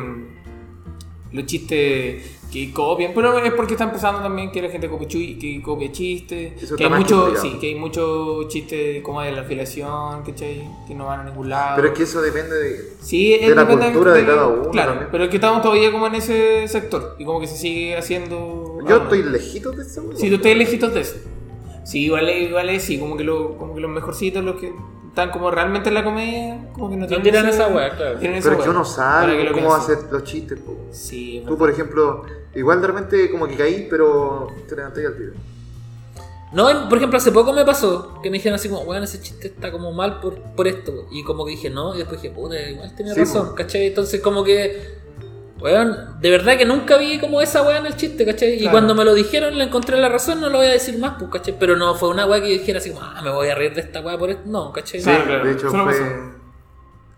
Speaker 2: los chistes que copian, pero es porque está empezando también que la gente copia, chui- que copia chistes.
Speaker 1: Eso
Speaker 2: que
Speaker 1: está
Speaker 2: hay
Speaker 1: más
Speaker 2: mucho,
Speaker 1: complicado.
Speaker 2: sí, que hay mucho chiste como de la afiliación, ¿cachai? Que no van a ningún lado.
Speaker 1: Pero es que eso depende de.
Speaker 2: Sí, es
Speaker 1: de la
Speaker 2: depende
Speaker 1: cultura de cada uno
Speaker 2: Claro,
Speaker 1: también.
Speaker 2: pero es que estamos todavía como en ese sector y como que se sigue haciendo.
Speaker 1: Yo
Speaker 3: Ah,
Speaker 2: ahora.
Speaker 1: estoy lejito de ese weón.
Speaker 2: Si tú estás lejitos de eso. Sí, vale, vale, sí, como que, lo, como que los mejorcitos, los que están como realmente en la comedia, como que no
Speaker 3: No
Speaker 2: tienen
Speaker 3: tiran
Speaker 2: ese-
Speaker 3: esa wea, claro.
Speaker 2: tienen esa
Speaker 1: Pero es que
Speaker 2: wea.
Speaker 1: uno
Speaker 2: Para que
Speaker 1: sabe
Speaker 2: lo
Speaker 1: cómo va a
Speaker 2: piensen.
Speaker 1: hacer los chistes, po.
Speaker 2: Sí, es
Speaker 1: Tú,
Speaker 2: verdad.
Speaker 1: por ejemplo, igual de repente como que caí, pero te levanté y al tiro.
Speaker 3: No, en- por ejemplo, hace poco me pasó que me dijeron así como, weón, ese chiste está como mal por, por esto. Y como que dije, no, y después dije, puta, igual tenía
Speaker 1: Sí,
Speaker 3: razón,
Speaker 1: po.
Speaker 3: ¿cachai? Entonces como que, weón, de verdad que nunca vi como esa weá en el chiste, ¿cachai? Y
Speaker 2: Claro.
Speaker 3: cuando me lo dijeron, le encontré la razón, no lo voy a decir más, pues, ¿cachai? Pero no, fue una weá que dijera así como, ah, me voy a reír de esta weá por esto. No, ¿cachai?
Speaker 2: Claro, claro.
Speaker 1: De hecho,
Speaker 2: Eso no
Speaker 1: fue.
Speaker 2: pasó.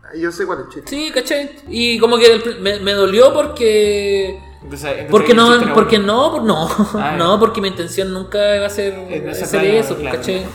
Speaker 1: Ah, Yo sé cuál es el chiste.
Speaker 3: Sí, ¿cachai? Y como que el pr- me, me dolió porque...
Speaker 2: Entonces, entonces
Speaker 3: Porque
Speaker 2: el Este chiste
Speaker 3: no,
Speaker 2: era
Speaker 3: porque
Speaker 2: bueno.
Speaker 3: no, por- no,
Speaker 2: Ah,
Speaker 3: no,
Speaker 2: ya.
Speaker 3: porque mi intención nunca va a ser
Speaker 2: no es
Speaker 3: hacer
Speaker 2: plano,
Speaker 3: eso, pues,
Speaker 2: claro.
Speaker 3: ¿cachai?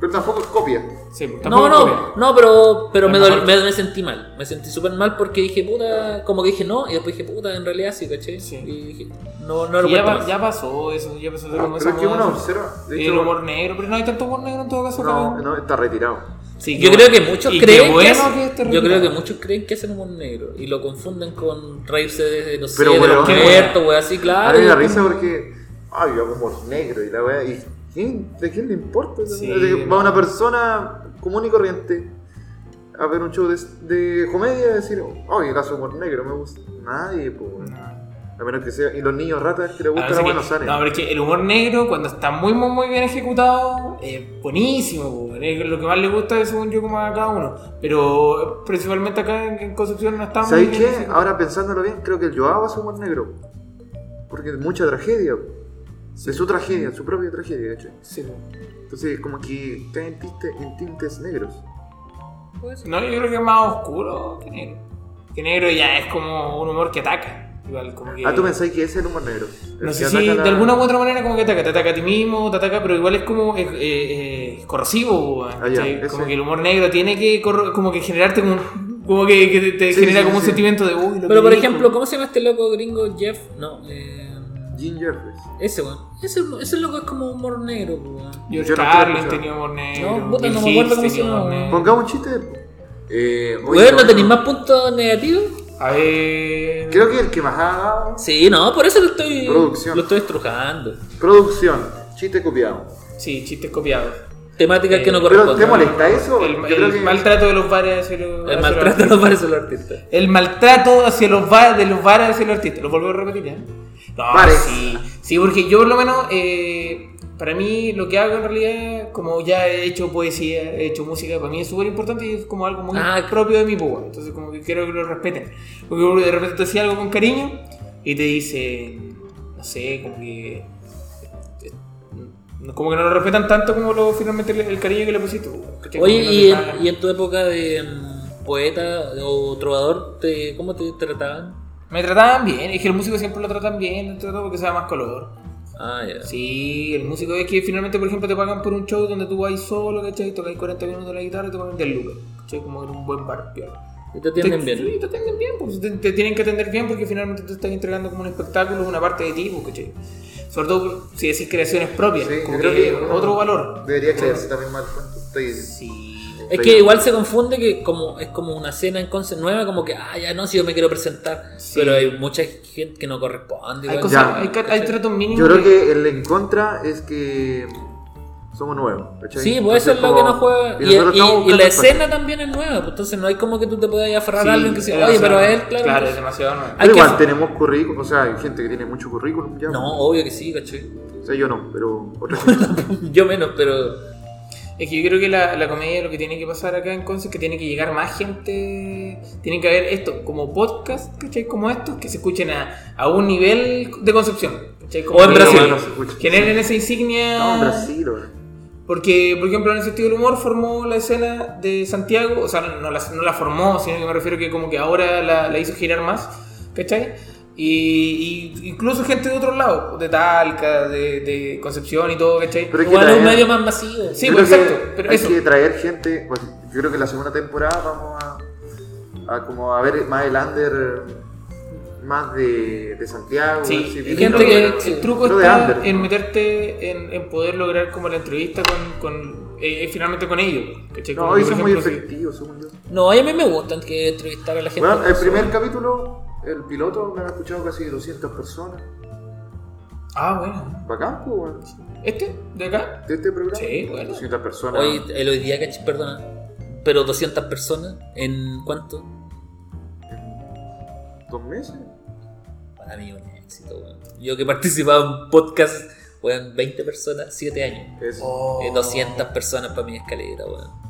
Speaker 1: Pero tampoco es copia.
Speaker 2: Sí, pues,
Speaker 3: No,
Speaker 2: tampoco
Speaker 3: no,
Speaker 2: copia.
Speaker 3: no, pero, pero
Speaker 2: A lo
Speaker 3: me, dol-
Speaker 2: mejor.
Speaker 3: me, me sentí mal. Me sentí súper mal porque dije, puta, como que dije no, y después dije, puta, en realidad sí, ¿cachai?
Speaker 2: Sí.
Speaker 3: Y dije, no, no lo
Speaker 2: Y ya,
Speaker 3: cuento
Speaker 2: pa-
Speaker 3: más.
Speaker 2: ya pasó eso, ya pasó como
Speaker 1: Ah, Pero es
Speaker 2: esa
Speaker 1: que uno
Speaker 2: moda.
Speaker 1: observa. De
Speaker 2: Y el humor
Speaker 1: hecho,
Speaker 2: negro, pero no hay tanto humor negro en todo caso.
Speaker 1: no,
Speaker 2: pero-
Speaker 1: no, está retirado.
Speaker 2: Sí,
Speaker 3: Yo
Speaker 2: qué
Speaker 3: creo que
Speaker 2: bueno.
Speaker 3: muchos
Speaker 2: Y qué
Speaker 3: creen que,
Speaker 2: bueno
Speaker 3: hacen-
Speaker 2: que este
Speaker 3: yo creo que
Speaker 2: retirado.
Speaker 3: muchos creen que hacen humor negro y lo confunden con reírse de, no sé,
Speaker 1: Pero,
Speaker 3: de los
Speaker 1: weón, qué
Speaker 3: muertos, wey, así,
Speaker 2: Ah,
Speaker 1: A
Speaker 3: claro.
Speaker 1: mí Ah, me da risa porque. Ay, yo hago humor negro y la weá. ¿Y quién- ¿De quién le importa?
Speaker 2: Sí.
Speaker 1: De que Va una persona común y corriente a ver un show de, de comedia y decir, oye, caso humor negro, me gusta. Nadie, pues.
Speaker 2: No.
Speaker 1: A menos que sea. Y los niños ratas que les
Speaker 2: A
Speaker 1: gusta la
Speaker 2: no ser
Speaker 1: weá
Speaker 2: que-
Speaker 1: no salen.
Speaker 2: No, pero es que el humor negro, cuando está muy, muy, muy bien ejecutado, es buenísimo. po. Es lo que más le gusta, según yo, como a cada uno. Pero eh, principalmente acá en, en Concepción no está muy
Speaker 1: ¿Sabéis
Speaker 2: bien
Speaker 1: qué?
Speaker 2: ejecutado.
Speaker 1: Ahora pensándolo bien, creo que el Joao hace humor negro. Porque es mucha tragedia. De su tragedia, su propia tragedia, de hecho.
Speaker 2: Sí, po.
Speaker 1: Entonces, como que cae en, tinte- en tintes negros.
Speaker 3: Puede ser.
Speaker 2: No, yo creo que es más oscuro que negro. Que negro ya es como un humor que ataca. Igual
Speaker 3: Eh,
Speaker 2: como que...
Speaker 1: Ah, tú pensáis que ese es el humor negro. El
Speaker 2: No sé
Speaker 1: que
Speaker 2: si
Speaker 1: ataca la-
Speaker 2: de alguna u otra manera como que te ataca, te ataca a ti mismo, te ataca, pero igual es como eh, eh, eh, corrosivo, weón,
Speaker 1: Ah, ya,
Speaker 2: ¿cachai?
Speaker 1: ese.
Speaker 2: como que el humor negro tiene que corro- como que generarte como un- como que, que te, te
Speaker 1: Sí,
Speaker 2: genera
Speaker 1: sí,
Speaker 2: como un
Speaker 1: sí.
Speaker 2: sentimiento de uy,
Speaker 3: Pero
Speaker 2: lo que
Speaker 3: por
Speaker 2: dijo".
Speaker 3: ejemplo, ¿cómo se llama este loco gringo Jeff? No, eh,
Speaker 1: Jim Jeffries.
Speaker 3: ese weón. Ese, ese loco es como humor negro, po, weón.
Speaker 2: George
Speaker 1: yo no
Speaker 2: Carlin
Speaker 1: creo que
Speaker 2: tenía humor negro,
Speaker 3: No, puta, no
Speaker 2: Bill
Speaker 3: me acuerdo
Speaker 2: Hicks
Speaker 3: cómo se
Speaker 2: tenía humor
Speaker 3: llama,
Speaker 2: negro.
Speaker 1: Pongamos un chiste. Eh, oye,
Speaker 3: Weón, ¿no
Speaker 1: bueno,
Speaker 3: tenéis más puntos negativos?
Speaker 2: A ver.
Speaker 1: Creo que el que más ha dado.
Speaker 3: Sí, no, por eso lo estoy.
Speaker 1: Producción.
Speaker 3: Lo estoy estrujando.
Speaker 1: Producción. Chiste copiado.
Speaker 2: Sí, chistes copiados.
Speaker 3: Temáticas que no
Speaker 2: Eh,
Speaker 1: Pero,
Speaker 3: corresponden.
Speaker 1: ¿te molesta eso?
Speaker 2: El,
Speaker 1: Yo
Speaker 2: el
Speaker 1: creo que-
Speaker 2: maltrato de los bares hacia los
Speaker 3: El
Speaker 2: hacia los
Speaker 3: maltrato
Speaker 2: artistas.
Speaker 3: no parece los artistas.
Speaker 2: El maltrato hacia los bares, de los bares hacia los artistas. Lo vuelvo a repetir, ¿eh? No,
Speaker 1: Bares.
Speaker 2: sí. Sí, porque yo por lo menos, eh, para mí lo que hago en realidad, como ya he hecho poesía, he hecho música, para mí es súper importante y es como algo muy
Speaker 3: Ah,
Speaker 2: propio de mi pueblo. Entonces como que quiero que lo respeten. Porque de repente te decía algo con cariño y te dicen, no sé, como que... Como que no lo respetan tanto como lo, finalmente el, el cariño que le pusiste. pues, ¿cachai? Como
Speaker 3: Oye,
Speaker 2: que no
Speaker 3: y
Speaker 2: te pagan.
Speaker 3: en, y en tu época de mm, poeta o trovador, te, ¿cómo te trataban?
Speaker 2: Me trataban bien, es que el músico siempre lo tratan bien, lo tratan porque se da más color.
Speaker 3: Ah, ya.
Speaker 2: Sí, el músico es que finalmente, por ejemplo, te pagan por un show donde tú vas solo, ¿cachai? Tocas 40 minutos de la guitarra y te pagan 10 lucas, ¿cachai? Como en un buen bar, piola.
Speaker 3: Y te atienden
Speaker 2: Te-
Speaker 3: bien.
Speaker 2: Sí, te atienden bien, pues, te, te tienen que atender bien porque finalmente te estás entregando como un espectáculo, una parte de ti, pues, ¿cachai? Sobre todo si decís creaciones propias,
Speaker 1: Sí,
Speaker 2: como
Speaker 1: yo creo
Speaker 2: que
Speaker 1: que-
Speaker 2: otro valor.
Speaker 1: Debería creerse también mal cuento. Estoy.
Speaker 2: Sí.
Speaker 3: Es que igual se confunde que como es como una cena en Conce nueva, como que, ah, ya no, si yo me quiero presentar.
Speaker 2: Sí.
Speaker 3: Pero hay mucha gente que no corresponde.
Speaker 2: Hay,
Speaker 3: igual.
Speaker 2: cosas,
Speaker 1: Ya.
Speaker 2: hay, ca- hay tratos mínimos.
Speaker 1: Yo creo
Speaker 2: que-
Speaker 1: que el en contra es que somos nuevos. ¿cachai?
Speaker 3: Sí, pues eso
Speaker 1: Entonces,
Speaker 3: es lo
Speaker 1: como-
Speaker 3: que no juega. Y,
Speaker 1: nosotros
Speaker 3: y-
Speaker 1: estamos
Speaker 3: y
Speaker 1: buscando
Speaker 3: la
Speaker 1: espacio.
Speaker 3: escena también es nueva, pues, entonces no hay como que tú te puedas aferrar
Speaker 2: Sí,
Speaker 3: a alguien que
Speaker 2: es
Speaker 3: sea, oye, pero a él, claro.
Speaker 2: demasiado-
Speaker 3: pues.
Speaker 2: Claro, es
Speaker 3: entonces-
Speaker 2: demasiado nuevo.
Speaker 3: hay
Speaker 1: Pero
Speaker 3: que-
Speaker 1: igual tenemos currículum, o sea, hay gente que tiene mucho currículum ya.
Speaker 3: No, obvio que sí, caché.
Speaker 1: O sea, yo no, pero otra gente.
Speaker 3: Yo menos, pero.
Speaker 2: Es que yo creo que la, la comedia lo que tiene que pasar acá en Conce es que tiene que llegar más gente. Tiene que haber esto, como podcast, ¿cachai? Como estos, que se escuchen a, a un nivel de concepción. ¿cachai? Como
Speaker 3: O en
Speaker 2: que
Speaker 3: Brasil.
Speaker 1: No se escucha.
Speaker 2: Generen esa insignia.
Speaker 1: No, en Brasil, bro.
Speaker 2: Porque, por ejemplo, en el sentido del humor formó la escena de Santiago, o sea, no la, no la formó, sino que me refiero que como que ahora la, la hizo girar más, ¿cachai? Y, y incluso gente de otros lados, de Talca, de, de Concepción y todo, ¿cachai?
Speaker 1: Pero es que
Speaker 3: Igual es un
Speaker 1: traer-
Speaker 3: medio más masivo.
Speaker 2: Sí,
Speaker 1: yo
Speaker 2: pues,
Speaker 1: creo que
Speaker 2: exacto, pero
Speaker 1: hay
Speaker 2: eso.
Speaker 1: que traer gente. Pues, yo creo que la segunda temporada vamos a, a como a ver más el under, más de, de Santiago.
Speaker 2: Sí,
Speaker 1: ver si
Speaker 2: hay
Speaker 1: viene
Speaker 2: gente
Speaker 1: otro-
Speaker 2: que el truco
Speaker 1: Creo de
Speaker 2: está
Speaker 1: Ander.
Speaker 2: en meterte en, en poder lograr como la entrevista con, con eh, eh, finalmente con ellos. ¿cachai?
Speaker 1: No,
Speaker 2: Como que,
Speaker 1: hoy
Speaker 2: por
Speaker 1: son muy
Speaker 2: ejemplo, si-
Speaker 1: efectivos, según yo.
Speaker 3: No, a mí me gustan que entrevistar a la gente.
Speaker 1: Bueno, el
Speaker 3: Eso.
Speaker 1: primer capítulo, el piloto, me han escuchado casi 200 personas.
Speaker 2: Ah, bueno.
Speaker 1: Bacán, pues, bueno.
Speaker 2: ¿Este? ¿De acá?
Speaker 1: De este programa.
Speaker 2: Sí, bueno.
Speaker 1: 200 personas.
Speaker 3: Hoy, el hoy día, caché, perdona. Pero 200 personas, ¿en cuánto?
Speaker 1: ¿Dos meses?
Speaker 3: Para mí, un éxito, weón. Yo que participaba en un podcast, weón, 20 personas, 7 años.
Speaker 1: Es
Speaker 2: Oh,
Speaker 3: Eh, 200 personas para mí es caleta, weón.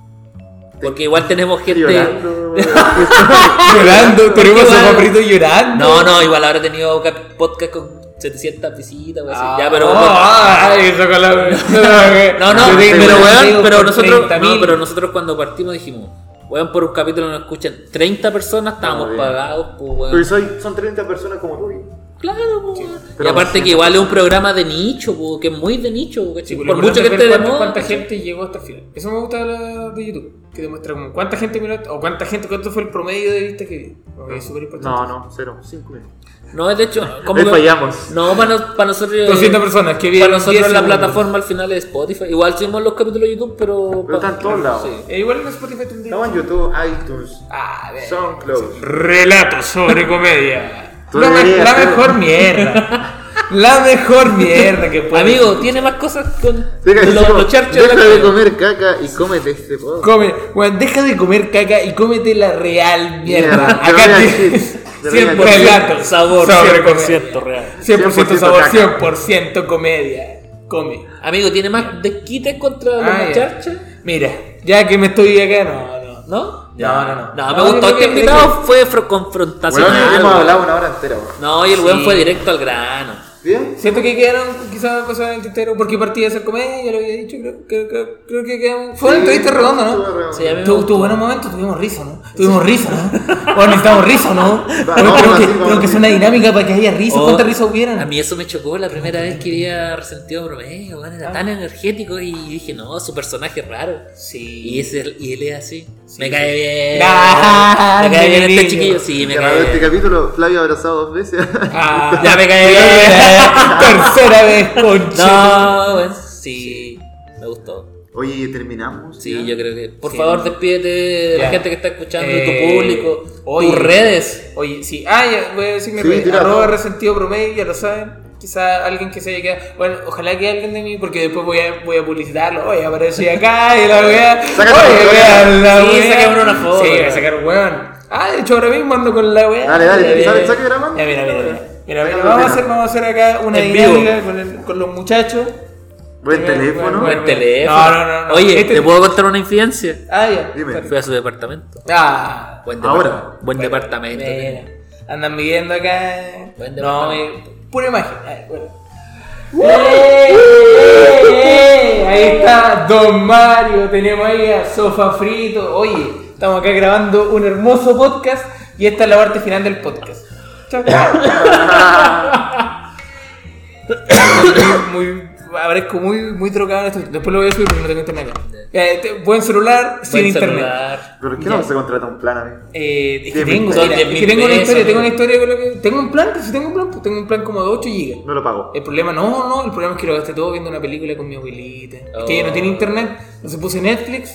Speaker 3: Porque igual tenemos gente.
Speaker 1: llorando. güey.
Speaker 2: Llorando, tenemos
Speaker 3: Igual.
Speaker 2: a Paprito llorando.
Speaker 3: No, no, igual ahora he tenido cap- podcast con 700 visitas, weón. así.
Speaker 2: Ah,
Speaker 3: ya, pero.
Speaker 2: ay, eso con la-
Speaker 3: No, no,
Speaker 2: Yo tengo
Speaker 3: pero
Speaker 2: un
Speaker 3: weón,
Speaker 2: amigo
Speaker 3: pero
Speaker 2: con
Speaker 3: nosotros,
Speaker 2: 30.000.
Speaker 3: no, pero nosotros cuando partimos dijimos, weón, por un capítulo nos escuchan 30 personas, estábamos
Speaker 1: Ah, bien.
Speaker 3: pagados, pues weón.
Speaker 1: Pero soy, son 30 personas como tú. güey.
Speaker 3: Claro, po, weón. Y
Speaker 1: pero
Speaker 3: aparte
Speaker 1: 200
Speaker 3: que igual es un programa de nicho, po, que es muy de nicho, po, ¿cachai?
Speaker 2: Sí,
Speaker 3: por mucho que esté
Speaker 2: te
Speaker 3: de
Speaker 2: cuánta,
Speaker 3: moda.
Speaker 2: cuánta
Speaker 3: ¿cachai?
Speaker 2: gente llegó hasta el final. Eso me gusta de, la- de YouTube, que demuestra como cuánta gente miró o cuánta gente, cuánto fue el promedio de vistas que vi. Como que Es súper importante.
Speaker 1: Mm. No, no, cero, cinco meses.
Speaker 3: No, es de hecho, como
Speaker 1: Ahí
Speaker 3: que-
Speaker 1: fallamos.
Speaker 3: No, para, nos- para nosotros. eh,
Speaker 2: 200 personas, que bien.
Speaker 3: Para nosotros la plataforma al final es Spotify. Igual subimos los capítulos de YouTube, pero.
Speaker 1: Pero está en todos lados.
Speaker 3: Sí.
Speaker 2: Eh, igual en Spotify tendría.
Speaker 1: Estamos en YouTube, iTunes,
Speaker 3: Ah,
Speaker 2: A ver.
Speaker 1: SoundCloud.
Speaker 2: Relatos sobre comedia.
Speaker 1: Tú
Speaker 2: la, me-
Speaker 1: deberías
Speaker 2: la
Speaker 1: hacer-
Speaker 2: mejor mierda. la mejor mierda que puede.
Speaker 3: Amigo, tiene más cosas con
Speaker 1: Deja, de-
Speaker 3: los, los charchos de la
Speaker 1: deja de
Speaker 3: comedia.
Speaker 1: comer caca y cómete este podcast.
Speaker 2: Come, weón, deja de comer caca y cómete la real mierda.
Speaker 1: Mierda, te voy
Speaker 2: Acá
Speaker 1: a
Speaker 2: tienes
Speaker 1: decir, te voy a
Speaker 2: 100%
Speaker 1: decir.
Speaker 2: relato,
Speaker 3: Sabor,
Speaker 2: sobre
Speaker 3: 100%
Speaker 2: comedia.
Speaker 3: real.
Speaker 2: 100% sabor,
Speaker 1: caca.
Speaker 2: 100% comedia. Come.
Speaker 3: Amigo, tiene más desquites contra los
Speaker 2: Ah, ya.
Speaker 3: charchas,
Speaker 2: Mira, ya que me estoy acá, no, no.
Speaker 3: ¿no?
Speaker 2: No, no,
Speaker 3: No,
Speaker 2: no. No,
Speaker 3: me gustó.
Speaker 2: yo creo
Speaker 3: Este
Speaker 2: que-
Speaker 3: invitado fue fro-
Speaker 1: Bueno,
Speaker 3: confrontacional.
Speaker 1: hemos
Speaker 3: weón.
Speaker 1: hablado una hora entera. güey.
Speaker 3: No, y el weón
Speaker 2: Sí.
Speaker 3: fue directo al grano.
Speaker 1: ¿Bien?
Speaker 2: Siento que quedaron quizás cosas en el tintero porque partía a hacer comedia, ya lo había dicho, creo, creo, creo, creo que quedamos. Fue una entrevista redonda,
Speaker 1: Estuvo
Speaker 2: ¿no?
Speaker 1: redondo.
Speaker 3: Sí, a mí me
Speaker 2: Tu,
Speaker 3: gustó.
Speaker 2: tu buenos momentos, tuvimos risa, ¿no? Tuvimos risa, ¿no? Bueno, necesitamos risa, ¿no? Creo,
Speaker 1: vamos
Speaker 2: creo
Speaker 1: así,
Speaker 2: que,
Speaker 1: vamos
Speaker 2: creo que es
Speaker 1: así.
Speaker 2: una dinámica para que haya risa,
Speaker 3: Oh,
Speaker 2: cuántas risas
Speaker 3: A
Speaker 2: hubieran.
Speaker 3: mí eso me chocó la primera vez que vi a Resentido Promedio, weón,
Speaker 2: Ah.
Speaker 3: era tan energético y dije, no, su personaje es raro. Y,
Speaker 2: Sí.
Speaker 3: ese, y él es así. me cae bien.
Speaker 2: Grande,
Speaker 3: me cae bien este
Speaker 2: Ah, niño.
Speaker 3: chiquillo, sí, eh, me
Speaker 1: Ya, a ver,
Speaker 3: cae
Speaker 1: este
Speaker 3: bien.
Speaker 1: capítulo, Flavio abrazado dos veces.
Speaker 2: Ah,
Speaker 3: Ya me cae bien.
Speaker 2: Tercera vez, concha.
Speaker 3: No, weón, sí, me gustó.
Speaker 1: Oye, terminamos.
Speaker 3: Sí,
Speaker 1: ya?
Speaker 3: yo creo que. Por
Speaker 2: Sí.
Speaker 3: favor, despídete de la
Speaker 2: Ya.
Speaker 3: gente que está escuchando,
Speaker 2: Eh,
Speaker 3: de tu público,
Speaker 2: oye.
Speaker 3: tus redes.
Speaker 2: Oye, sí. Ah, ya, voy a decir mi
Speaker 1: Sí,
Speaker 2: red,
Speaker 1: tira
Speaker 2: Arroba
Speaker 1: todo.
Speaker 2: resentido promedio, ya lo saben. Quizá alguien que se haya quedado. Bueno, ojalá que alguien de mí, porque después voy a, voy a publicitarlo. Oye, aparecí acá y la weá.
Speaker 1: Sácate
Speaker 2: Oye,
Speaker 1: una
Speaker 2: weá, la
Speaker 3: Sí,
Speaker 2: weá.
Speaker 3: saquémonos una foto,
Speaker 2: Sí, voy a
Speaker 3: weón.
Speaker 2: sacar un weón. Ah, de hecho ahora mismo ando con la weá.
Speaker 1: Dale, dale,
Speaker 2: Ya, ya,
Speaker 1: saca-
Speaker 2: ya.
Speaker 1: saca grabando.
Speaker 2: Ya, mira, mira, mira. Mira, mira,
Speaker 1: Saca
Speaker 2: vamos a
Speaker 1: la
Speaker 2: hacer,
Speaker 1: pena.
Speaker 2: vamos a hacer acá una
Speaker 3: En vivo.
Speaker 2: dinámica con, el- con los muchachos.
Speaker 1: Buen
Speaker 2: Mira,
Speaker 1: teléfono.
Speaker 2: bueno,
Speaker 3: Buen
Speaker 2: bueno.
Speaker 3: teléfono.
Speaker 2: No, no, no, no.
Speaker 3: Oye,
Speaker 2: Este-
Speaker 3: ¿te puedo contar una infidencia?
Speaker 2: Ah, ya.
Speaker 1: Dime.
Speaker 2: Sorry.
Speaker 3: Fui a su departamento.
Speaker 2: Ah.
Speaker 3: Buen
Speaker 1: Ahora.
Speaker 3: departamento. Buen
Speaker 2: Bueno,
Speaker 3: departamento.
Speaker 2: mira, Andan midiendo acá.
Speaker 3: Buen
Speaker 2: no,
Speaker 3: departamento.
Speaker 2: mi- pura imagen. Ay, bueno. ¡Eh, eh, eh! Ahí está Don Mario, tenemos ahí a Sofa Frito. Oye, estamos acá grabando un hermoso podcast y esta es la parte final del podcast. Chao. muy, muy- aparezco muy, muy drogado en esto. Después lo voy a subir porque no tengo internet acá. Eh, te- buen celular, sin
Speaker 3: Buen
Speaker 2: internet.
Speaker 3: celular.
Speaker 1: ¿Pero qué no se contrata un plan a mí?
Speaker 2: Eh, es que
Speaker 1: Diez
Speaker 2: tengo,
Speaker 1: mil
Speaker 3: pesos.
Speaker 2: mira, es
Speaker 3: Diez
Speaker 2: que
Speaker 3: mil
Speaker 2: tengo una
Speaker 3: pesos,
Speaker 2: historia, tengo una
Speaker 3: amigo.
Speaker 2: historia con lo que. Tengo un plan, que si tengo un plan, pues tengo un plan como de 8 gigas.
Speaker 1: No lo pago.
Speaker 3: Eh,
Speaker 2: El problema, no, no, el problema es que lo gasté todo viendo una película con mi abuelita. Es
Speaker 3: Oh.
Speaker 2: que ella no tiene internet, entonces puse Netflix,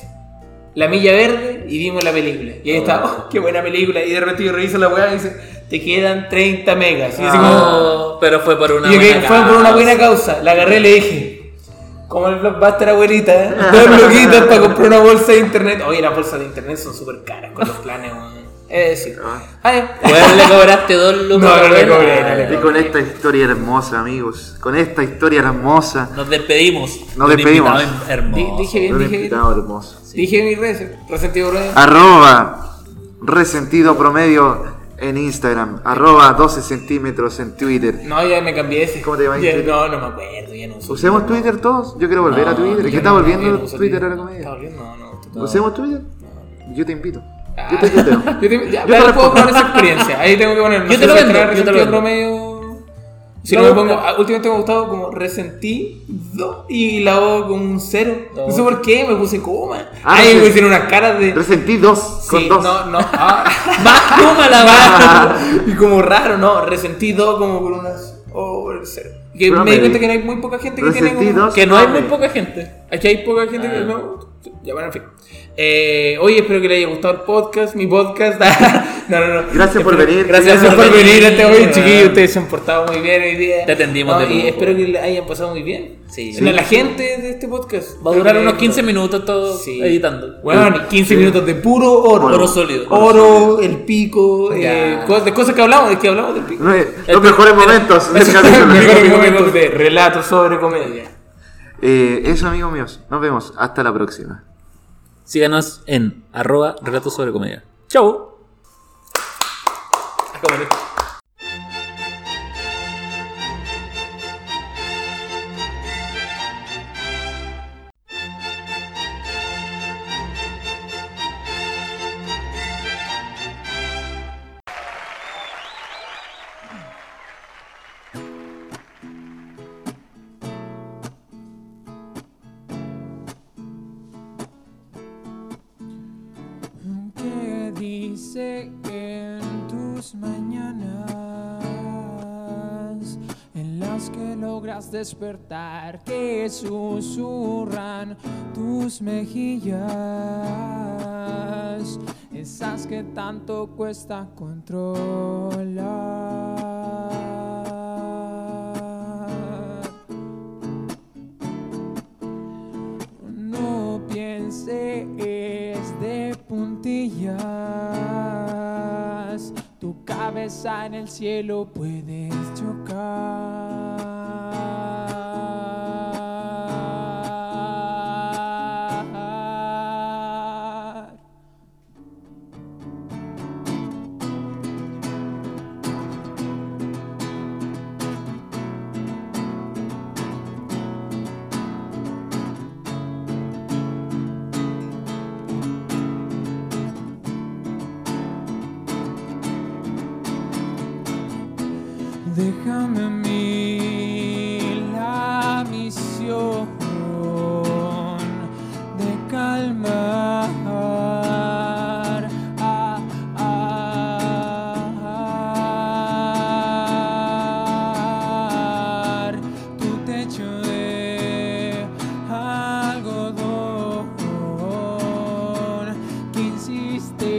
Speaker 2: La Milla Verde y vimos la película. Y ahí está, oh, qué buena película. Y de repente yo reviso la weá y dice, te quedan 30 megas. Y yo así como,
Speaker 3: No, pero fue por Oh, una
Speaker 2: y yo que
Speaker 3: buena
Speaker 2: fue por una
Speaker 3: causa.
Speaker 2: buena causa. La agarré y le dije, como el blockbuster abuelita, dos loquitas para comprar una bolsa de internet. Oye, las bolsas de internet son súper caras con los planes, weón. Es decir,
Speaker 3: Ah.
Speaker 2: ay,
Speaker 3: Bueno, le cobraste dos lucas.
Speaker 2: No, no le
Speaker 3: bueno.
Speaker 2: cobré, no le
Speaker 1: Y
Speaker 3: eh.
Speaker 1: con esta historia hermosa, amigos. Con esta historia hermosa.
Speaker 3: Nos despedimos.
Speaker 1: Nos
Speaker 3: de un
Speaker 1: despedimos.
Speaker 3: invitado
Speaker 2: di-
Speaker 3: Hermoso.
Speaker 2: dije
Speaker 1: de
Speaker 2: bien,
Speaker 1: Un
Speaker 2: dije bien.
Speaker 1: invitado hermoso.
Speaker 2: Dije mis redes, resentido redes.
Speaker 1: Arroba resentido promedio en Instagram. Arroba 12 centímetros en Twitter.
Speaker 2: No, ya me cambié ese.
Speaker 1: ¿Cómo te llamas?
Speaker 2: Ya- No, no me acuerdo, ya no uso.
Speaker 1: ¿Usemos Twitter todos? Yo quiero volver a Twitter.
Speaker 2: ya
Speaker 1: ¿Qué está
Speaker 2: no, ya
Speaker 1: volviendo
Speaker 2: no uso
Speaker 1: Twitter a la
Speaker 2: ¿Está
Speaker 1: comedia?
Speaker 2: volviendo? No, no. no.
Speaker 1: ¿Usemos Twitter? Yo te invito. Yo
Speaker 2: Ah.
Speaker 1: te invito.
Speaker 2: Yo te, ya,
Speaker 1: Yo
Speaker 2: pero
Speaker 1: te
Speaker 2: puedo
Speaker 1: respondo.
Speaker 2: poner esa experiencia. Ahí tengo que poner. no
Speaker 3: Yo
Speaker 2: sé
Speaker 3: te lo
Speaker 2: si
Speaker 3: vendo, yo
Speaker 2: será
Speaker 3: te lo
Speaker 2: resentido
Speaker 3: vendo.
Speaker 2: promedio. Si
Speaker 3: No,
Speaker 2: no, me pongo.
Speaker 3: no.
Speaker 2: ah, Últimamente me ha gustado como resentido y la hago con un cero. No, sé por qué, me puse en coma.
Speaker 1: Ah,
Speaker 2: Ahí me
Speaker 1: sí.
Speaker 2: pusieron unas caras de.
Speaker 1: Resentidos
Speaker 2: Sí,
Speaker 1: con dos.
Speaker 2: no, no. ah,
Speaker 3: Más pluma la va.
Speaker 2: y como raro, ¿no? Resentido como con unas. Oh, el cero. Que
Speaker 1: Pero me
Speaker 2: me di cuenta
Speaker 1: di.
Speaker 2: que hay muy poca gente que tiene.
Speaker 1: Resentidos.
Speaker 2: como-
Speaker 3: Que no hay muy
Speaker 1: Vale.
Speaker 3: poca gente.
Speaker 2: Aquí hay poca gente que
Speaker 3: Ah.
Speaker 2: no. Ya, bueno, en fin. Eh, oye, espero que les haya gustado el podcast, mi podcast. no, no, no.
Speaker 1: Gracias por
Speaker 2: Espero-
Speaker 1: venir.
Speaker 2: Gracias, por, venir este hoy,
Speaker 3: weón.
Speaker 2: chiquillos. Ustedes se han portado muy bien hoy día.
Speaker 3: Te atendimos de
Speaker 2: Y
Speaker 3: lujo.
Speaker 2: espero que les hayan pasado muy bien.
Speaker 3: Sí.
Speaker 2: Bueno, la gente de este podcast
Speaker 3: Va a durar unos 15 minutos todo
Speaker 2: Sí.
Speaker 3: editando.
Speaker 2: Bueno, 15 minutos de puro oro.
Speaker 1: Oro
Speaker 3: sólido.
Speaker 2: Oro, el pico, eh,
Speaker 3: Ya.
Speaker 2: cosas, de cosas que hablamos, de que hablamos del pico.
Speaker 1: No, eh, Los mejores momentos del capítulo.
Speaker 2: Mejores momentos de relatos sobre comedia.
Speaker 1: Eh, eso, amigos míos. Nos vemos. Hasta la próxima.
Speaker 3: Síganos en arroba relatos sobre comedia. Chau. Ah,
Speaker 4: que dice que en tus mañanas en las que logras despertar que susurran tus mejillas esas que tanto cuesta controlar no pienses de puntillas. Tu cabeza en el cielo puedes chocar. Déjame a mí la misión de calmar a, a- tu techo de algodón que insiste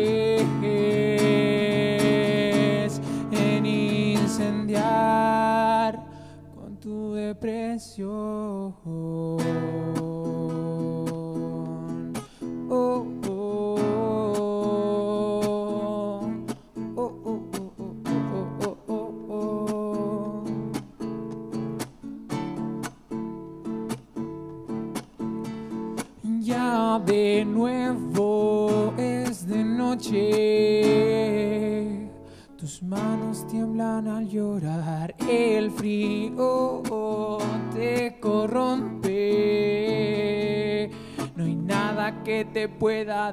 Speaker 4: en incendiar con tu depresión. Oh, oh, oh, oh, oh, oh, oh, oh, oh, oh. Ya de nuevo es de noche. Tus manos tiemblan al llorar. El frío te corrompe. No hay nada que te pueda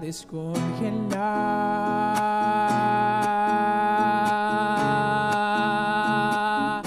Speaker 4: descongelar. Ah.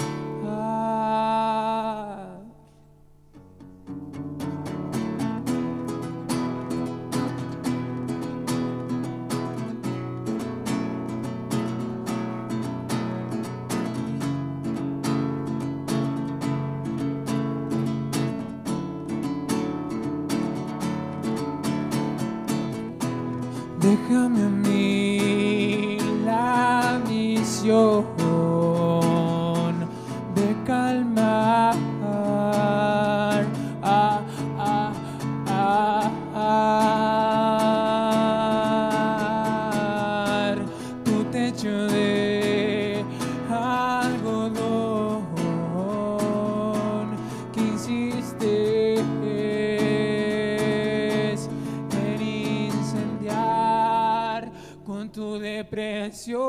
Speaker 4: Déjame a mí la misión de calmar Ah, a, a, ah, a- ah. tu techo de algodón que insiste en incendiar con tu depresión.